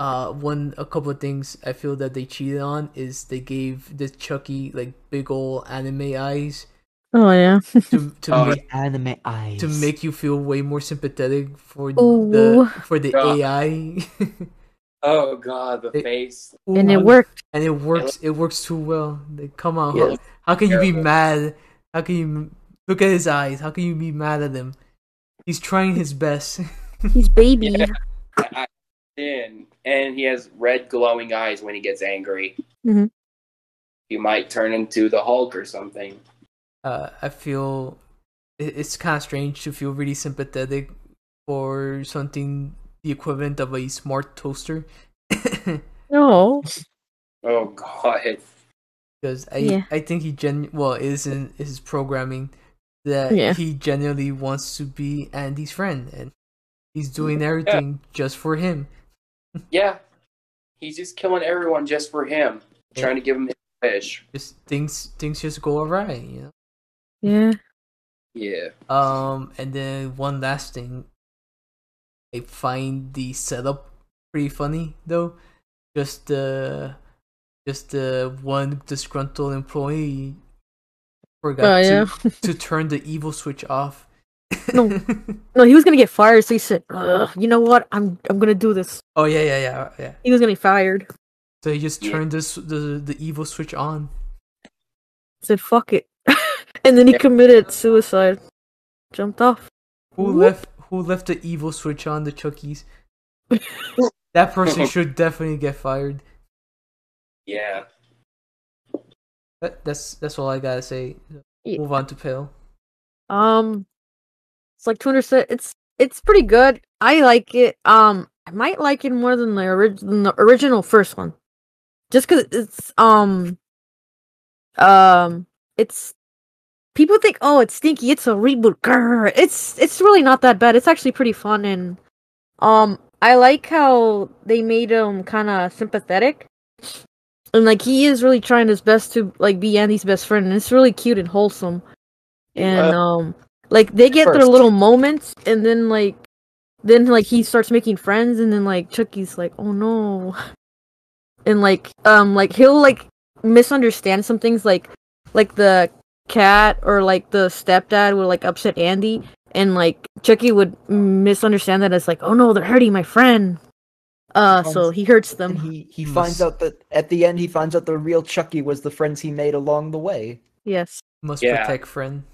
Speaker 1: uh, one a couple of things I feel that they cheated on is they gave the Chucky like big ol' anime eyes
Speaker 4: Oh yeah.
Speaker 1: to to
Speaker 3: Oh,
Speaker 1: make
Speaker 2: Anime eyes.
Speaker 1: to make you feel way more sympathetic for
Speaker 4: Ooh.
Speaker 1: the for the
Speaker 3: God.
Speaker 1: AI.
Speaker 3: Oh God, the
Speaker 1: It-
Speaker 3: face.
Speaker 4: And it
Speaker 1: Ooh
Speaker 4: worked.
Speaker 1: and it works. It works too well. Like, come on,
Speaker 3: Yeah,
Speaker 1: how, how can you be
Speaker 3: terrible.
Speaker 1: mad? How can you m- look at his eyes? How can you be mad at him? He's trying his best.
Speaker 4: He's baby.
Speaker 3: Yeah. I- Thin, and he has red glowing eyes when he gets angry.
Speaker 4: Mhm.
Speaker 3: He might turn into the Hulk or something.
Speaker 1: Uh, I feel it, it's kind of strange to feel really sympathetic for something the equivalent of a smart toaster.
Speaker 4: No.
Speaker 3: Oh God.
Speaker 1: because I
Speaker 4: Yeah.
Speaker 1: I think he gen well it is in his programming that
Speaker 4: Yeah.
Speaker 1: he genuinely wants to be Andy's friend and he's doing everything just for him.
Speaker 3: Yeah, he's just killing everyone just for him,
Speaker 1: Yeah.
Speaker 3: trying to give him his wish.
Speaker 1: Just things things just go awry, you know.
Speaker 4: Yeah.
Speaker 3: Yeah.
Speaker 1: Um, and then one last thing, I find the setup pretty funny though. Just the, just the one disgruntled employee forgot
Speaker 4: Oh
Speaker 1: to,
Speaker 4: yeah.
Speaker 1: to turn the evil switch off.
Speaker 4: No. No, he was gonna get fired, so he said, Ugh, "You know what? I'm I'm gonna do this."
Speaker 1: oh yeah, yeah, yeah, yeah.
Speaker 4: He was gonna get fired.
Speaker 1: So he just
Speaker 3: Yeah.
Speaker 1: turned this the the evil switch on.
Speaker 4: said, "Fuck it," and then he
Speaker 3: Yeah.
Speaker 4: committed suicide. Jumped off.
Speaker 1: Who
Speaker 4: Whoop.
Speaker 1: left? Who left the evil switch on? The Chuckies. that person should definitely get fired.
Speaker 3: Yeah.
Speaker 1: That, that's that's all I gotta say.
Speaker 4: Yeah.
Speaker 1: Move on to Pale.
Speaker 4: Um, it's like Twitter said, it's it's pretty good. I like it. Um, I might like it more than the, orig- than the original first one, just because it's um, um, it's people think oh it's stinky, it's a reboot. Grr. It's it's really not that bad. It's actually pretty fun and um, I like how they made him kind of sympathetic. And like he is really trying his best to like be Andy's best friend, and it's really cute and wholesome and um like they get their
Speaker 2: first.
Speaker 4: little moments and then like then like he starts making friends and then like Chucky's like oh no and like um like he'll like misunderstand some things like like the cat or like the stepdad would like upset Andy and like Chucky would misunderstand that as like oh no they're hurting my friend uh so he hurts them
Speaker 2: Oh, And he, he
Speaker 1: Must-
Speaker 2: finds out that at the end he finds out the real Chucky was the friends he made along the way.
Speaker 4: yes
Speaker 1: Must
Speaker 3: Yeah.
Speaker 1: protect friend.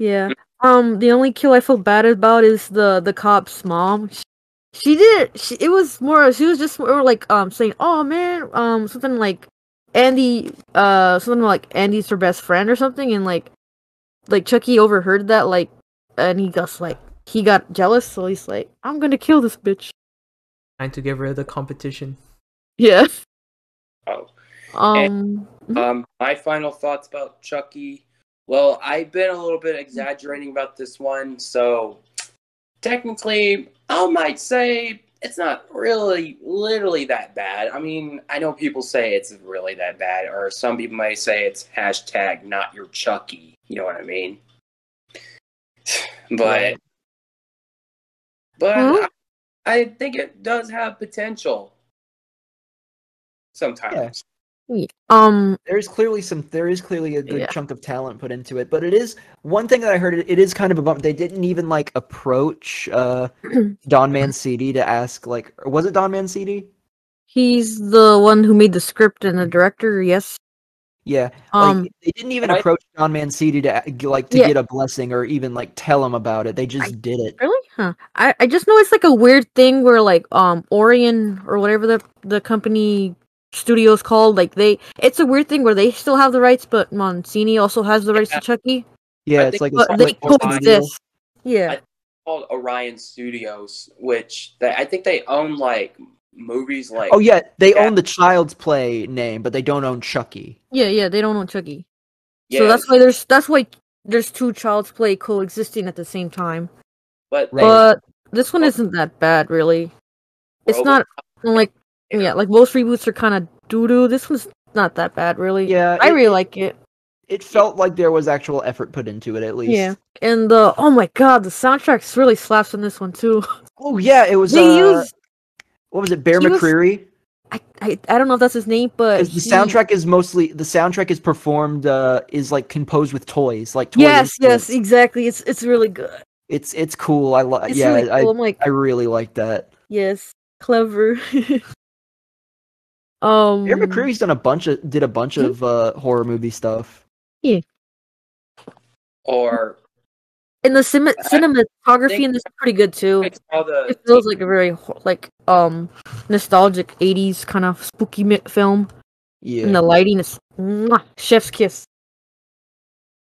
Speaker 4: Yeah. Um. The only kill I feel bad about is the the cop's mom. She, she did. She, it was more. She was just more like um saying, "Oh man," um something like Andy. Uh, something like Andy's her best friend or something, and like like Chucky overheard that like, and he got like he got jealous, so he's like, "I'm gonna kill this bitch."
Speaker 1: Trying to get rid of the competition.
Speaker 4: Yeah.
Speaker 3: Oh.
Speaker 4: Um.
Speaker 3: Um, my final thoughts about Chucky. Well, I've been a little bit exaggerating about this one, so technically, I might say it's not really, literally that bad. I mean, I know people say it's really that bad, or some people may say it's hashtag not your Chucky. You know what I mean? But, but
Speaker 4: Hmm?
Speaker 3: I, I think it does have potential. Sometimes.
Speaker 2: Yeah.
Speaker 4: Um.
Speaker 2: There is clearly some there is clearly a good
Speaker 4: Yeah.
Speaker 2: chunk of talent put into it, but it is one thing that I heard it, it is kind of a bump. They didn't even like approach uh Don Mancini to ask like or was it Don Mancini?
Speaker 4: He's the one who made the script and the director. Yes.
Speaker 2: Yeah.
Speaker 4: Um.
Speaker 2: like, they didn't even
Speaker 3: Right.
Speaker 2: approach Don Mancini to a- like to
Speaker 4: Yeah.
Speaker 2: get a blessing or even like tell him about it. They just did it.
Speaker 4: Really? Huh. I, I just know it's like a weird thing where like um Orion or whatever the the company studio's called, like they it's a weird thing where they still have the rights, but Mancini also has the rights to Chucky.
Speaker 2: Yeah,
Speaker 3: I
Speaker 2: it's
Speaker 3: think
Speaker 2: like a
Speaker 4: But they
Speaker 2: split
Speaker 3: Orion.
Speaker 4: coexist. Yeah.
Speaker 5: called Orion Studios, which they, I think they own like movies like
Speaker 2: Oh yeah, they
Speaker 5: Yeah.
Speaker 2: own the Child's Play name, but they don't own Chucky.
Speaker 4: Yeah, yeah, they don't own Chucky.
Speaker 5: yeah,
Speaker 4: So that's why there's that's why there's two child's play coexisting at the same time.
Speaker 5: but
Speaker 2: Right.
Speaker 4: But this one isn't that bad really. It's not
Speaker 2: uh,
Speaker 4: like yeah, like most reboots are kind of doo doo. This one's not that bad really.
Speaker 2: Yeah,
Speaker 4: I
Speaker 2: it,
Speaker 4: really like it.
Speaker 2: it felt like there was actual effort put into it at least.
Speaker 4: Yeah. And the oh my god, the soundtrack's really slaps on this one too.
Speaker 2: Oh yeah, it was.
Speaker 4: they
Speaker 2: uh,
Speaker 4: use
Speaker 2: what was it? Bear
Speaker 4: he was-
Speaker 2: McCreary.
Speaker 4: I, I I don't know if that's his name, but
Speaker 2: Is the
Speaker 4: he-
Speaker 2: soundtrack is mostly the soundtrack is performed uh is like composed with toys like toys.
Speaker 4: Yes, yes, exactly. It's it's really good.
Speaker 2: It's it's cool. I love.
Speaker 4: It's
Speaker 2: Uh, Yeah,
Speaker 4: really
Speaker 2: I
Speaker 4: cool. I'm like
Speaker 2: I really like that.
Speaker 4: yes, clever. um,
Speaker 2: Bear McCreary's done a bunch of did a bunch
Speaker 4: Mhm.
Speaker 2: of uh horror movie stuff.
Speaker 5: or
Speaker 4: and the cine-
Speaker 5: I
Speaker 4: cinematography
Speaker 5: think-
Speaker 4: in this is pretty good too.
Speaker 5: I saw the
Speaker 4: It feels like a very ho- like um nostalgic '80s kind of spooky mi- film,
Speaker 2: Yeah.
Speaker 4: and the lighting is mwah, chef's kiss.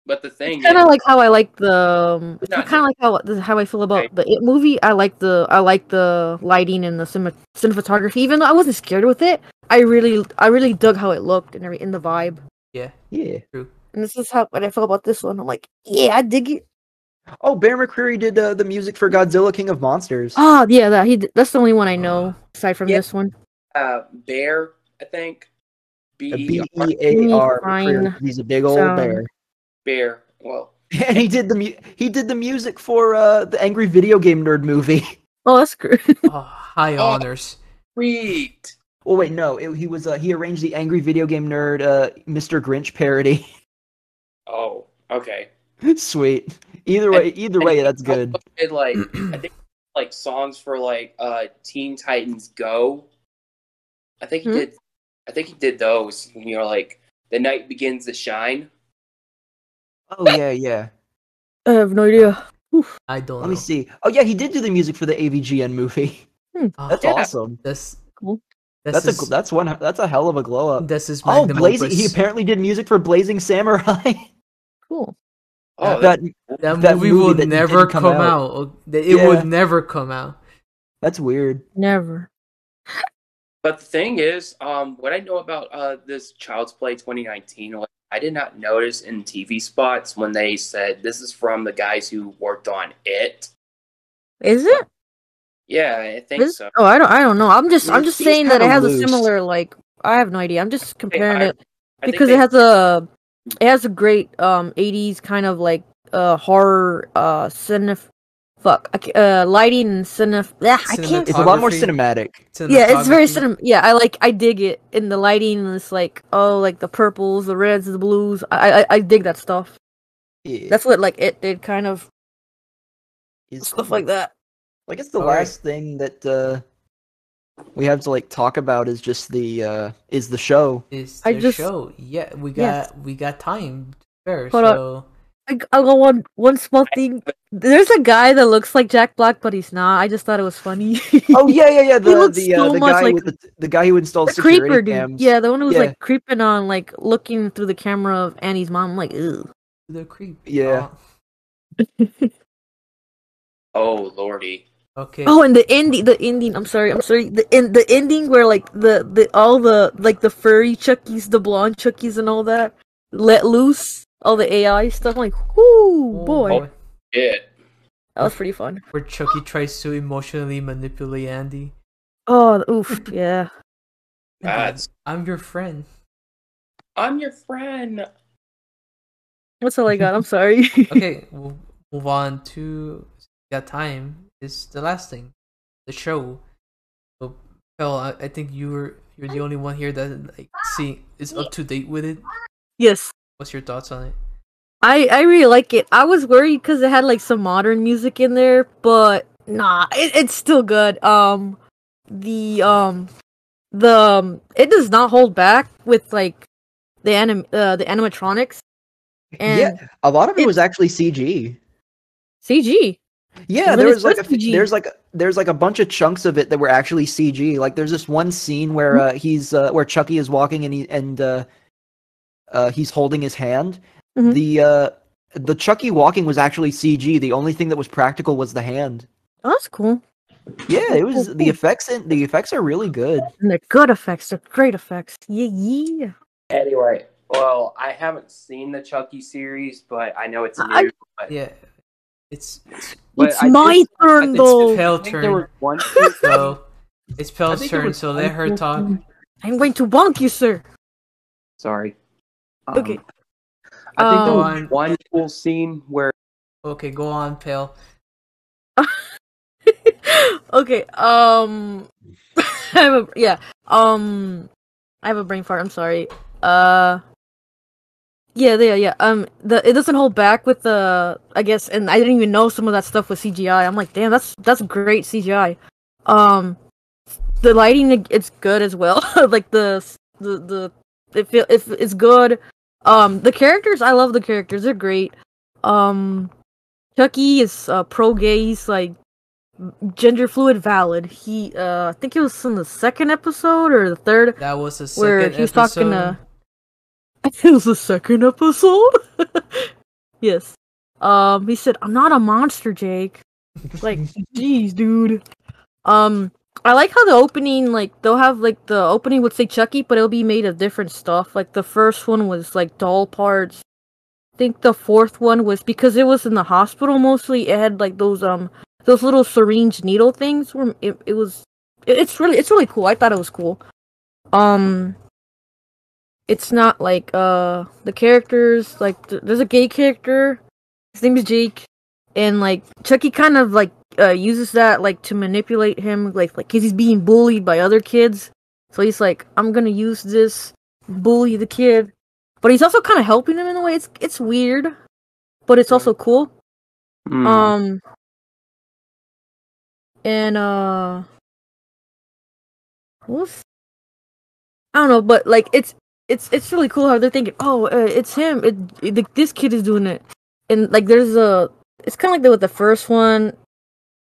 Speaker 5: but the thing
Speaker 4: Kind
Speaker 5: is-
Speaker 4: of like how I like the um,
Speaker 5: No,
Speaker 4: kind of like how this is how I feel about
Speaker 5: Okay.
Speaker 4: the it movie. I like the I like the lighting and the cinema, cinematography. Even though I wasn't scared with it, I really I really dug how it looked and every in the vibe.
Speaker 2: Yeah.
Speaker 4: And this is how what I feel about this one. I'm like, yeah, I dig it.
Speaker 2: Oh, Bear McCreary did uh, the music for Godzilla King of Monsters.
Speaker 4: Oh yeah, that he did- that's the only one I know aside from
Speaker 5: Yeah.
Speaker 4: this one.
Speaker 5: uh, Bear, I think. B E
Speaker 2: B
Speaker 5: R
Speaker 2: E A R.
Speaker 4: Fine.
Speaker 2: He's a big old
Speaker 4: Sound.
Speaker 2: bear.
Speaker 5: Bear. Well,
Speaker 2: And he did the mu- he did the music for uh, the Angry Video Game Nerd movie.
Speaker 4: Oh, that's great.
Speaker 1: Oh, high honors.
Speaker 5: sweet.
Speaker 2: Oh wait, no, it, he was uh, he arranged the Angry Video Game Nerd uh, Mr. Grinch parody.
Speaker 5: Oh, okay.
Speaker 2: Sweet. Either way, either way, that's good.
Speaker 5: Did like I think like songs for like uh Teen Titans Go. I think he
Speaker 4: Hmm?
Speaker 5: did. I think he did those. You know, like the night begins to shine.
Speaker 2: Oh yeah, yeah.
Speaker 4: I have no idea.
Speaker 1: I don't
Speaker 2: Let
Speaker 1: know.
Speaker 2: me see. Oh yeah, he did do the music for the AVGN movie.
Speaker 1: Ah,
Speaker 2: That's
Speaker 5: Yeah.
Speaker 2: awesome.
Speaker 1: That's
Speaker 4: Cool.
Speaker 1: That's
Speaker 2: That's
Speaker 1: his,
Speaker 2: a that's one that's a hell of a glow up.
Speaker 1: that's his
Speaker 2: Oh,
Speaker 1: magnum
Speaker 2: blazing! He
Speaker 1: opus.
Speaker 2: apparently did music for Blazing Samurai.
Speaker 4: Cool.
Speaker 5: Oh,
Speaker 2: that
Speaker 1: that,
Speaker 2: that
Speaker 1: movie,
Speaker 2: movie
Speaker 1: will
Speaker 2: that
Speaker 1: never
Speaker 2: didn't
Speaker 1: come,
Speaker 2: come
Speaker 1: out.
Speaker 2: out.
Speaker 1: Oh, that- It will
Speaker 2: Yeah.
Speaker 1: never come out.
Speaker 2: that's weird.
Speaker 4: Never.
Speaker 5: But the thing is, um, what I know about uh, this Child's Play 2019, like, I did not notice in TV spots when they said this is from the guys who worked on it.
Speaker 4: Is it?
Speaker 5: Yeah, I think
Speaker 4: Is-
Speaker 5: so.
Speaker 4: Oh, I don't. I don't know. I'm just.
Speaker 2: Yeah,
Speaker 4: I'm just
Speaker 2: it's- it's
Speaker 4: saying that it
Speaker 2: kinda
Speaker 4: has a
Speaker 2: loose.
Speaker 4: similar like. I have no idea. I'm just comparing
Speaker 5: I-
Speaker 4: it
Speaker 5: I think
Speaker 4: because
Speaker 5: they-
Speaker 4: it has a. It has a great um 80s kind of like uh horror uh cinef fuck I ca- uh lighting and cinef Blah, I can't
Speaker 2: It's a lot more
Speaker 1: Photography.
Speaker 2: cinematic.
Speaker 4: yeah it's very cinem
Speaker 1: Cinematography.
Speaker 4: yeah I like I dig it in the lighting and it's like oh like the purples the reds the blues I I, I dig that stuff
Speaker 2: Yeah.
Speaker 4: that's what like it did kind of
Speaker 2: It's-
Speaker 4: stuff like that
Speaker 2: I guess the
Speaker 1: All right.
Speaker 2: last thing that uh, we have to like talk about is just the uh, is the show.
Speaker 1: It's
Speaker 4: I
Speaker 1: the
Speaker 4: just-
Speaker 1: show. Yeah, we got
Speaker 4: Yes.
Speaker 1: we got time. Fair.
Speaker 4: Hold on.
Speaker 1: so
Speaker 4: I, I'll go one one small thing. There's a guy that looks like Jack Black, but he's not. I just thought it was funny.
Speaker 2: Oh yeah, yeah, yeah. The
Speaker 4: looks
Speaker 2: the, uh,
Speaker 4: so
Speaker 2: the
Speaker 4: much
Speaker 2: guy
Speaker 4: like-
Speaker 2: with the, the guy who installed
Speaker 4: the
Speaker 2: security
Speaker 4: creeper dude.
Speaker 2: cams.
Speaker 4: Yeah, the one who was
Speaker 2: Yeah.
Speaker 4: like creeping on, like looking through the camera of Annie's mom. I'm like, ew.
Speaker 1: the creep.
Speaker 2: Yeah.
Speaker 5: Oh, lordy.
Speaker 1: Oh, okay.
Speaker 4: Oh, and the ending. The ending. I'm sorry. I'm sorry. The end. The ending where like the the all the like the furry Chuckies, the blonde Chuckies, and all that let loose. All the AI stuff. I'm like, whoo,
Speaker 1: Oh,
Speaker 4: boy,
Speaker 5: Yeah.
Speaker 4: that was pretty fun.
Speaker 1: Where Chucky tries to emotionally manipulate Andy.
Speaker 4: Oh, oof, yeah.
Speaker 5: That's-
Speaker 1: I'm your friend.
Speaker 5: I'm your friend.
Speaker 4: That's all I got. I'm sorry.
Speaker 1: Okay, we'll move on to got time. Is the last thing, the show. So, Phil, I, I think you were you're the only one here that like see is up to date with it.
Speaker 4: yes.
Speaker 1: What's your thoughts on it?
Speaker 4: I I really like it. I was worried because it had like some modern music in there, but nah, it, it's still good. Um, the um, the um, it does not hold back with like the anim uh, the animatronics and
Speaker 2: yeah, a lot of it,
Speaker 4: it-
Speaker 2: was actually CG.
Speaker 4: CG.
Speaker 2: Yeah,
Speaker 4: When
Speaker 2: there
Speaker 4: it's
Speaker 2: was like a,
Speaker 4: CG.
Speaker 2: there's like a- there's like a bunch of chunks of it that were actually CG. Like there's this one scene where
Speaker 4: Mm-hmm.
Speaker 2: uh, he's uh, where Chucky is walking and he and uh, uh, he's holding his hand.
Speaker 4: Mhm.
Speaker 2: The uh, the Chucky walking was actually CG. The only thing that was practical was the hand.
Speaker 4: Oh, that's cool.
Speaker 2: Yeah, it was
Speaker 4: cool,
Speaker 2: the
Speaker 4: cool.
Speaker 2: effects. In, the effects are really good.
Speaker 4: And they're good effects. They're great effects. Yeah, yeah.
Speaker 5: Anyway,
Speaker 3: Well, I haven't seen the Chucky series, but I know it's new.
Speaker 4: I-
Speaker 1: Yeah, it's it's,
Speaker 3: But
Speaker 4: it's
Speaker 3: I did-
Speaker 4: my
Speaker 1: it's
Speaker 4: turn, though.
Speaker 1: Pale
Speaker 3: I think there
Speaker 1: turn.
Speaker 3: was one.
Speaker 1: So it's
Speaker 3: I
Speaker 1: Pale's
Speaker 3: think there
Speaker 1: turn.
Speaker 3: was
Speaker 1: So let her talk.
Speaker 4: I'm going to bonk you, sir.
Speaker 3: Sorry. Um,
Speaker 4: Okay.
Speaker 3: I think there was
Speaker 1: Um,
Speaker 3: one cool scene where
Speaker 1: Okay, go on, Pale.
Speaker 4: okay. Um. I have a, yeah. Um. I have a brain fart. I'm sorry. Uh. Yeah, yeah, yeah. Um, the it doesn't hold back with the I guess, and I didn't even know some of that stuff was CGI. I'm like, damn, that's that's great CGI. Um, the lighting it's good as well. like the the the it feel if it's good. Um, the characters I love the characters. They're great. Um, Chucky is uh, pro gay. He's like gender fluid valid. He uh I think it was in the second episode or the third.
Speaker 1: That was the second
Speaker 4: Where he was talking
Speaker 1: episode.
Speaker 4: to- I think it was the second episode. yes. Um he said, I'm not a monster, Jake. Like, jeez, dude. Um I like how the opening, like they'll have like the opening would say Chucky, but it'll be made of different stuff. Like the first one was like doll parts. I think the fourth one was because it was in the hospital mostly, it had like those um those little syringe needle things were it, it was it- it's really it's really cool. I thought it was cool. Um it's not like uh the characters like th- there's a gay character his name is Jake and like Chucky kind of like uh uses that like to manipulate him like like cuz he's being bullied by other kids so he's like I'm going to use this bully the kid but he's also kind of helping him in a way it's it's weird but it's also cool
Speaker 3: Mm.
Speaker 4: um and uh what was- I don't know, but like it's it's it's really cool how they're thinking, "Oh, uh, it's him. It, it the, this kid is doing it." And like there's a it's kind of like the, with the first one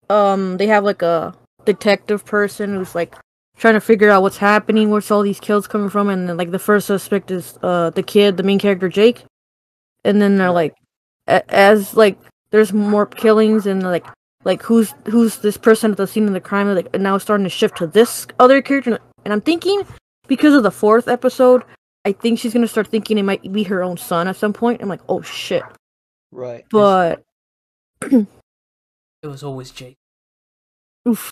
Speaker 4: um they have like a detective person who's like trying to figure out what's happening, where's all these kills coming from, and then, like the first suspect is uh the kid, the main character Jake. And then they're like a- as like there's more killings and like like who's who's this person at the scene of the crime like and now it's starting to shift to this other character and i'm thinking because of the fourth episode i think she's going to start thinking it might be her own son at some point i'm like oh shit
Speaker 2: Right.
Speaker 4: but
Speaker 1: It was always Jake. Ah.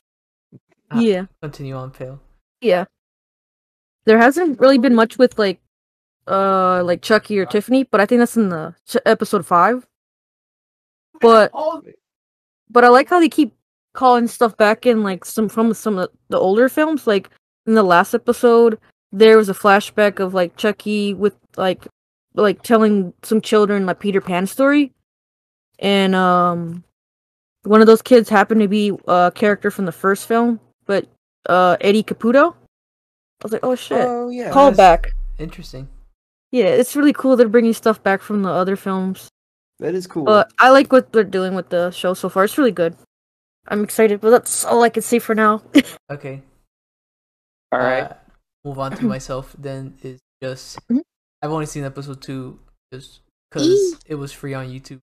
Speaker 4: yeah
Speaker 1: Continue on, Pale.
Speaker 4: yeah there hasn't really been much with like uh like chucky or tiffany but i think that's in the ch- episode five but
Speaker 2: Oh,
Speaker 4: but I like how they keep calling stuff back in like some from some of the older films. Like in the last episode, there was a flashback of like Chucky with like like telling some children like Peter Pan story, and um, one of those kids happened to be a character from the first film, but uh Eddie Caputo. I was like, oh shit,
Speaker 2: Oh yeah.
Speaker 4: call
Speaker 1: that's-
Speaker 4: back.
Speaker 1: Interesting.
Speaker 4: Yeah, it's really cool. They're bringing stuff back from the other films.
Speaker 2: That is cool.
Speaker 4: But I like what they're doing with the show so far. It's really good. I'm excited, but that's all I can say for now.
Speaker 1: Okay.
Speaker 3: All right.
Speaker 1: Uh, move on to myself. Then is just
Speaker 4: Mhm.
Speaker 1: I've only seen episode two just because it was free on YouTube.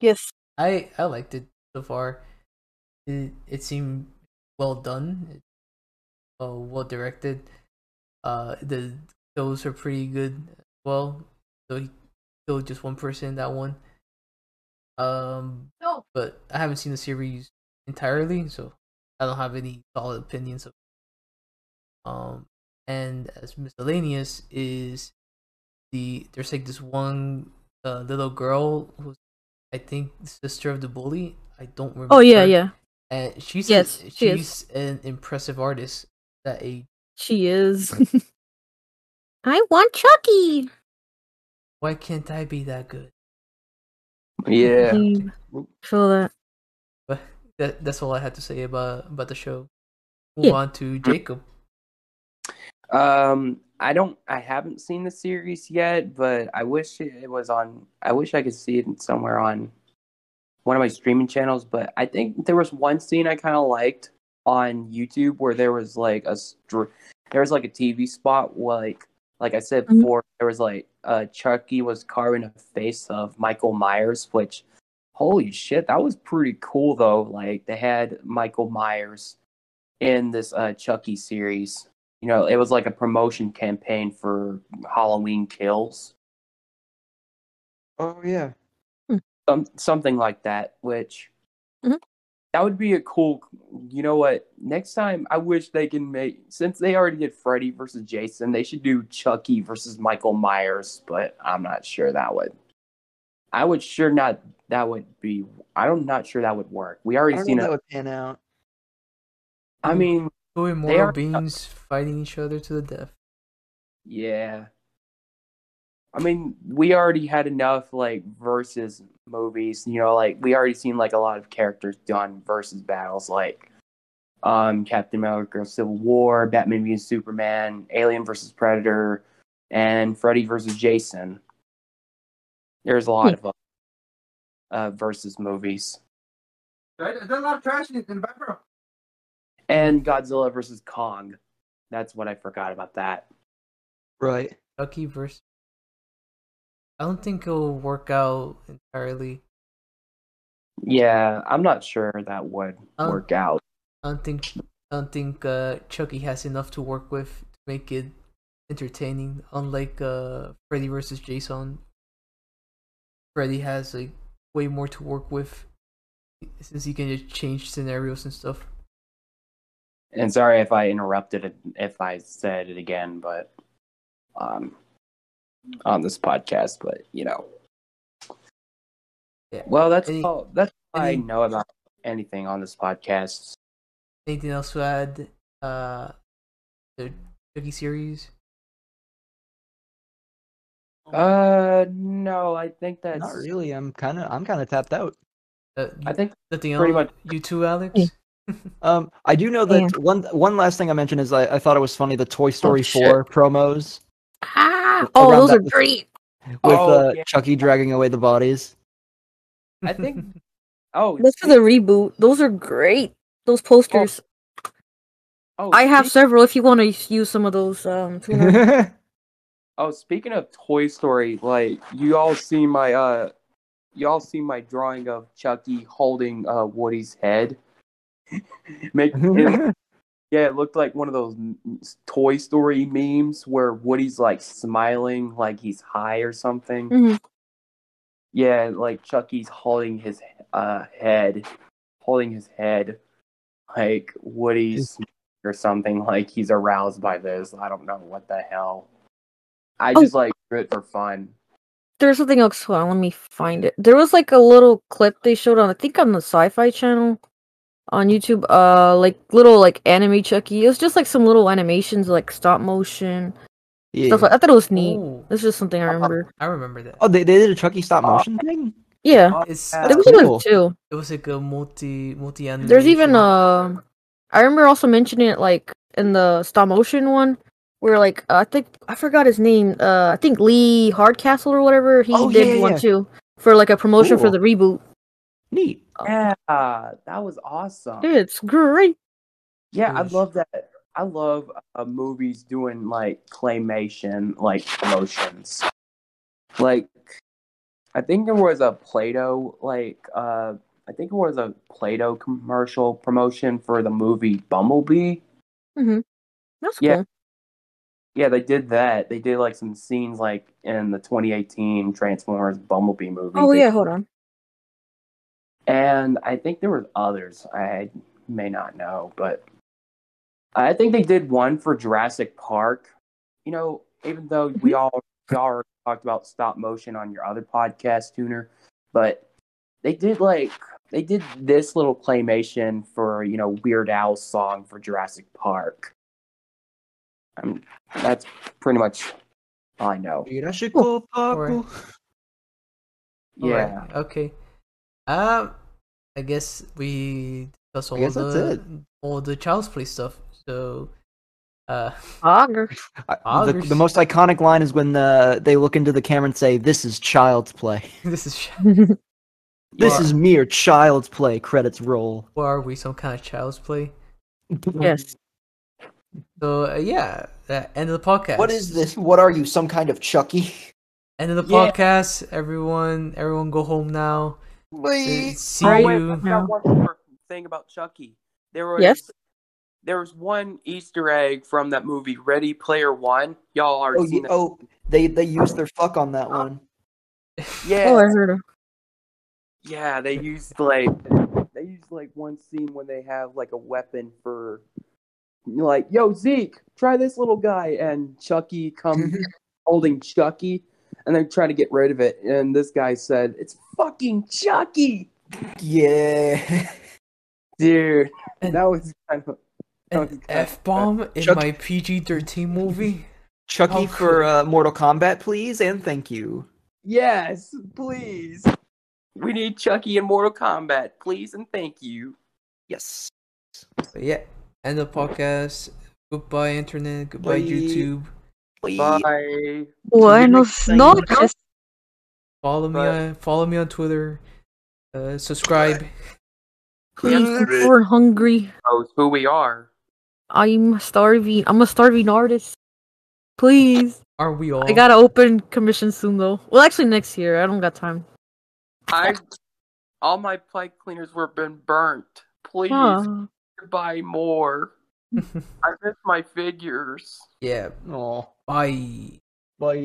Speaker 4: yes.
Speaker 1: I I liked it so far. It it seemed well done, uh, well directed. Uh, the those are pretty good. as Well, so he killed just one person in that one. Um,
Speaker 4: No.
Speaker 1: but I haven't seen the series entirely, so I don't have any solid opinions of. Um, and as miscellaneous is the there's like this one uh, little girl who's I think the sister of the bully. I don't remember.
Speaker 4: Oh yeah, yeah.
Speaker 1: And she's
Speaker 4: Yes,
Speaker 1: a,
Speaker 4: she is.
Speaker 1: she's an impressive artist that age.
Speaker 4: She is. I want Chucky.
Speaker 1: Why can't I be that good?
Speaker 3: yeah.
Speaker 4: Damn. Mm. Feel that.
Speaker 1: But that that's all I had to say about about the show. Move
Speaker 4: Yeah.
Speaker 1: on to Jacob.
Speaker 3: Um, I don't. I haven't seen the series yet, but I wish it was on. I wish I could see it somewhere on one of my streaming channels, but I think there was one scene I kind of liked on YouTube where there was like a str- there was like a TV spot where, like like I said
Speaker 4: Mhm.
Speaker 3: before there was like uh Chucky was carving a face of Michael Myers, which holy shit that was pretty cool though. Like they had Michael Myers in this uh Chucky series. You know, it was like a promotion campaign for Halloween Kills.
Speaker 2: Oh yeah.
Speaker 3: um, something like that. Which
Speaker 4: Mhm.
Speaker 3: that would be a cool. You know what? Next time, I wish they can make since they already did Freddy versus Jason, they should do Chucky versus Michael Myers. But I'm not sure that would. I would sure not. That would be. I'm not sure that would work. We
Speaker 2: I
Speaker 3: already
Speaker 2: don't know
Speaker 3: seen
Speaker 2: if that
Speaker 3: it.
Speaker 2: would pan out.
Speaker 3: I mean,
Speaker 1: Two immortal
Speaker 3: are-
Speaker 1: beings fighting each other to the death.
Speaker 3: Yeah. I mean, we already had enough like versus movies, you know, like we already seen like a lot of characters done versus battles like um Captain America Civil War, Batman v Superman, Alien versus Predator, and Freddy versus Jason. There's a lot of uh versus movies.
Speaker 1: Right? There's a lot of trash in the background.
Speaker 3: And Godzilla versus Kong. That's what I forgot about that.
Speaker 2: Right.
Speaker 1: Chucky versus. I don't think it'll work out entirely.
Speaker 3: Yeah, I'm not sure that would
Speaker 1: Um,
Speaker 3: work out.
Speaker 1: I don't think I don't think uh, Chucky has enough to work with to make it entertaining. Unlike uh, Freddy versus Jason, Freddy has like way more to work with since he can just change scenarios and stuff.
Speaker 3: And sorry if I interrupted it, if I said it again, but um, on this podcast, but you know,
Speaker 1: Yeah.
Speaker 3: well, that's
Speaker 1: Any-
Speaker 3: all. That's all I
Speaker 1: any-
Speaker 3: know about anything on this podcast.
Speaker 1: Anything else to add? Uh, the Chucky series.
Speaker 3: Uh, no, I think that's.
Speaker 2: Not really. I'm kind of I'm kind of tapped out.
Speaker 1: Uh, you,
Speaker 3: I think
Speaker 1: nothing else.
Speaker 3: pretty much-
Speaker 1: You too, Alex.
Speaker 4: Yeah.
Speaker 2: Um, I do know that one one last thing I mentioned is I, I thought it was funny the Toy Story
Speaker 4: shit.
Speaker 2: 4 promos
Speaker 4: Ah, oh,
Speaker 2: Around
Speaker 4: those
Speaker 2: that
Speaker 4: are
Speaker 2: was-
Speaker 4: great.
Speaker 2: with
Speaker 3: Oh,
Speaker 2: uh,
Speaker 3: yeah.
Speaker 2: Chucky dragging away the bodies.
Speaker 3: I think- Oh,
Speaker 4: This is a reboot. Those are great. Those posters.
Speaker 3: oh,
Speaker 4: I have
Speaker 3: speak-
Speaker 4: several. If you want to use some of those, um, tuner.
Speaker 3: Oh, speaking of Toy Story, like you all see my uh, you all see my drawing of Chucky holding uh Woody's head. Make it- Yeah, it looked like one of those m- m- Toy Story memes where Woody's like smiling, like he's high or something.
Speaker 4: Mhm.
Speaker 3: Yeah, like Chucky's holding his uh, head, holding his head, like Woody's or something. Like he's aroused by this. I don't know what the hell. I
Speaker 4: Oh.
Speaker 3: just like do it for fun.
Speaker 4: There's something else. Hold on, let me find it. There was like a little clip they showed on, I think, on the Sci-Fi Channel on YouTube. Uh, like little like anime Chucky. It was just like some little animations, like stop motion
Speaker 2: yeah.
Speaker 4: stuff. Like, I thought it was neat.
Speaker 1: Ooh,
Speaker 4: It's just something I remember.
Speaker 1: Oh, I remember that.
Speaker 2: oh, they, they did a Chucky stop
Speaker 3: Oh.
Speaker 2: motion thing.
Speaker 4: Oh, Yeah,
Speaker 1: It's,
Speaker 3: yeah.
Speaker 1: it's
Speaker 4: there was
Speaker 2: Oh, cool. Hmm,
Speaker 4: like two.
Speaker 1: It was like a multi multi animation.
Speaker 4: There's even um, I remember also mentioning it like in the stop motion one, where like I think I forgot his name. Uh, I think Lee Hardcastle or whatever he
Speaker 2: Oh,
Speaker 4: did
Speaker 2: yeah,
Speaker 4: one
Speaker 2: yeah.
Speaker 4: too for like a promotion for
Speaker 2: Cool.
Speaker 4: the reboot.
Speaker 2: Neat.
Speaker 3: Yeah, that was awesome.
Speaker 4: Dude, it's great.
Speaker 3: Yeah, I
Speaker 1: Yes.
Speaker 3: love that. I love uh, movies doing like claymation, like promotions. Like, I think there was a Play-Doh, like, uh, I think it was a Play-Doh commercial promotion for the movie Bumblebee.
Speaker 4: That's
Speaker 3: Yeah.
Speaker 4: cool.
Speaker 3: Yeah, they did that. They did like some scenes like in the 2018 Transformers Bumblebee movie.
Speaker 4: Oh
Speaker 3: They-
Speaker 4: yeah, hold on.
Speaker 3: and I think there was others I may not know, but I think they did one for Jurassic Park. You know, even though we all we all talked about stop motion on your other podcast, Tuner, but they did like they did this little claymation for you know Weird Al's song for Jurassic Park. Um, that's pretty much all I know.
Speaker 2: Jurassic
Speaker 1: Alright.
Speaker 2: Park.
Speaker 3: Yeah.
Speaker 1: Alright, Okay. Um, I guess we discussed all
Speaker 2: guess
Speaker 1: the
Speaker 2: that's it.
Speaker 1: all the child's play stuff. So, uh,
Speaker 4: Auger.
Speaker 2: I- The,
Speaker 1: Augers.
Speaker 2: the most iconic line is when uh, they look into the camera and say, "This is child's play."
Speaker 1: this is
Speaker 2: This
Speaker 1: Wow.
Speaker 2: is mere child's play. Credits roll.
Speaker 1: What are we, some kind of child's play?
Speaker 4: Yes.
Speaker 1: So, uh, yeah, that end of the podcast.
Speaker 2: What is this? What are you? Some kind of Chucky?
Speaker 1: End of the
Speaker 3: Yeah.
Speaker 1: podcast. Everyone, everyone go home now. See
Speaker 3: Oh, wait, I
Speaker 1: you.
Speaker 3: forgot one more thing about Chucky. There was
Speaker 4: Yes.
Speaker 3: there was one Easter egg from that movie Ready Player One. Y'all already
Speaker 2: Oh,
Speaker 3: seen
Speaker 2: you,
Speaker 3: that?
Speaker 2: oh, they they used their fuck on that one.
Speaker 3: yeah,
Speaker 4: Oh, I heard him.
Speaker 3: yeah. They used like they used like one scene when they have like a weapon for like yo Zeke, try this little guy, and Chucky comes holding Chucky, and they're trying to get rid of it, and this guy said it's fucking Chucky,
Speaker 2: Yeah.
Speaker 3: dude.
Speaker 1: And-
Speaker 3: that was kind of
Speaker 1: An F bomb in
Speaker 2: Uh, Chuck-
Speaker 1: my PG 13 movie?
Speaker 2: Chucky
Speaker 1: Oh,
Speaker 2: for uh, Mortal Kombat, please, and thank you.
Speaker 3: Yes, please. We need Chucky in Mortal Kombat, please and thank you.
Speaker 2: Yes.
Speaker 1: But yeah, end of the podcast. Goodbye, internet. Goodbye,
Speaker 2: Bye.
Speaker 1: YouTube.
Speaker 2: Please.
Speaker 3: Bye.
Speaker 4: Buenos noches.
Speaker 1: Follow me.
Speaker 3: Bye.
Speaker 1: On, follow me on Twitter. Uh, subscribe.
Speaker 4: Please, we're hungry.
Speaker 3: Knows Oh, who we are.
Speaker 4: I'm starving. I'm a starving artist. Please.
Speaker 1: Are we all?
Speaker 4: I gotta open commission soon though. Well, actually next year. I don't got time.
Speaker 3: I all my pipe cleaners were been burnt. Please
Speaker 4: Huh.
Speaker 3: buy more. I miss my figures.
Speaker 1: yeah.
Speaker 2: Aw.
Speaker 1: Bye.
Speaker 2: Bye.